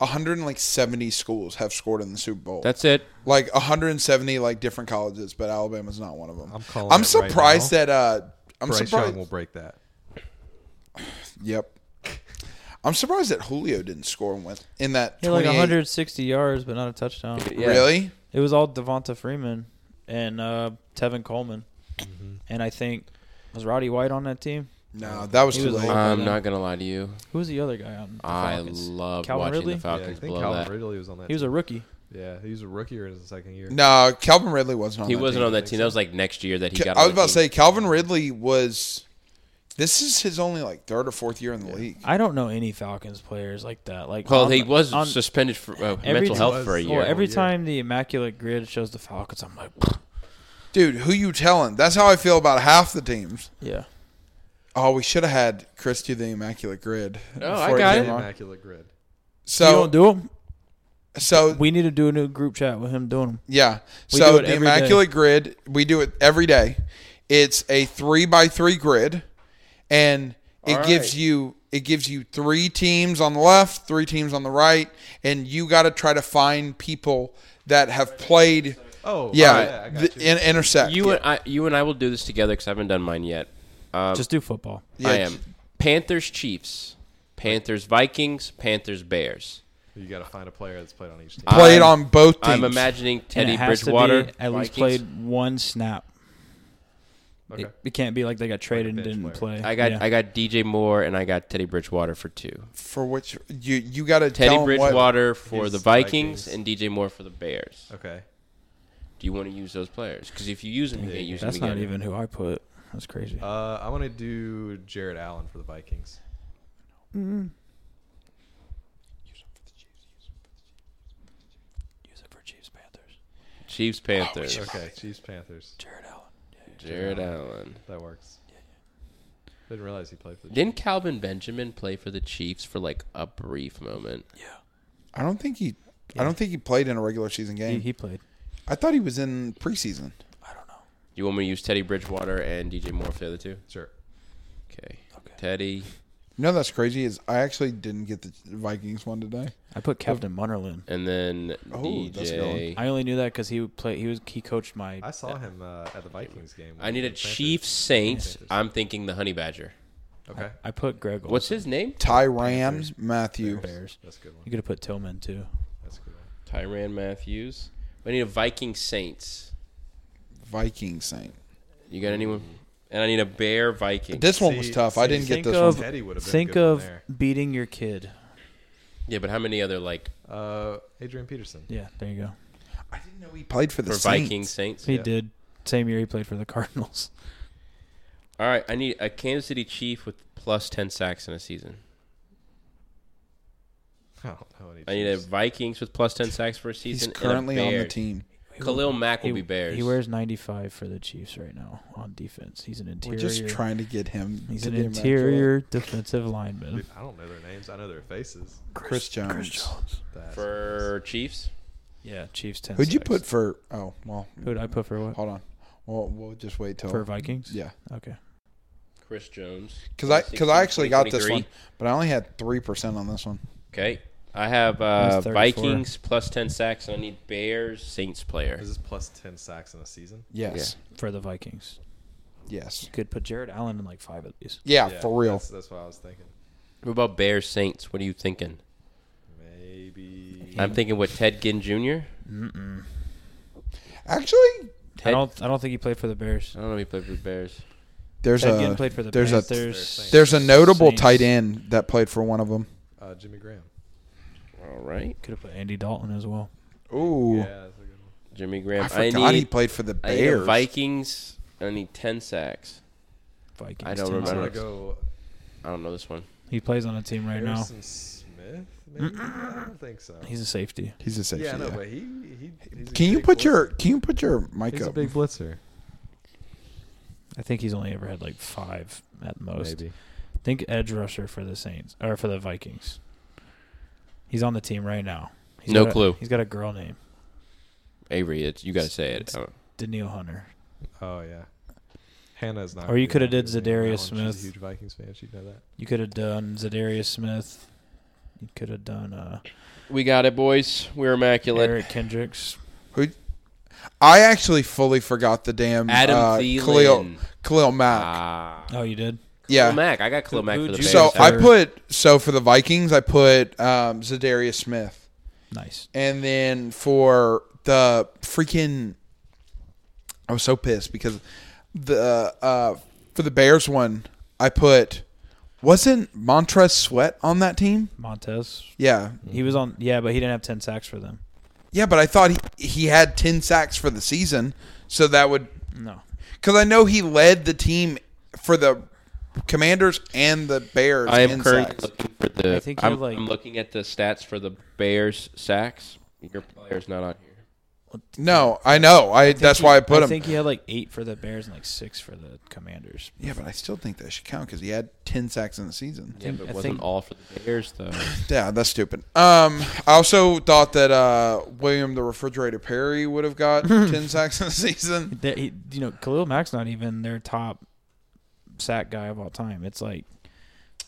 Speaker 1: a hundred and like seventy schools have scored in the Super Bowl.
Speaker 4: that's it.
Speaker 1: like 170 like different colleges, but Alabama's not one of them.
Speaker 3: I'm calling
Speaker 1: I'm
Speaker 3: it right
Speaker 1: surprised
Speaker 3: now.
Speaker 1: that uh I'm
Speaker 3: Bryce
Speaker 1: surprised.
Speaker 3: Young will break that.
Speaker 1: Yep. I'm surprised that Julio didn't score in with- in that
Speaker 2: He had like
Speaker 1: 28.
Speaker 2: 160 yards, but not a touchdown.
Speaker 4: Yeah.
Speaker 1: Really?
Speaker 2: It was all Devonta Freeman and uh, Tevin Coleman,
Speaker 4: Mm-hmm.
Speaker 2: and I think was Roddy White on that team.
Speaker 1: No, that was
Speaker 2: He
Speaker 1: too
Speaker 2: was
Speaker 1: late.
Speaker 2: late.
Speaker 4: I'm not gonna lie to you.
Speaker 2: Who was the other guy on? The
Speaker 4: I
Speaker 2: Falcons?
Speaker 4: love
Speaker 2: Calvin
Speaker 4: watching
Speaker 2: Ridley?
Speaker 4: the
Speaker 3: yeah, I
Speaker 4: Falcons
Speaker 3: think
Speaker 4: blow
Speaker 3: Calvin
Speaker 4: that.
Speaker 3: Ridley was on that.
Speaker 2: He was a rookie.
Speaker 3: yeah, he was a rookie or in his second year.
Speaker 1: no, Calvin Ridley wasn't on
Speaker 4: He
Speaker 1: that
Speaker 4: wasn't
Speaker 1: team.
Speaker 4: on that team. That was like next year that he
Speaker 1: Ca-
Speaker 4: got.
Speaker 1: I
Speaker 4: on
Speaker 1: was
Speaker 4: the
Speaker 1: about to
Speaker 4: team.
Speaker 1: say Calvin Ridley was this is his only like third or fourth year in the league.
Speaker 2: I don't know any Falcons players like that. Like,
Speaker 4: Well,
Speaker 2: on-
Speaker 4: he was
Speaker 2: on-
Speaker 4: suspended for uh,
Speaker 2: every
Speaker 4: mental
Speaker 2: time-
Speaker 4: health for
Speaker 3: Well,
Speaker 4: a year.
Speaker 2: Well, every
Speaker 3: Yeah.
Speaker 2: time the immaculate grid shows the Falcons, I'm like,
Speaker 1: Dude, who you telling? That's how I feel about half the teams.
Speaker 2: yeah.
Speaker 1: Oh, we should have had Chris do the Immaculate Grid.
Speaker 4: Oh, I
Speaker 1: before
Speaker 4: got
Speaker 1: came
Speaker 4: it.
Speaker 1: on.
Speaker 3: Immaculate Grid.
Speaker 2: you don't
Speaker 1: So,
Speaker 2: do them.
Speaker 1: so
Speaker 2: We need to do a new group chat with him doing them.
Speaker 1: yeah.
Speaker 2: We
Speaker 1: so
Speaker 2: do it
Speaker 1: the
Speaker 2: every day.
Speaker 1: Immaculate Grid, we do it every day. It's a three by three grid, and it
Speaker 4: All
Speaker 1: gives
Speaker 4: right.
Speaker 1: you it gives you three teams on the left, three teams on the right, and you got to try to find people that have played.
Speaker 3: Oh,
Speaker 1: yeah,
Speaker 3: all right, I got
Speaker 1: th-
Speaker 3: you.
Speaker 1: in- intersect.
Speaker 4: You
Speaker 1: yeah.
Speaker 4: and I, you and I will do this together because I haven't done mine yet. Um,
Speaker 2: Just do football.
Speaker 1: Yeah,
Speaker 4: I am Panthers, Chiefs, Panthers, Vikings, Panthers, Bears.
Speaker 3: You got to find a player that's played on each team.
Speaker 1: played
Speaker 4: I'm-
Speaker 1: on both teams.
Speaker 4: I'm imagining
Speaker 2: And
Speaker 4: Teddy
Speaker 2: it has
Speaker 4: Bridgewater
Speaker 2: to be at least
Speaker 4: Vikings.
Speaker 2: played one snap.
Speaker 3: Okay.
Speaker 2: It, it can't be like they got traded
Speaker 3: bench
Speaker 2: and didn't
Speaker 3: player.
Speaker 2: play.
Speaker 4: I got
Speaker 2: Yeah.
Speaker 4: I got DJ Moore and I got Teddy Bridgewater for two.
Speaker 1: for which you you got to
Speaker 4: Teddy
Speaker 1: tell 'em what-
Speaker 4: Bridgewater for
Speaker 3: He's
Speaker 4: the
Speaker 3: the
Speaker 4: Vikings,
Speaker 3: Vikings.
Speaker 4: and DJ Moore for the Bears.
Speaker 3: Okay.
Speaker 4: Do you want to use those players? Because if you use them, you can't use
Speaker 2: That's
Speaker 4: them.
Speaker 2: not
Speaker 4: again.
Speaker 2: even who I put. That's crazy.
Speaker 3: Uh, I want to do Jared Allen for the Vikings.
Speaker 2: Use it for Chiefs Panthers.
Speaker 4: Chiefs, Panthers,
Speaker 2: Oh,
Speaker 3: Okay, Chiefs Panthers.
Speaker 2: Jared Allen.
Speaker 4: Jared Allen.
Speaker 3: That works. Didn't realize he played for the.
Speaker 4: Didn't Calvin Benjamin play for the Chiefs for like a brief moment?
Speaker 1: I don't think he. I don't think he played in a regular season
Speaker 2: He,
Speaker 1: game.
Speaker 2: he played.
Speaker 1: I thought he was in preseason.
Speaker 2: I don't know.
Speaker 4: You want me to use Teddy Bridgewater and DJ Moore for the other two?
Speaker 3: Sure.
Speaker 4: Okay.
Speaker 2: Okay.
Speaker 4: Teddy.
Speaker 1: You know that's crazy is I actually didn't get the Vikings one today.
Speaker 2: I put Captain Munnerlin.
Speaker 4: And then
Speaker 1: Oh, that's a good one.
Speaker 4: DJ. I,
Speaker 2: I only knew that because he would play. He was he coached my.
Speaker 3: I saw him uh, at the Vikings game.
Speaker 4: need a
Speaker 3: with the Panthers.
Speaker 4: Chiefs Saints. I'm thinking the Honey Badger.
Speaker 3: Okay,
Speaker 2: I put Greg. Olson.
Speaker 4: What's his name?
Speaker 1: Tyran Matthew.
Speaker 2: Bears?
Speaker 3: that's a good one.
Speaker 2: You could have put Tillman too.
Speaker 3: That's a good one.
Speaker 4: Tyran Matthews. I need a Viking Saints.
Speaker 1: Viking Saint.
Speaker 4: You got anyone? And I need a Bear Viking.
Speaker 1: This one was
Speaker 3: See-
Speaker 1: tough. I
Speaker 3: see,
Speaker 1: didn't get
Speaker 2: think
Speaker 1: this
Speaker 2: of-
Speaker 1: one.
Speaker 3: Teddy would have been
Speaker 2: Think
Speaker 3: good one
Speaker 2: of
Speaker 3: there.
Speaker 2: beating your kid.
Speaker 4: yeah, but how many other like
Speaker 3: Uh, Adrian Peterson. <laughs>
Speaker 2: Yeah, there you go.
Speaker 1: I didn't know he played for the
Speaker 4: for
Speaker 1: Saints.
Speaker 4: Viking Saints?
Speaker 2: He
Speaker 3: Yeah.
Speaker 2: did. Same year he played for the <laughs> Cardinals.
Speaker 4: All right, I need a Kansas City Chief with plus ten sacks in a season.
Speaker 3: I don't know any
Speaker 4: I need a
Speaker 3: Chiefs.
Speaker 4: Vikings with plus ten sacks for a
Speaker 1: He's
Speaker 4: season. and a
Speaker 1: currently on the
Speaker 4: Bear.
Speaker 1: team.
Speaker 4: Khalil Mack will
Speaker 2: he,
Speaker 4: be Bears.
Speaker 2: He wears 95 for the Chiefs right now on defense. He's an
Speaker 1: We're
Speaker 2: interior.
Speaker 1: just trying to get him.
Speaker 2: he's
Speaker 1: to
Speaker 2: an
Speaker 1: be immaculate.
Speaker 2: interior defensive lineman.
Speaker 3: Dude, I don't know their names. I know their faces.
Speaker 1: Chris Jones.
Speaker 3: That's-
Speaker 4: for Chiefs.
Speaker 2: Yeah, Chiefs 10
Speaker 1: Who'd you
Speaker 2: sacks.
Speaker 1: put for? Oh well.
Speaker 2: Who'd I put for what?
Speaker 1: Hold on. Well, we'll just wait till.
Speaker 2: For Vikings?
Speaker 1: yeah,
Speaker 2: Okay.
Speaker 4: Chris Jones.
Speaker 1: because I because I actually got this
Speaker 4: 23.
Speaker 1: one, but I only had three percent on this one.
Speaker 4: Okay. I have
Speaker 2: That's
Speaker 4: uh,
Speaker 2: 34.
Speaker 4: Vikings plus 10 sacks, and I need Bears Saints player.
Speaker 3: Is this plus ten sacks in a season?
Speaker 1: Yes,
Speaker 2: For the Vikings.
Speaker 1: yes,
Speaker 2: Could put Jared Allen in like five at least.
Speaker 1: yeah, for real.
Speaker 3: That's, that's what I was thinking.
Speaker 4: What about Bears Saints? What are you thinking?
Speaker 3: Maybe.
Speaker 4: I'm thinking with Ted Ginn Jr.
Speaker 1: Actually,
Speaker 4: Ted,
Speaker 2: I don't I don't think he played for the Bears.
Speaker 4: I don't know if he played for the Bears.
Speaker 1: there's
Speaker 2: Ted
Speaker 1: a
Speaker 2: Ginn played for the
Speaker 1: there's
Speaker 2: Panthers.
Speaker 1: a
Speaker 3: Saints.
Speaker 1: there's a notable
Speaker 2: Saints.
Speaker 1: tight end that played for one of them.
Speaker 3: Uh, Jimmy Graham.
Speaker 4: All right.
Speaker 2: Could have put Andy Dalton as well.
Speaker 1: Ooh,
Speaker 3: Yeah, that's a good one.
Speaker 4: Jimmy Graham.
Speaker 1: I
Speaker 4: I,
Speaker 1: forgot he
Speaker 4: need,
Speaker 1: played for the
Speaker 4: I need a
Speaker 1: Bears.
Speaker 4: Vikings. I need 10 sacks.
Speaker 2: Vikings.
Speaker 4: I don't
Speaker 2: team.
Speaker 4: remember.
Speaker 3: I'm
Speaker 4: I
Speaker 3: gonna
Speaker 4: don't know.
Speaker 3: go
Speaker 4: I don't know this one.
Speaker 2: He plays on a team right now.
Speaker 3: Harrison Smith. Maybe I don't think so.
Speaker 2: He's a safety.
Speaker 1: He's a safety.
Speaker 3: yeah, no,
Speaker 1: yeah.
Speaker 3: but he. he he's a
Speaker 1: Can you
Speaker 3: big
Speaker 1: put
Speaker 3: blitzer.
Speaker 1: your Can you put your mic
Speaker 3: He's a
Speaker 1: up?
Speaker 3: big blitzer.
Speaker 2: I think he's only ever had like five at most. Think edge rusher for the Saints or for the Vikings. He's on the team right now. He's
Speaker 4: No
Speaker 2: got a-
Speaker 4: clue.
Speaker 2: he's got a girl name,
Speaker 4: Avery, it's, you got to say it.
Speaker 2: It's-
Speaker 4: I don't-
Speaker 2: Daniil Hunter.
Speaker 3: Oh yeah. Hannah's not.
Speaker 2: Or you coulda
Speaker 3: gonna be on
Speaker 2: did
Speaker 3: here. That
Speaker 2: Zadarius
Speaker 3: one, she's a
Speaker 2: Smith.
Speaker 3: huge Vikings fan. She'd know that.
Speaker 2: You could have done Zadarius Smith. You could have done uh,
Speaker 4: We got it, boys. We're immaculate.
Speaker 2: Eric Kendricks.
Speaker 1: Who? I actually fully forgot the damn
Speaker 4: Adam
Speaker 1: uh, Khalil
Speaker 4: Thielen.
Speaker 1: Khalil Mack.
Speaker 4: Ah.
Speaker 2: Oh, you did.
Speaker 1: yeah.
Speaker 4: Khalil Mack. I got Khalil Mack for the
Speaker 2: Who'd
Speaker 4: Bears.
Speaker 2: you-
Speaker 1: So I
Speaker 2: Or-
Speaker 1: put so for the Vikings I put um, Zadarius Smith,
Speaker 2: Nice.
Speaker 1: and then for the freaking I was so pissed because the uh, for the Bears one I put wasn't Montrez Sweat on that team?
Speaker 2: Montez.
Speaker 1: Yeah,
Speaker 2: He was on. Yeah, but he didn't have ten sacks for them.
Speaker 1: yeah, but I thought he he had ten sacks for the season, so that would
Speaker 2: No.
Speaker 1: because I know he led the team for the Commanders and the Bears.
Speaker 4: I am
Speaker 1: in
Speaker 4: currently
Speaker 1: sacks.
Speaker 4: looking for the.
Speaker 2: I
Speaker 4: I
Speaker 2: think
Speaker 4: am
Speaker 2: you're, like-
Speaker 4: I'm looking at the stats for the Bears sacks. Your player's not on here.
Speaker 1: No, I know. I, that's why I put
Speaker 2: I
Speaker 1: him.
Speaker 2: think he had like eight for the Bears and like six for the Commanders.
Speaker 1: yeah, but I still think that should count because he had ten sacks in the season.
Speaker 4: Yeah, but
Speaker 2: I
Speaker 4: it wasn't
Speaker 2: think-
Speaker 4: all for the Bears though.
Speaker 1: Yeah, that's stupid. Um, I also thought that uh, William the Refrigerator Perry would have
Speaker 2: <laughs>
Speaker 1: got ten sacks in the season.
Speaker 2: That he, you know, Khalil Mack's not even their top sack guy of all time. It's like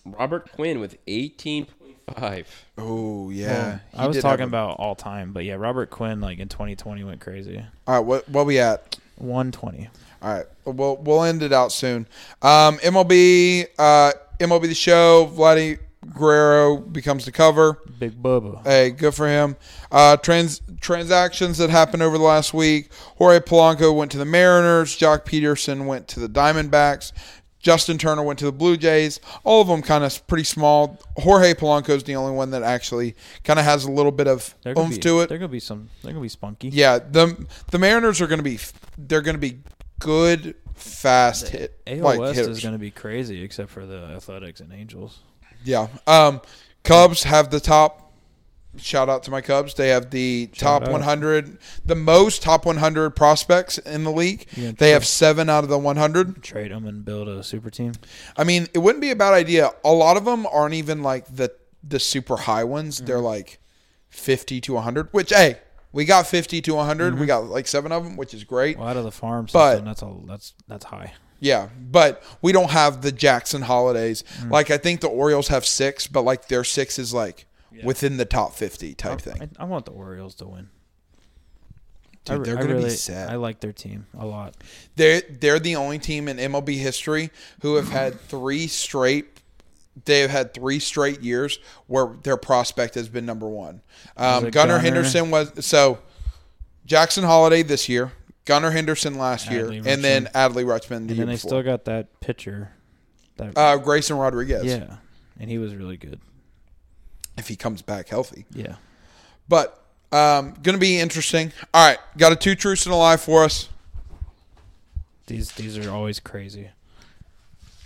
Speaker 4: Robert Quinn with eighteen point five.
Speaker 1: Oh yeah, He
Speaker 2: I was
Speaker 1: did have
Speaker 2: talking
Speaker 1: a-
Speaker 2: about all time, but yeah, Robert Quinn like in 2020 went crazy.
Speaker 1: All right, what what we at?
Speaker 2: 120.
Speaker 1: All right, we'll we'll end it out soon. Um, MLB, uh, MLB the Show. Vladdy Guerrero becomes the cover.
Speaker 2: Big Bubba.
Speaker 1: Hey, good for him. Uh, trans transactions that happened over the last week. Jorge Polanco went to the Mariners. Jock Peterson went to the Diamondbacks. Justin Turner went to the Blue Jays. All of them kind of pretty small. Jorge Polanco is the only one that actually kind of has a little bit of
Speaker 2: They're gonna
Speaker 1: oomph
Speaker 2: be,
Speaker 1: to it.
Speaker 2: They're gonna be some. They're gonna be spunky.
Speaker 1: Yeah, the the Mariners are going to be they're going to be good fast hit
Speaker 2: AL
Speaker 1: like
Speaker 2: West
Speaker 1: hitters.
Speaker 2: is gonna be crazy, except for the Athletics and Angels.
Speaker 1: yeah. Um Cubs have the top shout out to my Cubs. They have the top
Speaker 2: out.
Speaker 1: 100 the most top 100 prospects in the league.
Speaker 2: Yeah,
Speaker 1: they
Speaker 2: true.
Speaker 1: have 7 out of the 100.
Speaker 2: Trade them and build a super team.
Speaker 1: I mean, it wouldn't be a bad idea. A lot of them aren't even like the the super high ones. They're
Speaker 2: Mm-hmm.
Speaker 1: like 50 to 100, which hey, we got 50 to 100.
Speaker 2: Mm-hmm.
Speaker 1: We got like 7 of them, which is great.
Speaker 2: Well, out of the farm
Speaker 1: But-
Speaker 2: system, that's all. That's that's high.
Speaker 1: Yeah, but we don't have the Jackson holidays.
Speaker 2: Mm.
Speaker 1: Like I think the Orioles have six, but like their six is like within the top fifty type thing.
Speaker 2: I, I want the Orioles to win.
Speaker 1: Dude,
Speaker 2: re-
Speaker 1: they're gonna be
Speaker 2: really-
Speaker 1: set.
Speaker 2: I like their team a lot.
Speaker 1: They're they're the only team in MLB history who have had three straight. They've had three straight years where their prospect has been number one. Um, Gunnar
Speaker 2: it Gunnar?
Speaker 1: Henderson was so. Jackson Holiday this year, Gunnar Henderson last year,
Speaker 2: Adley
Speaker 1: and then
Speaker 2: Rutschman.
Speaker 1: Adley Rutschman the
Speaker 2: And
Speaker 1: year
Speaker 2: then they
Speaker 1: before.
Speaker 2: still got that pitcher. That
Speaker 1: uh, Grayson Rodriguez,
Speaker 2: yeah, and he was really good.
Speaker 1: if he comes back healthy.
Speaker 2: Yeah,
Speaker 1: But um, gonna be interesting. All right, got a two truths and a lie for us.
Speaker 2: these these are always crazy.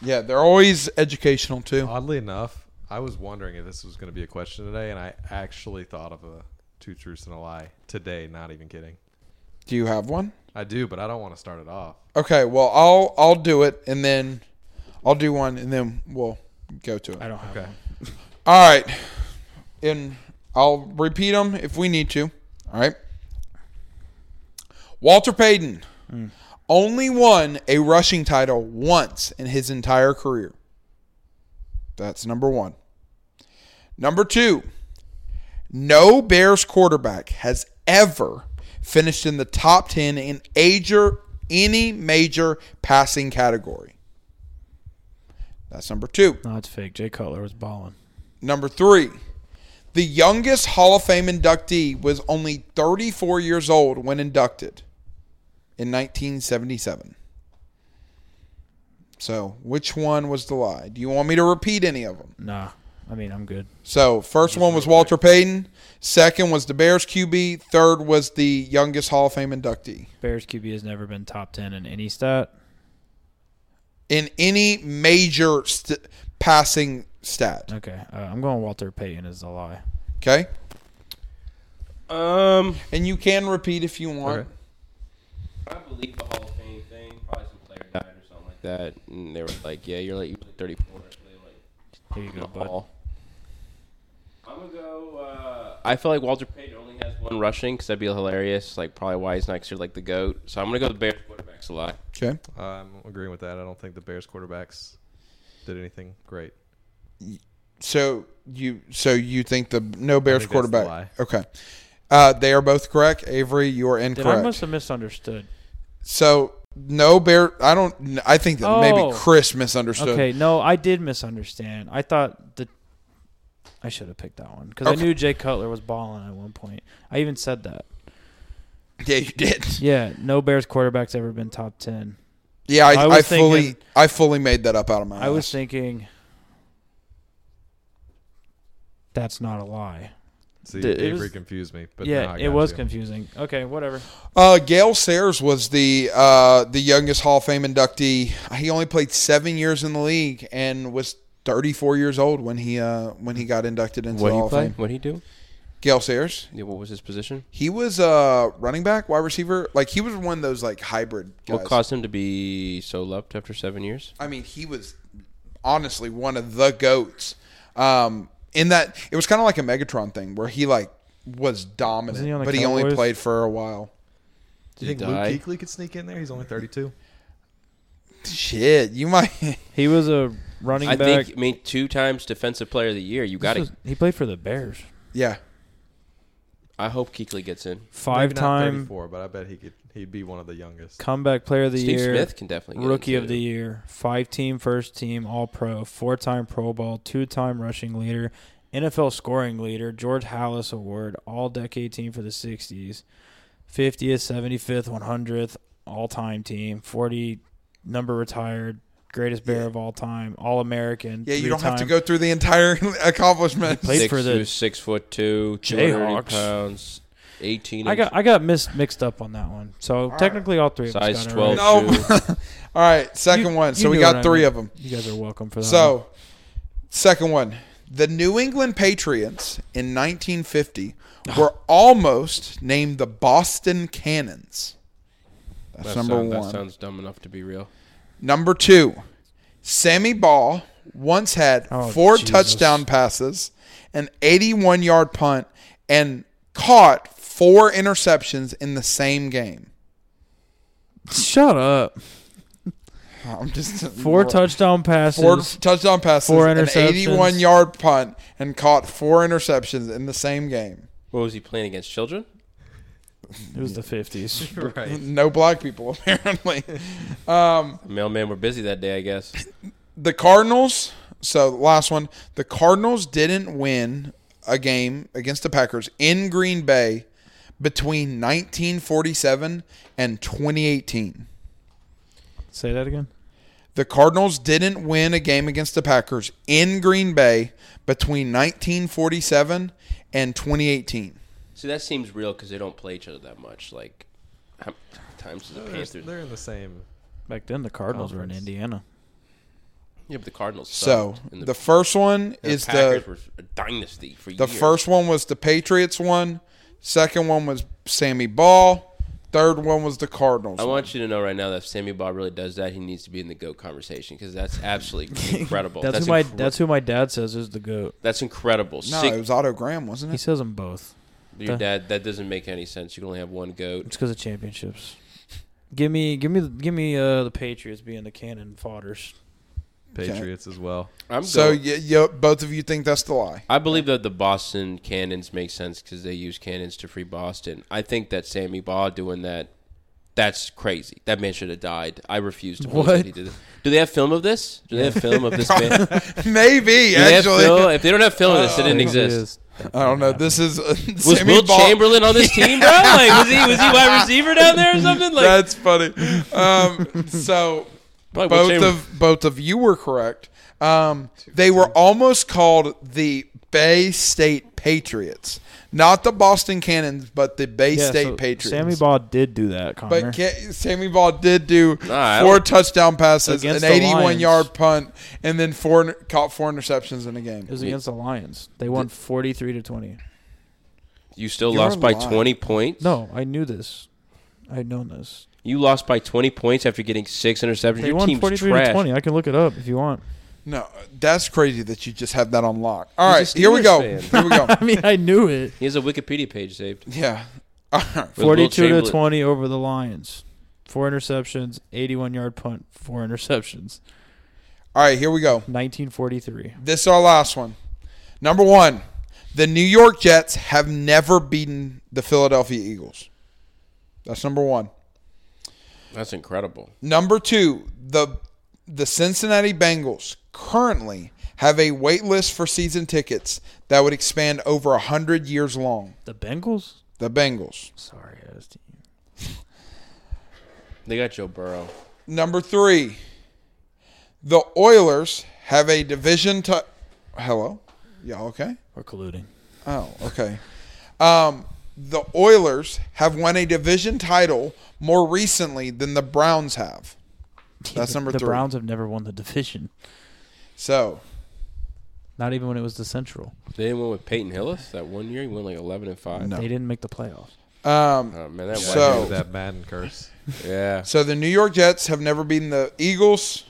Speaker 1: Yeah, they're always educational too.
Speaker 3: Oddly enough, I was wondering if this was going to be a question today, and I actually thought of a two truths and a lie today. Not even kidding.
Speaker 1: Do you have one?
Speaker 3: I do, but I don't want to start it off.
Speaker 1: Okay, well I'll I'll do it and then I'll do one and then we'll go to
Speaker 2: I
Speaker 1: it.
Speaker 2: don't have
Speaker 3: Okay.
Speaker 2: one.
Speaker 1: All right, and I'll repeat them if we need to. All right. Walter Payton only won a rushing title once in his entire career. That's number one. Number two, no Bears quarterback has ever finished in the top 10 in ager, any major passing category. That's number two.
Speaker 2: No, it's fake. Jay Cutler was balling.
Speaker 1: Number three, the youngest Hall of Fame inductee was only 34 years old when inducted in 1977. So, which one was the lie? Do you want me to repeat any of them?
Speaker 2: Nah, I mean I'm good.
Speaker 1: So, first one was Walter Payton. Second was the Bears QB. Third was the youngest Hall of Fame inductee
Speaker 2: Bears QB has never been top ten in any stat.
Speaker 1: in any major st- passing stat.
Speaker 2: Okay, uh, I'm going Walter Payton is the lie.
Speaker 1: Okay.
Speaker 4: Um,
Speaker 1: And you can repeat if you want.
Speaker 3: Okay.
Speaker 4: I believe the Hall of Fame thing. Probably some player died or something like that, and they were like, "Yeah, you're like you played 34." So they like
Speaker 2: Here you go, bud.
Speaker 4: I'm gonna go. Uh, I feel like Walter Payton only has one rushing because that'd be hilarious. Like probably why he's not because you're like the goat. So I'm gonna go with Bears quarterbacks a lot.
Speaker 1: Okay.
Speaker 3: I'm agreeing with that. I don't think the Bears quarterbacks did anything great.
Speaker 1: So you so you think the no Bears
Speaker 3: think that's the
Speaker 1: quarterback? Okay, uh, they are both correct. Avery, you are
Speaker 2: Did
Speaker 1: incorrect.
Speaker 2: I must have misunderstood?
Speaker 1: so no Bear. I don't. I think that maybe
Speaker 2: Oh.
Speaker 1: Chris misunderstood.
Speaker 2: Okay, no, I did misunderstand. I thought the I should have picked that one because
Speaker 1: Okay.
Speaker 2: I knew Jay Cutler was balling at one point. I even said that.
Speaker 1: <laughs> Yeah, you did.
Speaker 2: Yeah, no Bears quarterback's ever been top ten.
Speaker 1: Yeah, I,
Speaker 2: I
Speaker 1: I,
Speaker 2: was
Speaker 1: fully
Speaker 2: thinking-
Speaker 1: I fully made that up out of my.
Speaker 2: I was
Speaker 1: ass.
Speaker 2: thinking that's not a lie.
Speaker 3: See,
Speaker 2: Dude, it
Speaker 3: Avery
Speaker 2: was-
Speaker 3: confused me. But now
Speaker 2: yeah,
Speaker 3: I
Speaker 2: it
Speaker 3: got
Speaker 2: was
Speaker 3: you.
Speaker 2: confusing. Okay, whatever.
Speaker 1: Uh, Gail Sayers was the uh, the youngest Hall of Fame inductee. He only played seven years in the league and was 34 years old when he uh, when he got inducted into the Hall of Fame.
Speaker 4: What he do?
Speaker 1: Gail Sayers.
Speaker 4: Yeah, what was his position?
Speaker 1: He was a running back, wide receiver. Like he was one of those like hybrid guys.
Speaker 4: What caused him to be so loved after seven years?
Speaker 1: I mean, he was honestly one of the goats. Um, in that it was kind of like a Megatron thing where he like was dominant,
Speaker 2: Wasn't he on the
Speaker 1: but he only
Speaker 2: Cowboys?
Speaker 1: played for a while.
Speaker 3: Do you
Speaker 4: Did
Speaker 3: think
Speaker 4: he die?
Speaker 3: Luke Kuechly could sneak in there? He's only 32.
Speaker 1: Shit, you might. <laughs>
Speaker 2: He was a running
Speaker 4: I
Speaker 2: back.
Speaker 4: think. I mean, two times defensive player of the year. You
Speaker 2: This
Speaker 4: got to
Speaker 2: was- he played for the Bears.
Speaker 1: yeah,
Speaker 4: I hope Keekly gets in.
Speaker 2: Five
Speaker 3: Maybe not
Speaker 2: time
Speaker 3: 34, but I bet he could. He'd be one of the youngest.
Speaker 2: comeback player of the
Speaker 4: Steve
Speaker 2: year.
Speaker 4: Smith can definitely get
Speaker 2: Rookie
Speaker 4: in,
Speaker 2: of the
Speaker 4: too.
Speaker 2: year, five team first team All Pro, four time Pro Bowl, two time rushing leader, NFL scoring leader, George Hallis Award, All Decade team for the 60s, 50th, 75th, 100th, all time team, 40 number retired, greatest bear of all time, All American.
Speaker 1: yeah. You don't have to
Speaker 2: three-time-
Speaker 1: go through the entire <laughs> accomplishments.
Speaker 2: Played
Speaker 4: six
Speaker 2: for the
Speaker 4: two, six foot two, two
Speaker 2: Jayhawks.
Speaker 4: hundred pounds, eighteen.
Speaker 2: I got I got mis- mixed up on that one. So technically, all three of us
Speaker 4: Size
Speaker 2: got it
Speaker 4: 12.
Speaker 1: <laughs>
Speaker 2: right.
Speaker 1: no. <laughs> All right,
Speaker 2: You-
Speaker 1: second one.
Speaker 2: you
Speaker 1: So we
Speaker 2: knew
Speaker 1: got
Speaker 2: what I
Speaker 1: three
Speaker 2: meant.
Speaker 1: of them.
Speaker 2: You guys are welcome for that. one.
Speaker 1: So, second one. The New England Patriots in 1950
Speaker 4: Ah.
Speaker 1: were almost named the Boston Cannons. That's number one.
Speaker 4: That sounds dumb enough to be real.
Speaker 1: number two. Sammy Ball once had
Speaker 2: Oh,
Speaker 1: four
Speaker 2: Jesus.
Speaker 1: touchdown passes, an 81 yard punt, and caught four interceptions in the same game. <laughs>
Speaker 2: shut up.
Speaker 1: I'm just
Speaker 2: Four touchdown passes.
Speaker 1: four touchdown passes,
Speaker 2: four
Speaker 1: an
Speaker 2: interceptions.
Speaker 1: 81 yard punt, and caught four interceptions in the same game.
Speaker 4: What was he playing against? Children?
Speaker 2: It was the fifties.
Speaker 3: <laughs> Right.
Speaker 1: No black people, <laughs> apparently.
Speaker 4: The mailman were busy that day, I guess.
Speaker 1: the Cardinals, so last one. The Cardinals didn't win a game against the Packers in Green Bay between 1947 and 2018.
Speaker 2: Say that again.
Speaker 1: The Cardinals didn't win a game against the Packers in Green Bay between 1947 and 2018.
Speaker 4: See, that seems real because they don't play each other that much. Like, how many times
Speaker 2: Uh,
Speaker 4: does the
Speaker 3: They're,
Speaker 4: Panthers?
Speaker 3: they're in the same.
Speaker 2: Back then, the Cardinals were in
Speaker 3: Conference.
Speaker 2: Indiana.
Speaker 4: Yeah, but the Cardinals.
Speaker 1: So
Speaker 4: sucked, and
Speaker 1: the, first one
Speaker 4: and
Speaker 1: is
Speaker 4: Packers
Speaker 1: the
Speaker 4: were a dynasty for
Speaker 1: the
Speaker 4: years.
Speaker 1: first one was the Patriots one. Second one was Sammy Ball. Third one was the Cardinals.
Speaker 4: I
Speaker 1: one.
Speaker 4: want you to know right now that if Sammy Bob really does that, he needs to be in the goat conversation because that's
Speaker 2: <laughs>
Speaker 4: absolutely incredible.
Speaker 2: That's,
Speaker 4: that's
Speaker 2: who my
Speaker 4: incre-
Speaker 2: that's who my dad says is the goat.
Speaker 4: that's incredible.
Speaker 1: no,
Speaker 4: Six-
Speaker 1: it was Otto Graham, wasn't
Speaker 2: He
Speaker 1: it?
Speaker 2: says them both.
Speaker 4: your
Speaker 2: the-
Speaker 4: dad. That doesn't make any sense. You can only have one goat.
Speaker 2: It's because of championships. Give me give me give me uh, the Patriots being the cannon fodders.
Speaker 3: Patriots as well.
Speaker 4: I'm
Speaker 1: So
Speaker 4: so.
Speaker 1: y y both of you think that's the
Speaker 4: <laughs>
Speaker 1: lie. <laughs>
Speaker 4: I believe that the Boston cannons make sense because they use cannons to free Boston. I think that Sammy Baugh doing that, that's crazy. That man should have died. I refuse to believe
Speaker 2: What?
Speaker 4: that he did it. Do they have film of this? Do they have
Speaker 2: <laughs>
Speaker 4: film of this man?
Speaker 1: Maybe
Speaker 4: Do they have
Speaker 1: actually,
Speaker 4: film? If they don't have film of this, it
Speaker 2: Oh,
Speaker 4: didn't exist.
Speaker 1: I don't know. This is <laughs>
Speaker 4: Was
Speaker 1: Sammy
Speaker 4: Will
Speaker 1: Ball-
Speaker 4: Chamberlain on this
Speaker 2: <laughs>
Speaker 4: team, bro? Like, was he was he wide receiver down there or something? Like,
Speaker 1: That's
Speaker 4: <laughs>
Speaker 1: funny. Um, so
Speaker 4: Probably Will
Speaker 1: both
Speaker 4: Chamberlain.
Speaker 1: of both of you were correct. Um, they were almost called the Bay State Patriots, not the Boston Cannons, but the Bay State Patriots.
Speaker 2: Sammy Ball did do that, Connor.
Speaker 1: but Ca- Sammy Ball did do
Speaker 4: Nah, I
Speaker 1: four
Speaker 4: don't-
Speaker 1: touchdown passes,
Speaker 2: Against
Speaker 1: an
Speaker 2: the
Speaker 1: 81
Speaker 2: Lions.
Speaker 1: yard punt, and then four caught four interceptions in a game.
Speaker 2: it was against the Lions. They won forty three to twenty.
Speaker 4: you still
Speaker 1: You're
Speaker 4: lost by
Speaker 1: lying.
Speaker 4: 20 points.
Speaker 2: No, I knew this. I had known this.
Speaker 4: you lost by 20 points after getting six interceptions.
Speaker 2: They
Speaker 4: Your
Speaker 2: won
Speaker 4: team's
Speaker 2: forty three
Speaker 4: trash.
Speaker 2: to twenty. I can look it up if you want.
Speaker 1: No, that's crazy that you just have that on lock. All right,
Speaker 4: He's a
Speaker 1: here we go.
Speaker 4: Steelers
Speaker 1: Here
Speaker 4: fan.
Speaker 1: we
Speaker 4: <laughs>
Speaker 1: go.
Speaker 2: I mean, I knew it.
Speaker 4: He has a Wikipedia page saved.
Speaker 1: yeah. All right.
Speaker 4: Will
Speaker 2: Forty two to
Speaker 4: Chamberlain-
Speaker 2: twenty over the Lions. Four interceptions, eighty one yard punt, four interceptions.
Speaker 1: All right, here we go.
Speaker 2: 1943.
Speaker 1: This is our last one. Number one, the New York Jets have never beaten the Philadelphia Eagles. That's number one.
Speaker 4: That's incredible.
Speaker 1: Number two, the the Cincinnati Bengals currently have a wait list for season tickets that would expand over hundred years long.
Speaker 2: The Bengals?
Speaker 1: The Bengals.
Speaker 2: Sorry, I was team.
Speaker 4: They got Joe Burrow.
Speaker 1: Number three, the Oilers have a division to. Hello? Yeah, okay.
Speaker 2: We're <laughs> colluding.
Speaker 1: Oh, okay. Um, the Oilers have won a division title more recently than the Browns have. That's number
Speaker 2: the
Speaker 1: three.
Speaker 2: Browns have never won the division.
Speaker 1: So,
Speaker 2: Not even when it was the Central.
Speaker 4: They didn't win with Peyton Hillis that one year. He went like eleven and five.
Speaker 1: No.
Speaker 2: They didn't make the playoffs.
Speaker 1: Um,
Speaker 4: Oh man, that
Speaker 1: Yeah.
Speaker 4: white
Speaker 1: So-
Speaker 4: dude
Speaker 3: With that Madden curse.
Speaker 4: was- yeah.
Speaker 1: So the New York Jets have never beaten the Eagles.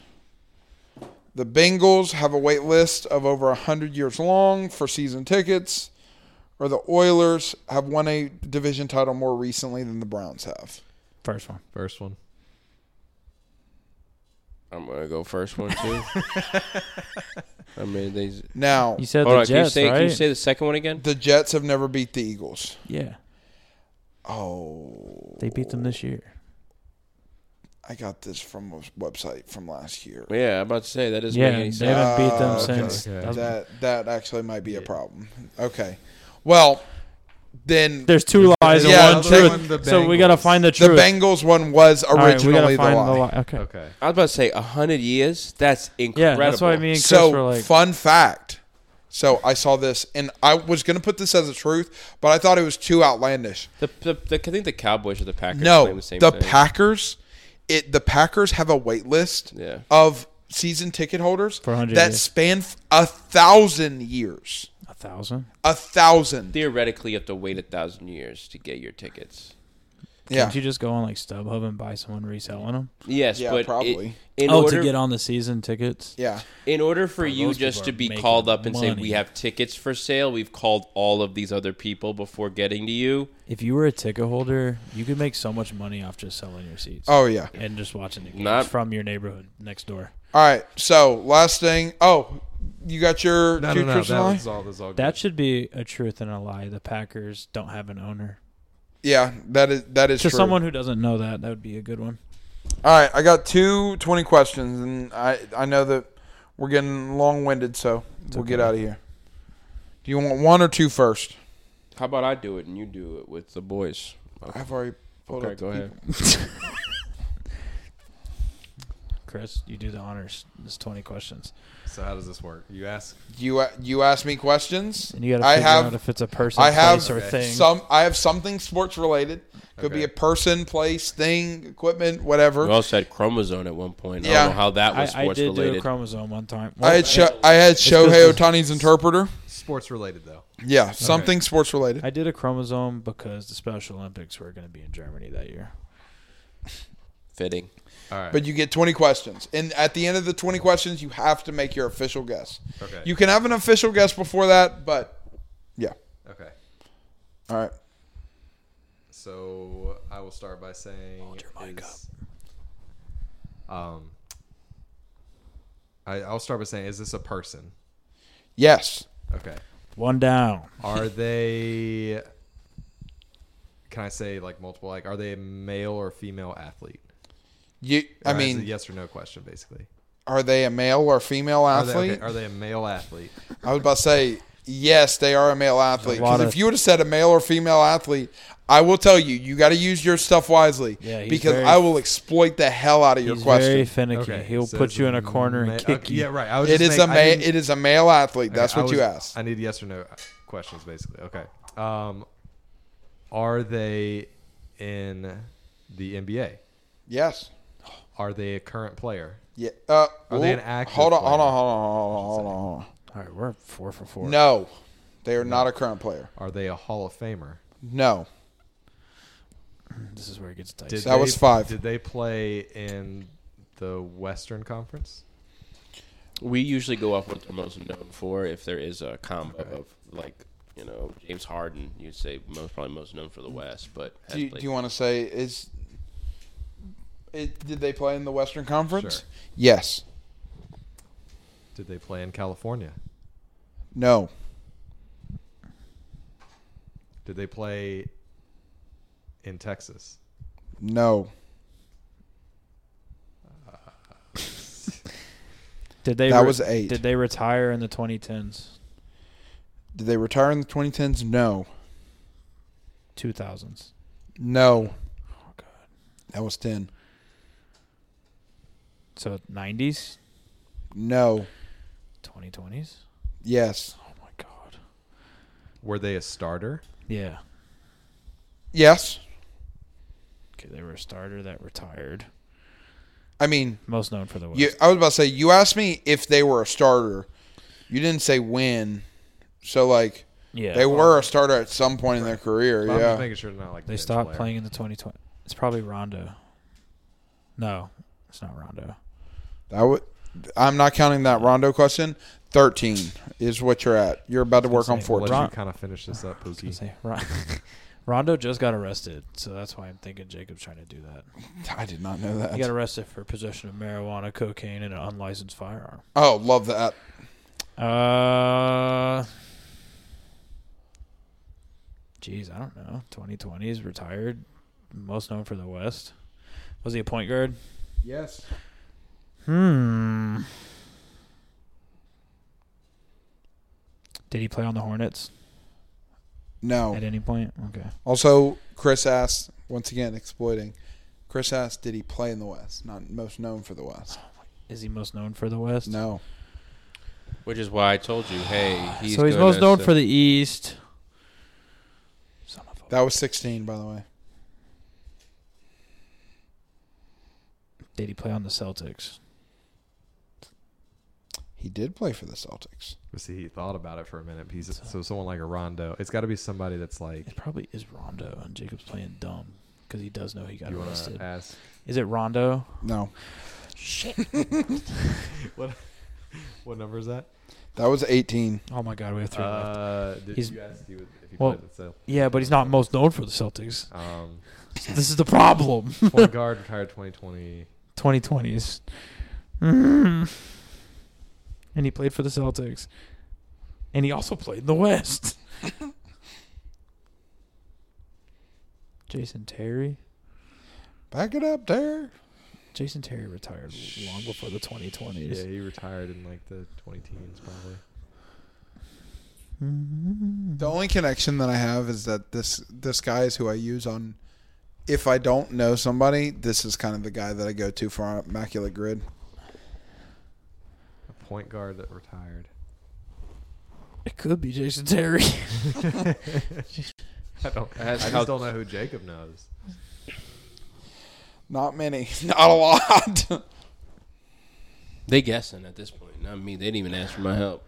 Speaker 1: The Bengals have a wait list of over 100 years long for season tickets. Or the Oilers have won a division title more recently than the Browns have.
Speaker 2: First one.
Speaker 3: First one.
Speaker 4: I'm gonna go first one
Speaker 1: <laughs>
Speaker 4: too. I mean, they.
Speaker 1: Now,
Speaker 2: You said
Speaker 4: Hold
Speaker 2: the
Speaker 4: on, can you
Speaker 2: Jets,
Speaker 4: say
Speaker 2: right?
Speaker 4: can you say the second one again?
Speaker 1: the Jets have never beat the Eagles.
Speaker 2: yeah,
Speaker 1: Oh,
Speaker 2: they beat them this year.
Speaker 1: I got this from a website from last year.
Speaker 4: Yeah, I'm about to say that doesn't
Speaker 2: Yeah,
Speaker 4: make any
Speaker 2: they
Speaker 4: sense.
Speaker 2: haven't beat them
Speaker 1: Oh, okay.
Speaker 2: since.
Speaker 3: Okay.
Speaker 2: that was-
Speaker 1: That that actually might be a problem. Okay. Well, then
Speaker 2: There's two lies and
Speaker 1: Yeah,
Speaker 2: one
Speaker 1: the
Speaker 3: one,
Speaker 2: truth.
Speaker 3: the
Speaker 2: so we gotta
Speaker 3: Bengals.
Speaker 2: find the
Speaker 1: the
Speaker 2: truth.
Speaker 1: Bengals one was
Speaker 2: All right, we
Speaker 1: originally
Speaker 2: gotta find
Speaker 1: the lie.
Speaker 2: Okay.
Speaker 3: Okay.
Speaker 4: I was about to say hundred years. That's
Speaker 2: Yeah,
Speaker 4: incredible.
Speaker 2: that's why me and Chris
Speaker 1: So,
Speaker 2: were like,
Speaker 1: fun fact. So I saw this, and I was going to put this as a truth, but I thought it was too outlandish.
Speaker 4: The, the, the, I think the Cowboys or the Packers.
Speaker 1: No,
Speaker 4: claim the
Speaker 1: the,
Speaker 4: same thing.
Speaker 1: Packers, it the Packers have a wait list
Speaker 4: Yeah.
Speaker 1: of season ticket holders
Speaker 2: For 100
Speaker 1: that
Speaker 2: years.
Speaker 1: span f- a thousand years.
Speaker 2: a thousand.
Speaker 1: A thousand.
Speaker 4: Theoretically, you have to wait a thousand years to get your tickets.
Speaker 1: yeah.
Speaker 2: Can't you just go on like StubHub and buy someone reselling them?
Speaker 4: Yes,
Speaker 1: Yeah,
Speaker 4: but it-
Speaker 1: probably.
Speaker 4: in
Speaker 2: oh,
Speaker 4: order
Speaker 2: to get on the season tickets.
Speaker 1: yeah.
Speaker 4: in order for you
Speaker 2: those people
Speaker 4: just to
Speaker 2: are
Speaker 4: be
Speaker 2: making
Speaker 4: called up and say
Speaker 2: money.
Speaker 4: we have tickets for sale, we've called all of these other people before getting to you.
Speaker 2: If you were a ticket holder, you could make so much money off just selling your seats
Speaker 1: Oh yeah.
Speaker 2: and just watching the games
Speaker 4: Not-
Speaker 2: from your neighborhood next door.
Speaker 1: All right. So last thing. Oh, you got your
Speaker 3: No,
Speaker 1: two
Speaker 3: no, no.
Speaker 1: truths
Speaker 3: That
Speaker 1: and a lie?
Speaker 3: was all. That was all.
Speaker 2: That should be a truth and a lie. The Packers don't have an owner.
Speaker 1: Yeah, that is that is
Speaker 2: to
Speaker 1: true.
Speaker 2: someone who doesn't know that, that would be a good one.
Speaker 1: All right, I got two 20 questions, and I, I know that we're getting long winded, so we'll get out of here. Do you want one or two first?
Speaker 4: How about I do it and you do it with the boys?
Speaker 1: I've already pulled
Speaker 4: Okay,
Speaker 1: up. the
Speaker 4: go ahead.
Speaker 2: Chris, you do the honors. It's twenty questions,
Speaker 3: good. So how does this work? You ask.
Speaker 1: people. You a- you ask me questions.
Speaker 2: and you got to
Speaker 1: I
Speaker 2: figure
Speaker 1: have
Speaker 2: out if it's a person,
Speaker 1: I have
Speaker 2: place, or thing.
Speaker 1: some I have something sports related. Could be
Speaker 3: Okay.
Speaker 1: a person, place, thing, equipment, whatever.
Speaker 4: We also had chromosome at one point. I
Speaker 1: Yeah.
Speaker 4: don't know how that
Speaker 2: I,
Speaker 4: was
Speaker 2: I
Speaker 4: sports
Speaker 2: did do a
Speaker 4: related.
Speaker 2: chromosome one time.
Speaker 1: I had Sho- I had Shohei Otani's interpreter.
Speaker 3: Sports related though.
Speaker 1: Yeah, something sports related.
Speaker 2: I did a chromosome because the Special Olympics were going to be in Germany that year.
Speaker 4: Fitting.
Speaker 3: All right.
Speaker 1: But you get 20 questions. And at the end of the 20 questions, you have to make your official guess.
Speaker 3: Okay.
Speaker 1: You can have an official guess before that, but yeah.
Speaker 3: okay.
Speaker 1: All right.
Speaker 3: So I will start by saying. Hold your mic up. Um. I, I'll start by saying, is this a person?
Speaker 1: Yes.
Speaker 3: Okay.
Speaker 2: One down.
Speaker 1: <laughs>
Speaker 3: Are they? Can I say like multiple? Like, are they a male or female athlete?
Speaker 1: You I
Speaker 3: Or it's a
Speaker 1: mean,
Speaker 3: yes or no question, basically.
Speaker 1: are they a male or female
Speaker 3: Are they,
Speaker 1: athlete?
Speaker 3: okay, are they a male athlete?
Speaker 1: I was about to say yes, they are a male athlete.
Speaker 2: There's a lot
Speaker 1: 'Cause
Speaker 2: of-
Speaker 1: if you would have said a male or female athlete, I will tell you, you got to use your stuff wisely
Speaker 2: Yeah, he's
Speaker 1: because
Speaker 2: very-
Speaker 1: I will exploit the hell out of your
Speaker 2: He's very
Speaker 1: question.
Speaker 2: finicky. He'll
Speaker 3: so
Speaker 2: put
Speaker 3: it's
Speaker 2: you
Speaker 3: a
Speaker 2: in a corner
Speaker 3: ma-
Speaker 2: and kick
Speaker 3: okay,
Speaker 2: you.
Speaker 3: Yeah, right. I was
Speaker 1: It
Speaker 3: just
Speaker 1: is a
Speaker 3: saying-
Speaker 1: ma-
Speaker 3: I didn't-
Speaker 1: it is a male athlete. That's
Speaker 3: okay, I
Speaker 1: what you
Speaker 3: was-
Speaker 1: asked.
Speaker 3: I need yes or no uh, questions, basically. Okay. Um, are they in the NBA?
Speaker 1: yes.
Speaker 3: Are they a current player?
Speaker 1: Yeah. Uh,
Speaker 3: Are they
Speaker 1: ooh,
Speaker 3: an active
Speaker 1: Hold on,
Speaker 3: player?
Speaker 1: hold on, hold on, hold on, hold on, hold on.
Speaker 2: All right, we're four for four.
Speaker 1: No, they are not a current player.
Speaker 3: Are they a Hall of Famer?
Speaker 1: No,
Speaker 2: This is where it gets dicey.
Speaker 3: Did
Speaker 1: That
Speaker 3: they-
Speaker 1: was five.
Speaker 3: Did they play in the Western Conference?
Speaker 4: We usually go off what they're most known for. If there is a combo of like you know James Harden, you'd say most probably most known for the West, but has
Speaker 1: do you,
Speaker 4: played-
Speaker 1: do you want to say is it? Did they play in the Western Conference?
Speaker 3: Sure.
Speaker 1: Yes.
Speaker 3: Did they play in California?
Speaker 1: No.
Speaker 3: Did they play in Texas?
Speaker 1: No.
Speaker 2: Did they?
Speaker 1: That was eight.
Speaker 2: Did they retire in the 2010s,
Speaker 1: Did they retire in the 2010s? No.
Speaker 2: 2000s?
Speaker 1: No.
Speaker 2: Oh god.
Speaker 1: That was 10.
Speaker 2: So 90s,
Speaker 1: No.
Speaker 2: 2020s.
Speaker 1: Yes.
Speaker 2: Oh my god.
Speaker 3: Were they a starter?
Speaker 2: Yeah.
Speaker 1: Yes.
Speaker 2: Okay, they were a starter that retired.
Speaker 1: I mean,
Speaker 2: Most known for the West.
Speaker 1: you, I was about to say you asked me if they were a starter. You didn't say when, so like
Speaker 2: Yeah,
Speaker 1: they were a starter at some point in their career.
Speaker 3: I'm just
Speaker 1: Yeah,
Speaker 3: making sure they're not like
Speaker 2: They
Speaker 3: bench
Speaker 2: stopped
Speaker 3: player.
Speaker 2: playing in the 2020. It's probably Rondo. No, it's not Rondo.
Speaker 1: that would. I'm not counting that Rondo question. Thirteen is what you're at. You're about to work on
Speaker 2: say,
Speaker 3: I'll
Speaker 1: fourteen.
Speaker 3: let
Speaker 2: Ron-
Speaker 3: you kind of finish this up,
Speaker 2: I was
Speaker 3: Pookie.
Speaker 2: gonna say, Ron- <laughs> Rondo just got arrested, so that's why I'm thinking Jacob's trying to do that.
Speaker 1: I did not know
Speaker 2: He got
Speaker 1: that.
Speaker 2: arrested for possession of marijuana, cocaine, and an unlicensed firearm.
Speaker 1: Oh, love that.
Speaker 2: Uh, jeez, I don't know. 2020 is retired, most known for the West. Was he a point guard?
Speaker 1: Yes.
Speaker 2: Hmm. Did he play on the Hornets
Speaker 3: Oh.
Speaker 1: No.
Speaker 2: at any point? Okay.
Speaker 1: Also, Chris asked once again exploiting. Chris asked, "Did he play in the West? Not most known for the West."
Speaker 2: Is he most known for the West?
Speaker 1: No.
Speaker 4: Which is why I told you, hey, he's
Speaker 2: so he's
Speaker 4: doing
Speaker 2: most
Speaker 4: this
Speaker 2: known
Speaker 4: to- <laughs>
Speaker 2: for the East. Son of a-
Speaker 1: That was 16, by the way.
Speaker 2: Did he play on the Celtics?
Speaker 1: He did play for the Celtics.
Speaker 3: But see, he thought about it for a minute. He's, so someone like a Rondo, it's got to be somebody that's like.
Speaker 2: It probably is Rondo, and Jacob's playing dumb because he does know he got
Speaker 3: You want
Speaker 2: arrested.
Speaker 3: to ask?
Speaker 2: Is it Rondo?
Speaker 1: No.
Speaker 2: Shit.
Speaker 3: What, what number is that?
Speaker 1: That was 18.
Speaker 2: Oh my God, we have three left.
Speaker 3: Uh, did
Speaker 2: He's-
Speaker 3: you ask if he was- if he
Speaker 2: well-
Speaker 3: played the
Speaker 2: Yeah, but he's not most known for the Celtics.
Speaker 3: sale? Um,
Speaker 2: <laughs> this is the problem.
Speaker 3: point guard retired 2020.
Speaker 2: 2020s. Mm. And he played for the Celtics. And he also played in the <laughs> West. Jason Terry.
Speaker 1: Back it up there.
Speaker 2: Jason Terry retired long before the 2020s.
Speaker 3: Yeah, he retired in like the 20 teens probably.
Speaker 1: The only connection that I have is that this this guy is who I use on. If I don't know somebody, this is kind of the guy that I go to for our immaculate grid.
Speaker 3: A point guard that retired.
Speaker 2: It could be Jason Terry. <laughs>
Speaker 3: I don't. I
Speaker 4: That's
Speaker 3: just
Speaker 4: how-
Speaker 3: don't know who Jacob knows.
Speaker 1: Not many, <laughs> not a lot.
Speaker 4: They guessing at this point. Not me. They didn't even ask for my help.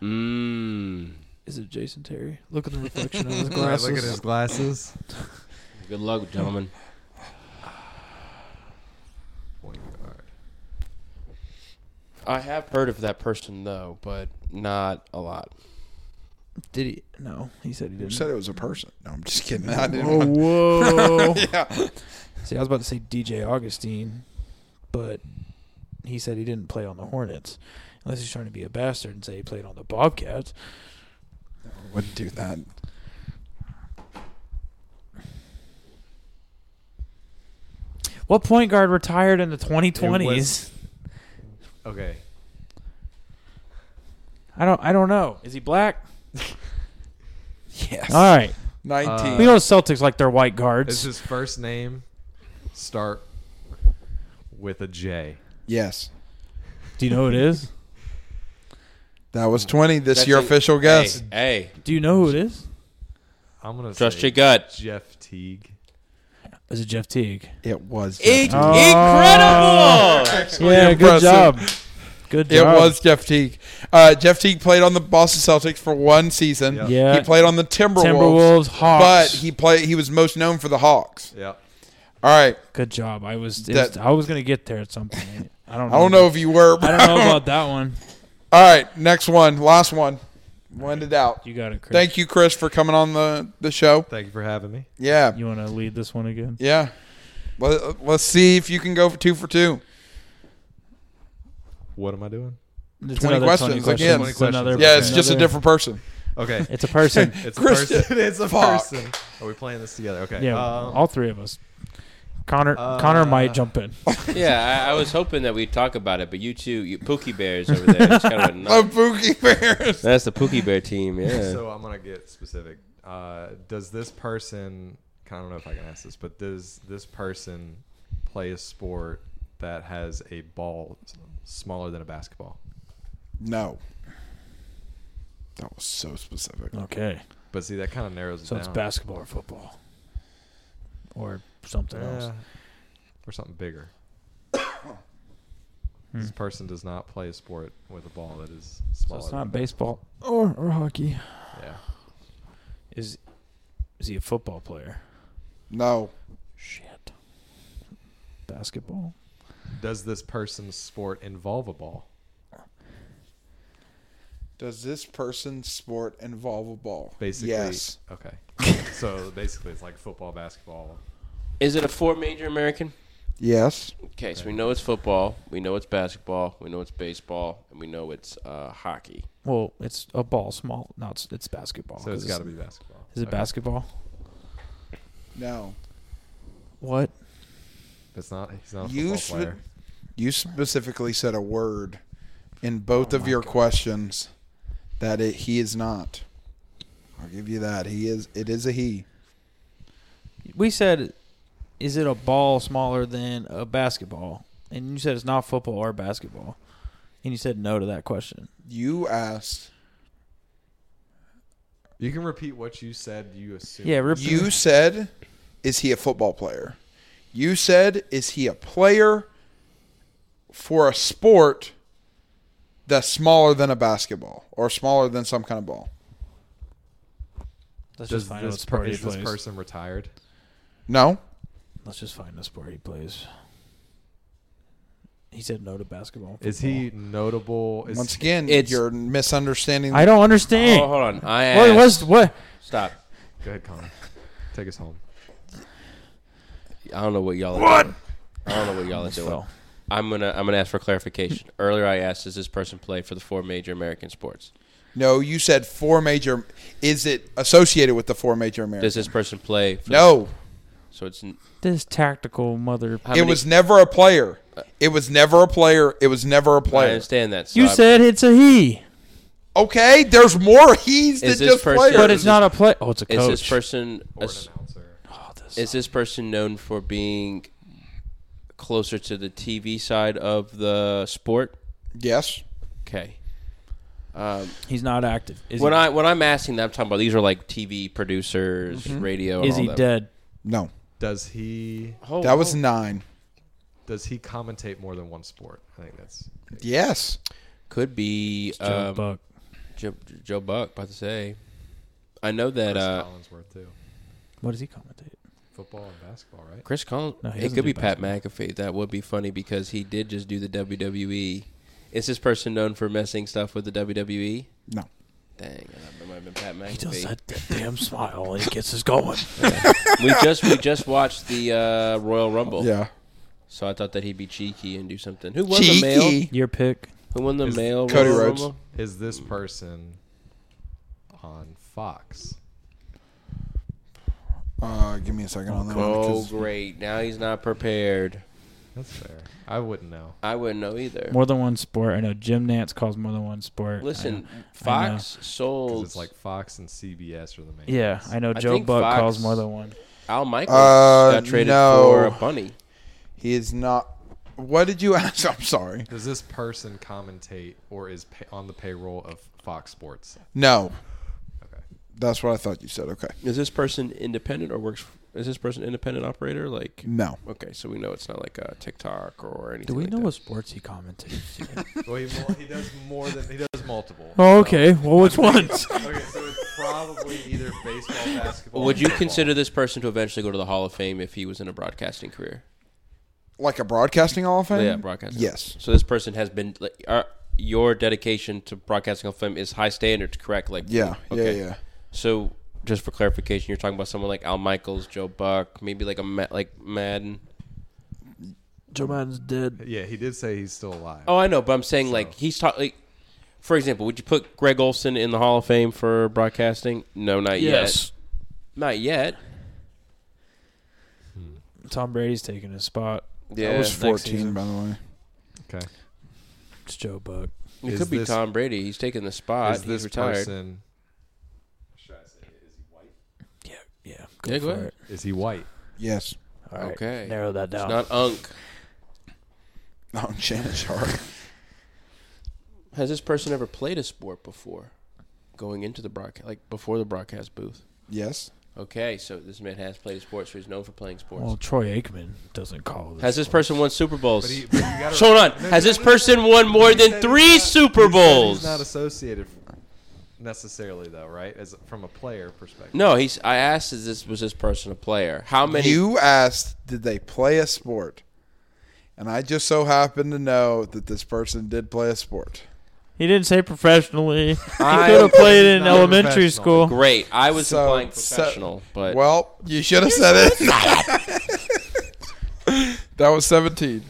Speaker 4: Mmm.
Speaker 2: Is it Jason Terry? Look at the reflection
Speaker 3: <laughs>
Speaker 2: of his
Speaker 3: Alright,
Speaker 2: glasses.
Speaker 3: look at his glasses.
Speaker 4: Good luck, gentlemen.
Speaker 3: Point guard.
Speaker 4: I have heard of that person though, but not a lot.
Speaker 2: Did he? No, he said he
Speaker 1: you
Speaker 2: didn't.
Speaker 1: said it was a person. No, I'm just kidding. <laughs> I didn't.
Speaker 2: oh,
Speaker 1: want-
Speaker 3: <laughs>
Speaker 2: whoa.
Speaker 1: yeah.
Speaker 2: See, I was about to say DJ Augustine, but he said he didn't play on the Hornets. Unless he's trying to be a bastard and say he played on the Bobcats.
Speaker 1: Wouldn't do that.
Speaker 2: What point guard retired in the 2020s?
Speaker 3: It was- Okay.
Speaker 2: I don't I don't know. Is he black?
Speaker 1: Yes.
Speaker 2: All right.
Speaker 1: 19.
Speaker 2: we know the Celtics like their white
Speaker 3: Does
Speaker 2: guards.
Speaker 3: his first name start with a J?
Speaker 1: yes.
Speaker 2: Do you know who it is?
Speaker 1: That was 20. This
Speaker 4: That's
Speaker 1: your
Speaker 4: it.
Speaker 1: official
Speaker 4: Hey,
Speaker 1: guess.
Speaker 4: Hey,
Speaker 2: Do you know who it is?
Speaker 3: I'm gonna
Speaker 4: trust
Speaker 3: say
Speaker 4: your gut.
Speaker 3: Jeff Teague.
Speaker 2: Is it Jeff Teague?
Speaker 1: It was.
Speaker 4: In-
Speaker 1: Jeff Teague.
Speaker 2: Oh.
Speaker 4: incredible.
Speaker 2: Yeah, good
Speaker 1: impressive.
Speaker 2: job. Good
Speaker 1: It
Speaker 2: job.
Speaker 1: was Jeff Teague. Uh, Jeff Teague played on the Boston Celtics for one season.
Speaker 3: Yeah.
Speaker 2: Yeah.
Speaker 1: uh, He played on the Timberwolves.
Speaker 2: Timberwolves,
Speaker 1: But
Speaker 2: Hawks.
Speaker 1: he played. He was most known for the Hawks.
Speaker 3: Yeah.
Speaker 1: All right.
Speaker 2: good job. I was, it
Speaker 1: That-
Speaker 2: was- I was gonna get there at some point. I
Speaker 1: <laughs>
Speaker 2: don't.
Speaker 1: I don't know if you were.
Speaker 2: I don't know about that one.
Speaker 1: All right. Next one. Last one. Winded out.
Speaker 2: You got it, Chris.
Speaker 1: Thank you, Chris, for coming on the, the show.
Speaker 3: Thank you for having me.
Speaker 1: Yeah.
Speaker 2: You want to lead this one again?
Speaker 1: Yeah. Let, let's see if you can go for two for two.
Speaker 3: What am I doing?
Speaker 2: It's
Speaker 1: 20
Speaker 2: another
Speaker 1: questions again.
Speaker 2: It's
Speaker 3: 20
Speaker 2: another-
Speaker 3: questions.
Speaker 1: Yeah, it's just a
Speaker 2: another-
Speaker 1: different person.
Speaker 2: <laughs>
Speaker 3: Okay.
Speaker 2: It's a person.
Speaker 1: <laughs>
Speaker 3: It's a
Speaker 1: Christian,
Speaker 3: person. <laughs> It's a
Speaker 1: fuck.
Speaker 3: person. Are we playing this together? Okay.
Speaker 2: yeah,
Speaker 3: Um,
Speaker 2: all three of us. Connor,
Speaker 3: uh,
Speaker 2: Connor might
Speaker 1: <laughs>
Speaker 2: jump in.
Speaker 4: Yeah, I, I was hoping that we'd talk about it, but you two, you Pookie Bears over there, just <laughs> kind of
Speaker 1: Oh, Pookie Bears.
Speaker 4: That's the Pookie Bear team. Yeah.
Speaker 3: So I'm gonna get specific. Uh, does this person? I don't know if I can ask this, but does this person play a sport that has a ball smaller than a basketball,
Speaker 1: No. That was so specific.
Speaker 2: Okay,
Speaker 3: but see that kind of narrows it
Speaker 2: so
Speaker 3: down.
Speaker 2: it's basketball or football, or something
Speaker 3: Eh,
Speaker 2: else. <coughs>
Speaker 3: or something bigger. This person does not play a sport with a ball that is smaller.
Speaker 2: it's not baseball or, or hockey.
Speaker 3: yeah.
Speaker 2: Is is he a football player?
Speaker 1: No.
Speaker 2: Shit. Basketball.
Speaker 3: Does this person's sport involve a ball?
Speaker 1: Does this person's sport involve a ball?
Speaker 3: Basically.
Speaker 1: yes.
Speaker 3: Okay. so basically, it's like football, basketball.
Speaker 4: Is it a four major American?
Speaker 1: Yes.
Speaker 4: Okay, so we know it's football, we know it's basketball, we know it's baseball, and we know it's uh, hockey.
Speaker 2: Well, it's a ball small. No, it's it's basketball.
Speaker 3: So it's
Speaker 2: 'Cause
Speaker 3: got to be basketball.
Speaker 2: Is it
Speaker 3: Okay.
Speaker 2: basketball?
Speaker 1: No.
Speaker 2: What?
Speaker 3: It's not. He's not a
Speaker 1: You
Speaker 3: football
Speaker 1: sp-
Speaker 3: player.
Speaker 1: You specifically said a word in
Speaker 3: Oh
Speaker 1: both of your questions that it, he is not. I'll give you that. He is. It is a he.
Speaker 2: We said, is it a ball smaller than a basketball? And you said it's not football or basketball. And you said no to that question.
Speaker 1: You asked.
Speaker 3: You can repeat what you said. You assume.
Speaker 2: Yeah, rip
Speaker 3: <laughs>
Speaker 1: You said, is he a football player? You said, is he a player for a sport that's smaller than a basketball or smaller than some kind of ball?
Speaker 2: <laughs> Let's
Speaker 3: Does
Speaker 2: just find out
Speaker 3: this,
Speaker 2: what
Speaker 3: per-
Speaker 2: sport he
Speaker 3: is this
Speaker 2: plays.
Speaker 3: person retired?
Speaker 1: No.
Speaker 2: Let's just find the sport he plays. He said no to basketball. and
Speaker 3: Is he notable? Is
Speaker 1: Once again,
Speaker 4: It's-
Speaker 1: you're misunderstanding.
Speaker 2: football. I don't understand.
Speaker 4: Oh, hold on. I
Speaker 2: what
Speaker 4: asked,
Speaker 2: was what?
Speaker 4: Stop.
Speaker 3: Go ahead, Colin. Take us home.
Speaker 4: I don't know what y'all are doing. I don't know what y'all are doing.
Speaker 2: Well,
Speaker 4: I'm gonna I'm gonna ask
Speaker 1: <laughs>
Speaker 4: for clarification. Earlier I asked, does this person play for the four major American sports?
Speaker 1: no, you said four major. Is it associated with the four major
Speaker 4: Does
Speaker 1: Americans?
Speaker 4: this person play for
Speaker 1: No.
Speaker 4: so it's n-
Speaker 2: this tactical mother.
Speaker 4: how
Speaker 1: It
Speaker 4: many-
Speaker 1: was never a player. It was never a player. It was never a
Speaker 4: I
Speaker 1: player.
Speaker 4: understand that. So
Speaker 2: You
Speaker 4: I'm-
Speaker 2: said it's a he,
Speaker 1: Okay, there's more <laughs> he's than
Speaker 4: Is this
Speaker 1: just
Speaker 4: person-
Speaker 1: players.
Speaker 2: but it's not a play. Oh, it's a
Speaker 4: is
Speaker 2: coach.
Speaker 4: this person
Speaker 3: Or an
Speaker 4: is,
Speaker 3: announcer.
Speaker 2: Oh, this-
Speaker 4: is this person known for being closer to the TV side of the sport?
Speaker 1: yes.
Speaker 4: Okay. Um,
Speaker 2: he's not active. Is
Speaker 4: when
Speaker 2: he,
Speaker 4: I when I'm asking that, I'm talking about these are like TV producers, radio. and
Speaker 2: Mm-hmm. is
Speaker 4: all
Speaker 2: he
Speaker 4: that.
Speaker 2: dead?
Speaker 1: No.
Speaker 3: Does he
Speaker 4: Hold-
Speaker 1: That was
Speaker 4: hold.
Speaker 1: nine.
Speaker 3: does he commentate more than one sport? I think that's
Speaker 1: Yes.
Speaker 4: could be
Speaker 2: Joe
Speaker 4: um,
Speaker 2: Buck.
Speaker 4: Joe, Joe Buck. About to say, I know that
Speaker 3: Chris
Speaker 4: uh,
Speaker 3: Collinsworth too.
Speaker 2: What does he commentate?
Speaker 3: Football and basketball, right?
Speaker 4: Chris Collins.
Speaker 2: No, he
Speaker 4: it
Speaker 2: doesn't
Speaker 4: could
Speaker 2: do
Speaker 4: be Pat McAfee. That would be funny because he did just do the WWE. Is this person known for messing stuff with the WWE?
Speaker 1: No.
Speaker 4: Dang, that might have been Pat
Speaker 2: He does <laughs>
Speaker 4: McAfee.
Speaker 2: that, that damn smile and he gets us going.
Speaker 4: we just we just watched the uh, Royal Rumble,
Speaker 1: Yeah.
Speaker 4: so I thought that he'd be cheeky and do something. Who won the male?
Speaker 1: Cheeky.
Speaker 2: Your pick.
Speaker 4: Who won the
Speaker 3: Is
Speaker 4: male?
Speaker 1: Cody
Speaker 4: Royal
Speaker 1: Rhodes.
Speaker 4: Rumble?
Speaker 3: Is this person on Fox?
Speaker 1: Uh, give me a second on that one.
Speaker 4: Oh,
Speaker 1: 'cause-
Speaker 4: great! Now he's not prepared.
Speaker 3: That's fair. I wouldn't know.
Speaker 4: I wouldn't know either.
Speaker 2: More than one sport. I know Jim Nance calls more than one sport. I
Speaker 4: Listen,
Speaker 2: know-
Speaker 4: Fox
Speaker 3: Because
Speaker 4: sold
Speaker 3: it's like Fox and CBS are the main.
Speaker 2: Yeah, I know
Speaker 4: I
Speaker 2: Joe
Speaker 4: think
Speaker 2: Buck
Speaker 4: Fox-
Speaker 2: calls more than one.
Speaker 4: Al Michaels
Speaker 1: Uh,
Speaker 4: got traded
Speaker 1: no.
Speaker 4: for a bunny.
Speaker 1: He is not. What did you <laughs> ask? I'm sorry.
Speaker 3: Does this person commentate or is pay- on the payroll of Fox Sports?
Speaker 1: No.
Speaker 3: Okay.
Speaker 1: That's what I thought you said. Okay.
Speaker 4: Is this person independent or works? Is this person independent operator? Like,
Speaker 1: No.
Speaker 4: okay, so we know it's not like a TikTok or anything.
Speaker 2: Do we
Speaker 4: like
Speaker 2: know
Speaker 4: that.
Speaker 2: what sports he <laughs> commentates?
Speaker 3: Well, he, mul- he does more than he does
Speaker 4: <laughs>
Speaker 3: multiple.
Speaker 2: oh, okay. Well, which ones?
Speaker 3: Okay, so it's probably either baseball, basketball.
Speaker 4: Would
Speaker 3: and
Speaker 4: you
Speaker 3: football.
Speaker 4: consider this person to eventually go to the Hall of Fame if he was in a broadcasting career?
Speaker 1: Like a broadcasting hall of fame.
Speaker 4: yeah, broadcasting.
Speaker 1: Yes.
Speaker 4: So this person has been. Like, uh, your dedication to broadcasting Hall of Fame is high standards, correct? Like,
Speaker 1: Yeah.
Speaker 4: okay.
Speaker 1: Yeah. Yeah.
Speaker 4: So just for clarification, you're talking about someone like Al Michaels, Joe Buck, maybe like a Ma- like Madden.
Speaker 2: <laughs> Joe Biden's dead.
Speaker 3: Yeah, he did say he's still alive.
Speaker 4: Oh, I know, but I'm saying like he's talking. Like, for example, would you put Greg Olson in the Hall of Fame for broadcasting? No, not yet. Not yet.
Speaker 2: Tom Brady's taking his spot.
Speaker 1: That was
Speaker 2: next
Speaker 1: 14,
Speaker 2: season.
Speaker 1: by the way.
Speaker 3: Okay.
Speaker 2: It's Joe Buck.
Speaker 4: it
Speaker 3: Is
Speaker 4: could be
Speaker 3: this-
Speaker 4: Tom Brady. He's taking the spot.
Speaker 3: Is this
Speaker 4: he's retired.
Speaker 3: person?
Speaker 2: Yeah, yeah.
Speaker 4: Yeah, go ahead.
Speaker 3: Is he white?
Speaker 1: Yes. <laughs>
Speaker 2: All right.
Speaker 4: Okay.
Speaker 2: Narrow that
Speaker 4: It's
Speaker 2: down.
Speaker 4: not Unk.
Speaker 1: No, Shannon Sharp.
Speaker 4: Has this person ever played a sport before? Going into the broadcast, like before the broadcast booth.
Speaker 1: Yes.
Speaker 4: Okay, so this man has played sports, so he's known for playing sports.
Speaker 2: Well, Troy Aikman doesn't call this.
Speaker 4: has this person won Super Bowls?
Speaker 3: But he, but you gotta,
Speaker 4: Hold on. Has this person won more
Speaker 3: He said
Speaker 4: than
Speaker 3: he's
Speaker 4: three
Speaker 3: not-
Speaker 4: Super
Speaker 3: he said
Speaker 4: Bowls?
Speaker 3: He's not associated necessarily, though, right? As from a player perspective.
Speaker 4: No, he's. I asked, is this was this person a player? How many?
Speaker 1: You asked, did they play a sport? And I just so happen to know that this person did play a sport.
Speaker 2: He didn't say <laughs> professionally. he could
Speaker 4: I-
Speaker 2: have played in
Speaker 3: Not
Speaker 2: elementary
Speaker 3: professional.
Speaker 1: <laughs>
Speaker 2: school.
Speaker 4: Great. I was
Speaker 1: So-
Speaker 4: implying
Speaker 1: so-
Speaker 4: professional, but
Speaker 1: Well, you should have said it. <laughs> that was 17.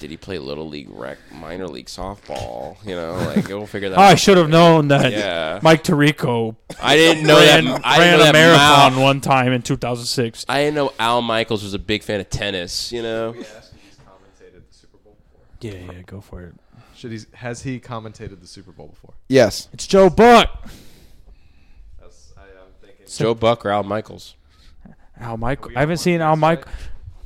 Speaker 4: did he play little league rec, minor league softball? You know, like we'll
Speaker 1: <laughs>
Speaker 4: figure that.
Speaker 2: Oh, I
Speaker 4: out.
Speaker 2: should have known that.
Speaker 4: Yeah.
Speaker 2: Mike Tirico
Speaker 4: I didn't <laughs> know
Speaker 2: ran,
Speaker 4: that. I
Speaker 2: ran a
Speaker 4: didn't know that
Speaker 2: marathon
Speaker 4: Mal-
Speaker 2: one time in 2006.
Speaker 4: I didn't know Al Michaels was a big fan of tennis. You know,
Speaker 2: Yeah, yeah, go for it.
Speaker 3: Should he? Has he commentated the Super Bowl before?
Speaker 1: Yes.
Speaker 2: It's Joe Buck.
Speaker 3: That's, I, am thinking.
Speaker 4: Joe Buck or Al Michaels?
Speaker 2: Al Michael. I haven't seen Al Michael.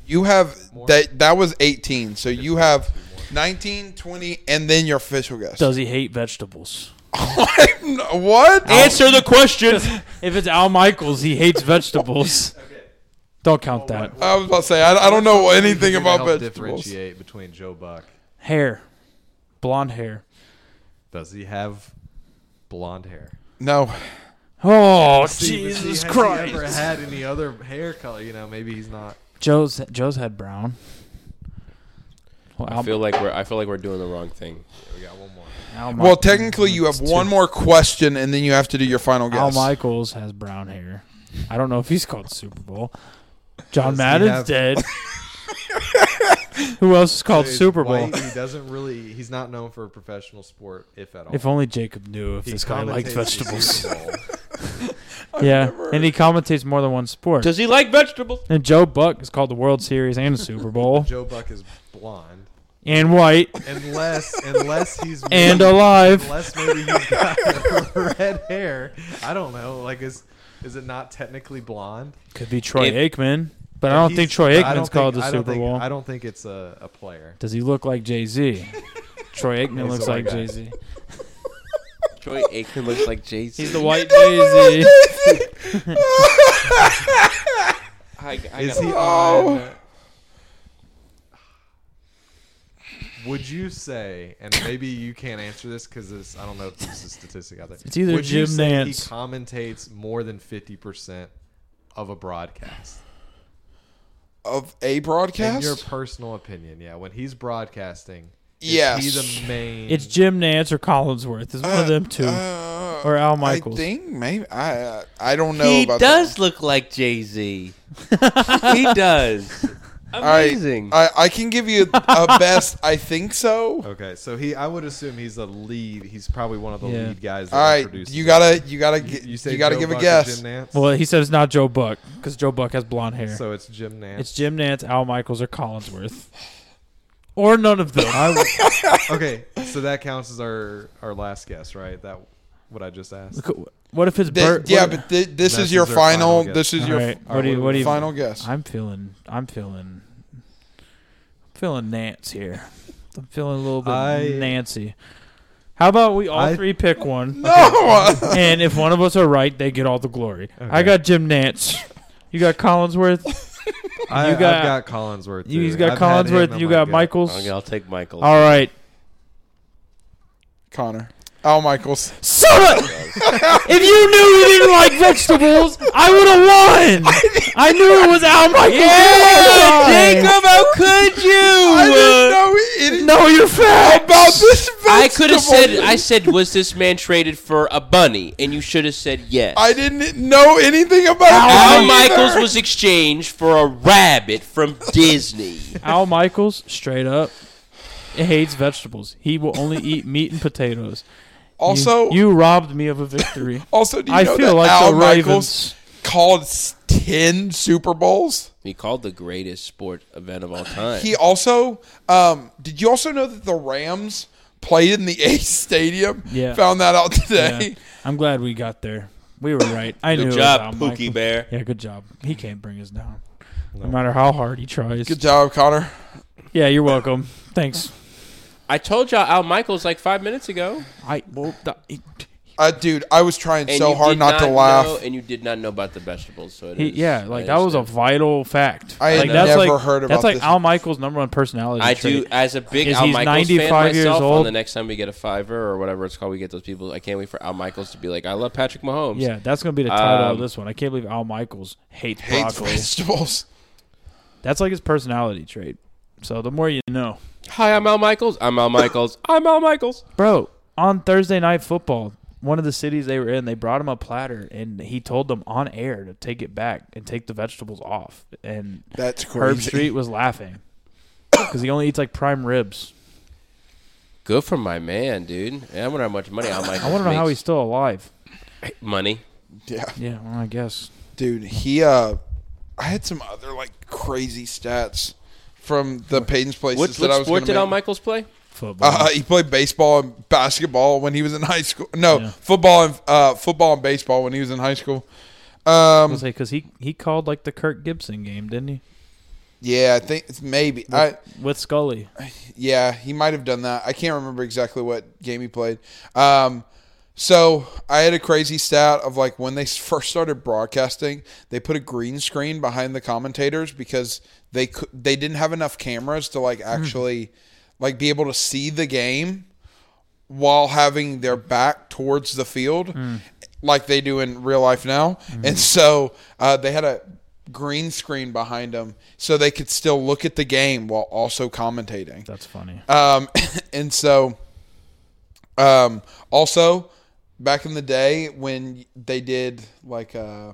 Speaker 1: You have that that was 18. So you have 19, 20 and then your official guess.
Speaker 2: Does he hate vegetables?
Speaker 1: <laughs> what?
Speaker 4: Answer the question.
Speaker 2: <laughs> If it's Al Michaels, he <laughs> hates vegetables. Don't count that.
Speaker 1: I was about to say I, I don't know anything about vegetables.
Speaker 3: Differentiate between Joe Buck.
Speaker 2: Hair. Blonde hair.
Speaker 3: Does he have blonde hair?
Speaker 1: No.
Speaker 2: <laughs> Oh,
Speaker 3: See, but see,
Speaker 2: Jesus
Speaker 3: has
Speaker 2: Christ.
Speaker 3: He ever had any other hair color? You know, maybe he's not.
Speaker 2: Joe's Joe's had brown. Well,
Speaker 4: I feel like we're. I feel like we're doing the wrong thing.
Speaker 3: We got one more.
Speaker 2: Al Mi-
Speaker 1: Well, technically you have one more question and then you have to do your final
Speaker 2: Al
Speaker 1: guess.
Speaker 2: Michaels has brown hair. I don't know if he's called Super
Speaker 3: <laughs>
Speaker 2: Bowl. John
Speaker 3: Does he
Speaker 2: Madden's
Speaker 3: have- <laughs>
Speaker 2: dead. Who else is called
Speaker 3: So he's
Speaker 2: Super Bowl?
Speaker 3: white, He doesn't really. He's not known for a professional sport, if at all.
Speaker 2: If only Jacob knew if
Speaker 3: He
Speaker 2: this guy likes
Speaker 3: commentates the
Speaker 2: vegetables.
Speaker 3: <laughs> Super Bowl.
Speaker 2: yeah, and he commentates more than one sport.
Speaker 4: Does he like vegetables?
Speaker 2: and Joe Buck is called the World Series and the
Speaker 3: <laughs>
Speaker 2: Super Bowl
Speaker 3: Joe Buck is blonde,
Speaker 2: and
Speaker 3: <laughs>
Speaker 2: white
Speaker 3: unless unless he's
Speaker 2: and
Speaker 3: maybe,
Speaker 2: alive.
Speaker 3: unless maybe he's got <laughs> red hair. I don't know. Like is is it not technically blonde?
Speaker 2: Could be Troy
Speaker 4: It-
Speaker 2: Aikman, but I don't
Speaker 3: He's-
Speaker 2: think Troy
Speaker 3: but I don't
Speaker 2: Aikman's called
Speaker 3: think-
Speaker 2: the
Speaker 3: I don't
Speaker 2: Super
Speaker 3: think-
Speaker 2: Bowl.
Speaker 3: I don't think it's a, a player.
Speaker 2: Does he look like Jay Z? Troy Aikman
Speaker 3: He's
Speaker 2: looks
Speaker 3: the
Speaker 2: like
Speaker 3: white guy.
Speaker 2: Jay Z.
Speaker 4: Troy Aikman looks like Jay Z.
Speaker 2: He's the white Jay Z.
Speaker 4: I, I
Speaker 3: Is
Speaker 4: gotta-
Speaker 3: he
Speaker 1: Oh.
Speaker 3: on? Would you say, and maybe you can't answer this because I don't know if this is a statistic out there.
Speaker 2: It's either
Speaker 3: would you
Speaker 2: Jim
Speaker 3: say
Speaker 2: Nance.
Speaker 3: He commentates more than fifty percent of a broadcast.
Speaker 1: Of a
Speaker 3: In your
Speaker 1: broadcast?
Speaker 3: personal opinion, yeah, when he's broadcasting, is
Speaker 1: Yes.
Speaker 3: he the main.
Speaker 2: It's Jim Nance or Collinsworth. It's one of them two.
Speaker 1: Uh,
Speaker 2: Or Al Michaels.
Speaker 1: I think maybe I uh, I don't know
Speaker 4: He
Speaker 1: about
Speaker 4: does
Speaker 1: that.
Speaker 4: look like
Speaker 1: <laughs>
Speaker 4: Jay Z. he does.
Speaker 1: All right,
Speaker 4: Amazing.
Speaker 1: I, I can give you a best I think so.
Speaker 3: Okay, so he, I would assume he's the lead. He's probably one of the
Speaker 2: Yeah.
Speaker 3: lead guys. That
Speaker 1: All right,
Speaker 3: introduces
Speaker 1: you
Speaker 3: it.
Speaker 1: gotta you gotta get
Speaker 3: You
Speaker 1: you,
Speaker 3: say
Speaker 1: gotta
Speaker 3: Joe
Speaker 1: give
Speaker 3: Buck
Speaker 1: a
Speaker 3: or
Speaker 1: guess.
Speaker 3: Jim Nance?
Speaker 2: Well, he said it's not Joe Buck because Joe Buck has blonde hair.
Speaker 3: so it's Jim Nance.
Speaker 2: it's Jim Nance, Al Michaels, or Collinsworth, or none of them.
Speaker 3: I w- okay, so that counts as our our last guess, right? That what I just asked.
Speaker 2: what if it's
Speaker 1: Th-
Speaker 2: Bert?
Speaker 1: yeah,
Speaker 2: what-
Speaker 1: but thi- this
Speaker 3: That's
Speaker 1: is your
Speaker 3: their final
Speaker 1: final.
Speaker 3: guess.
Speaker 1: This is
Speaker 2: All
Speaker 1: your
Speaker 2: right,
Speaker 1: f-
Speaker 2: what do you? What do you?
Speaker 1: final <laughs> guess.
Speaker 2: I'm feeling. I'm feeling. I'm feeling Nance here. I'm feeling a little bit
Speaker 3: I-
Speaker 2: Nancy. How about we all
Speaker 3: I-
Speaker 2: three pick one?
Speaker 1: Oh, No,
Speaker 2: and if one of us are right, they get all the glory. I
Speaker 3: Okay.
Speaker 2: got Jim Nance. You got Collinsworth.
Speaker 3: I,
Speaker 2: You got-
Speaker 3: I've got Collinsworth.
Speaker 2: You
Speaker 3: too.
Speaker 2: got
Speaker 3: I've had him
Speaker 2: Collinsworth.
Speaker 3: in
Speaker 2: You
Speaker 3: my
Speaker 2: got
Speaker 3: gut.
Speaker 2: Michaels.
Speaker 4: okay, I'll take Michael.
Speaker 2: All right.
Speaker 1: <laughs> Connor, Oh, Al <laughs> Michaels.
Speaker 2: So if you knew you didn't like vegetables, I would have won. I knew it was Al Michaels.
Speaker 4: Jacob, how could you?
Speaker 1: I didn't know it
Speaker 2: No, you're fat.
Speaker 1: about this. Vegetable.
Speaker 4: I could have said, I said, was this man traded for a bunny? And you should have said yes.
Speaker 1: I didn't know anything about
Speaker 4: Al
Speaker 1: it
Speaker 4: Michaels
Speaker 1: either.
Speaker 4: was exchanged for a rabbit from
Speaker 1: <laughs>
Speaker 4: Disney.
Speaker 2: Al Michaels, straight up, hates vegetables. He will only eat meat and potatoes. You-
Speaker 1: also.
Speaker 2: you, robbed me of a victory.
Speaker 1: also, do <laughs> you
Speaker 2: I
Speaker 1: know
Speaker 2: feel
Speaker 1: that
Speaker 2: like
Speaker 1: Al
Speaker 2: the
Speaker 1: Michaels
Speaker 2: Ravens.
Speaker 1: called s- ten Super Bowls?
Speaker 4: He called the greatest sport event of all time.
Speaker 1: He also um, did. You also know that the Rams played in the <laughs> Ace Stadium.
Speaker 2: Yeah.
Speaker 1: found that out
Speaker 2: Yeah.
Speaker 1: today.
Speaker 2: I'm glad we got there. We were right. I knew.
Speaker 4: Good
Speaker 2: it was Al
Speaker 4: job, Pookie
Speaker 2: Michaels.
Speaker 4: Bear.
Speaker 2: Yeah, good job. He can't bring us down. No matter how hard he tries.
Speaker 1: Good job, Connor.
Speaker 2: Yeah, you're welcome. Thanks.
Speaker 4: I told y'all Al Michaels like five minutes ago.
Speaker 2: I well, th- he,
Speaker 1: Uh, dude, I was trying
Speaker 4: And
Speaker 1: so
Speaker 4: you
Speaker 1: hard
Speaker 4: did
Speaker 1: not, to
Speaker 4: know-
Speaker 1: laugh.
Speaker 4: and you did not know about the vegetables, so it
Speaker 2: He,
Speaker 4: is-
Speaker 2: yeah,
Speaker 4: I
Speaker 2: like that was a
Speaker 4: understand.
Speaker 2: vital fact.
Speaker 1: I had
Speaker 2: like, that's
Speaker 1: never
Speaker 2: like,
Speaker 1: heard about
Speaker 2: That's like
Speaker 1: this.
Speaker 2: Al Michaels' number one personality.
Speaker 4: I
Speaker 2: trait.
Speaker 4: do as a big
Speaker 2: Is
Speaker 4: Al
Speaker 2: he's
Speaker 4: Michaels fan
Speaker 2: 95
Speaker 4: myself.
Speaker 2: years
Speaker 4: On
Speaker 2: old?
Speaker 4: the next time we get a fiver or whatever it's called, we get those people. I can't wait for Al Michaels to be like, "I love Patrick Mahomes."
Speaker 2: Yeah, that's gonna be the title of
Speaker 4: Um,
Speaker 2: this one. I can't believe Al Michaels hates,
Speaker 1: Hates
Speaker 2: broccoli.
Speaker 1: vegetables.
Speaker 2: That's like his personality trait. So the more you know,
Speaker 4: Hi, I'm Al Michaels. I'm Al Michaels. <laughs> I'm Al Michaels.
Speaker 2: bro. On Thursday night football, one of the cities they were in, they brought him a platter, and he told them on air to take it back and take the vegetables off. And
Speaker 1: That's
Speaker 2: Herb
Speaker 1: crazy.
Speaker 2: Street was laughing because he only eats like prime ribs.
Speaker 4: Good for my man, dude. Yeah, I wonder how much money Al Michaels.
Speaker 2: I want to know how he's
Speaker 4: makes.
Speaker 2: still alive.
Speaker 4: money.
Speaker 1: <laughs> Yeah,
Speaker 2: Yeah, well, I guess.
Speaker 1: dude. He. uh I had some other like crazy stats from the Peyton's places
Speaker 4: What,
Speaker 1: that I
Speaker 4: what
Speaker 1: was
Speaker 4: sport
Speaker 1: gonna
Speaker 4: did Al
Speaker 1: make.
Speaker 4: Michaels play?
Speaker 2: Football.
Speaker 1: Uh, he played baseball and basketball when he was in high school. No,
Speaker 2: Yeah.
Speaker 1: football and uh, football and baseball when he was in high school.
Speaker 2: I
Speaker 1: Um,
Speaker 2: was because he, he called like the Kirk Gibson game, didn't he?
Speaker 1: yeah, I think it's maybe. I
Speaker 2: With Scully.
Speaker 1: yeah, he might have done that. I can't remember exactly what game he played. Um, so I had a crazy stat of like when they <laughs> first started broadcasting, they put a green screen behind the commentators because they cou- they didn't have enough cameras to like actually like be able to see the game while having their back towards the field like they do in real life now. And so uh, they had a green screen behind them so they could still look at the game while also commentating.
Speaker 2: That's funny.
Speaker 1: Um, <laughs> and so, um, also back in the day when they did like, uh,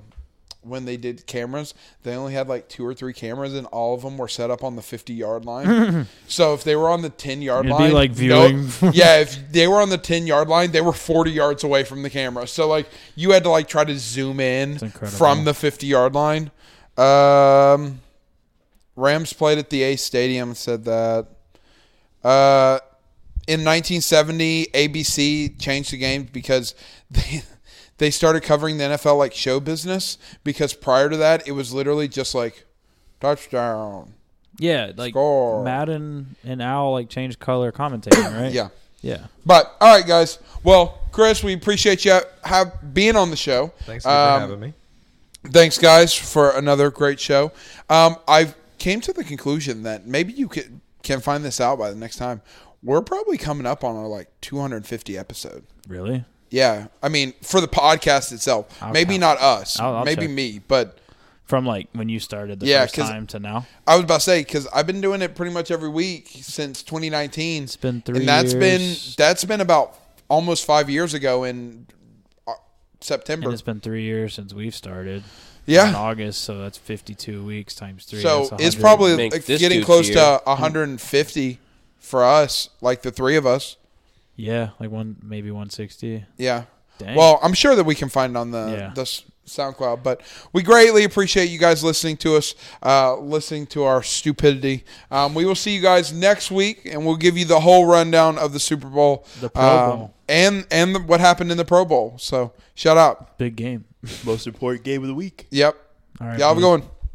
Speaker 1: when they did cameras, they only had like two or three cameras, and all of them were set up on the fifty-yard
Speaker 2: <laughs>
Speaker 1: line. so if they were on the ten-yard
Speaker 2: It'd be
Speaker 1: line,
Speaker 2: like
Speaker 1: no- <laughs>
Speaker 2: viewing.
Speaker 1: yeah, if they were on the ten-yard line, they were forty yards away from the camera. So like, you had to like try to zoom in
Speaker 2: incredible.
Speaker 1: from the fifty-yard line. Um, Rams played at the A Stadium. Said that. Uh, in 1970, ABC changed the game because <laughs> they they started covering the NFL like show business. Because prior to that, it was literally just like touchdown.
Speaker 2: Yeah, like
Speaker 1: Score.
Speaker 2: Madden and Al like changed
Speaker 1: <coughs>
Speaker 2: color commentating, right?
Speaker 1: Yeah.
Speaker 2: yeah.
Speaker 1: But all right, guys. Well, Chris, we appreciate you have being on the show.
Speaker 3: Thanks for
Speaker 1: Um,
Speaker 3: having me.
Speaker 1: Thanks, guys, for another great show. Um, I came to the conclusion that maybe you can can find this out by the next time. We're probably coming up on our like 250 episode.
Speaker 2: Really?
Speaker 1: Yeah, I mean for the podcast itself,
Speaker 2: I'll
Speaker 1: maybe
Speaker 2: count.
Speaker 1: not us,
Speaker 2: I'll- I'll
Speaker 1: maybe
Speaker 2: check.
Speaker 1: me, but
Speaker 2: From like when you started the
Speaker 1: Yeah,
Speaker 2: first
Speaker 1: 'cause-
Speaker 2: time to now.
Speaker 1: I was about to say because I've been doing it pretty much every week since 2019. It's
Speaker 2: been three
Speaker 1: and that's been
Speaker 2: years.
Speaker 1: that's been about almost five years ago in uh,
Speaker 2: And
Speaker 1: September.
Speaker 2: it's been three years since we've started. In
Speaker 1: Yeah,
Speaker 2: August, so that's fifty-two weeks times three.
Speaker 1: so
Speaker 2: that's
Speaker 1: it's
Speaker 2: 100.
Speaker 1: probably
Speaker 4: Make
Speaker 1: like,
Speaker 4: this
Speaker 1: getting
Speaker 4: dude's
Speaker 1: close
Speaker 4: year.
Speaker 1: to 150 for us, like the three of us.
Speaker 2: yeah, like one maybe one sixty.
Speaker 1: Yeah.
Speaker 2: Dang.
Speaker 1: Well, I'm sure that we can find it on the
Speaker 2: Yeah.
Speaker 1: the S- SoundCloud, but we greatly appreciate you guys listening to us, uh, listening to our stupidity. Um, we will see you guys next week, and we'll give you the whole rundown of the Super Bowl,
Speaker 2: The Pro
Speaker 1: um,
Speaker 2: Bowl.
Speaker 1: and and the, what happened in the Pro Bowl. So shout out.
Speaker 2: Big game.
Speaker 6: Most important game of the week.
Speaker 1: Yep.
Speaker 2: All right,
Speaker 1: Y'all have a
Speaker 2: peace.
Speaker 1: good one.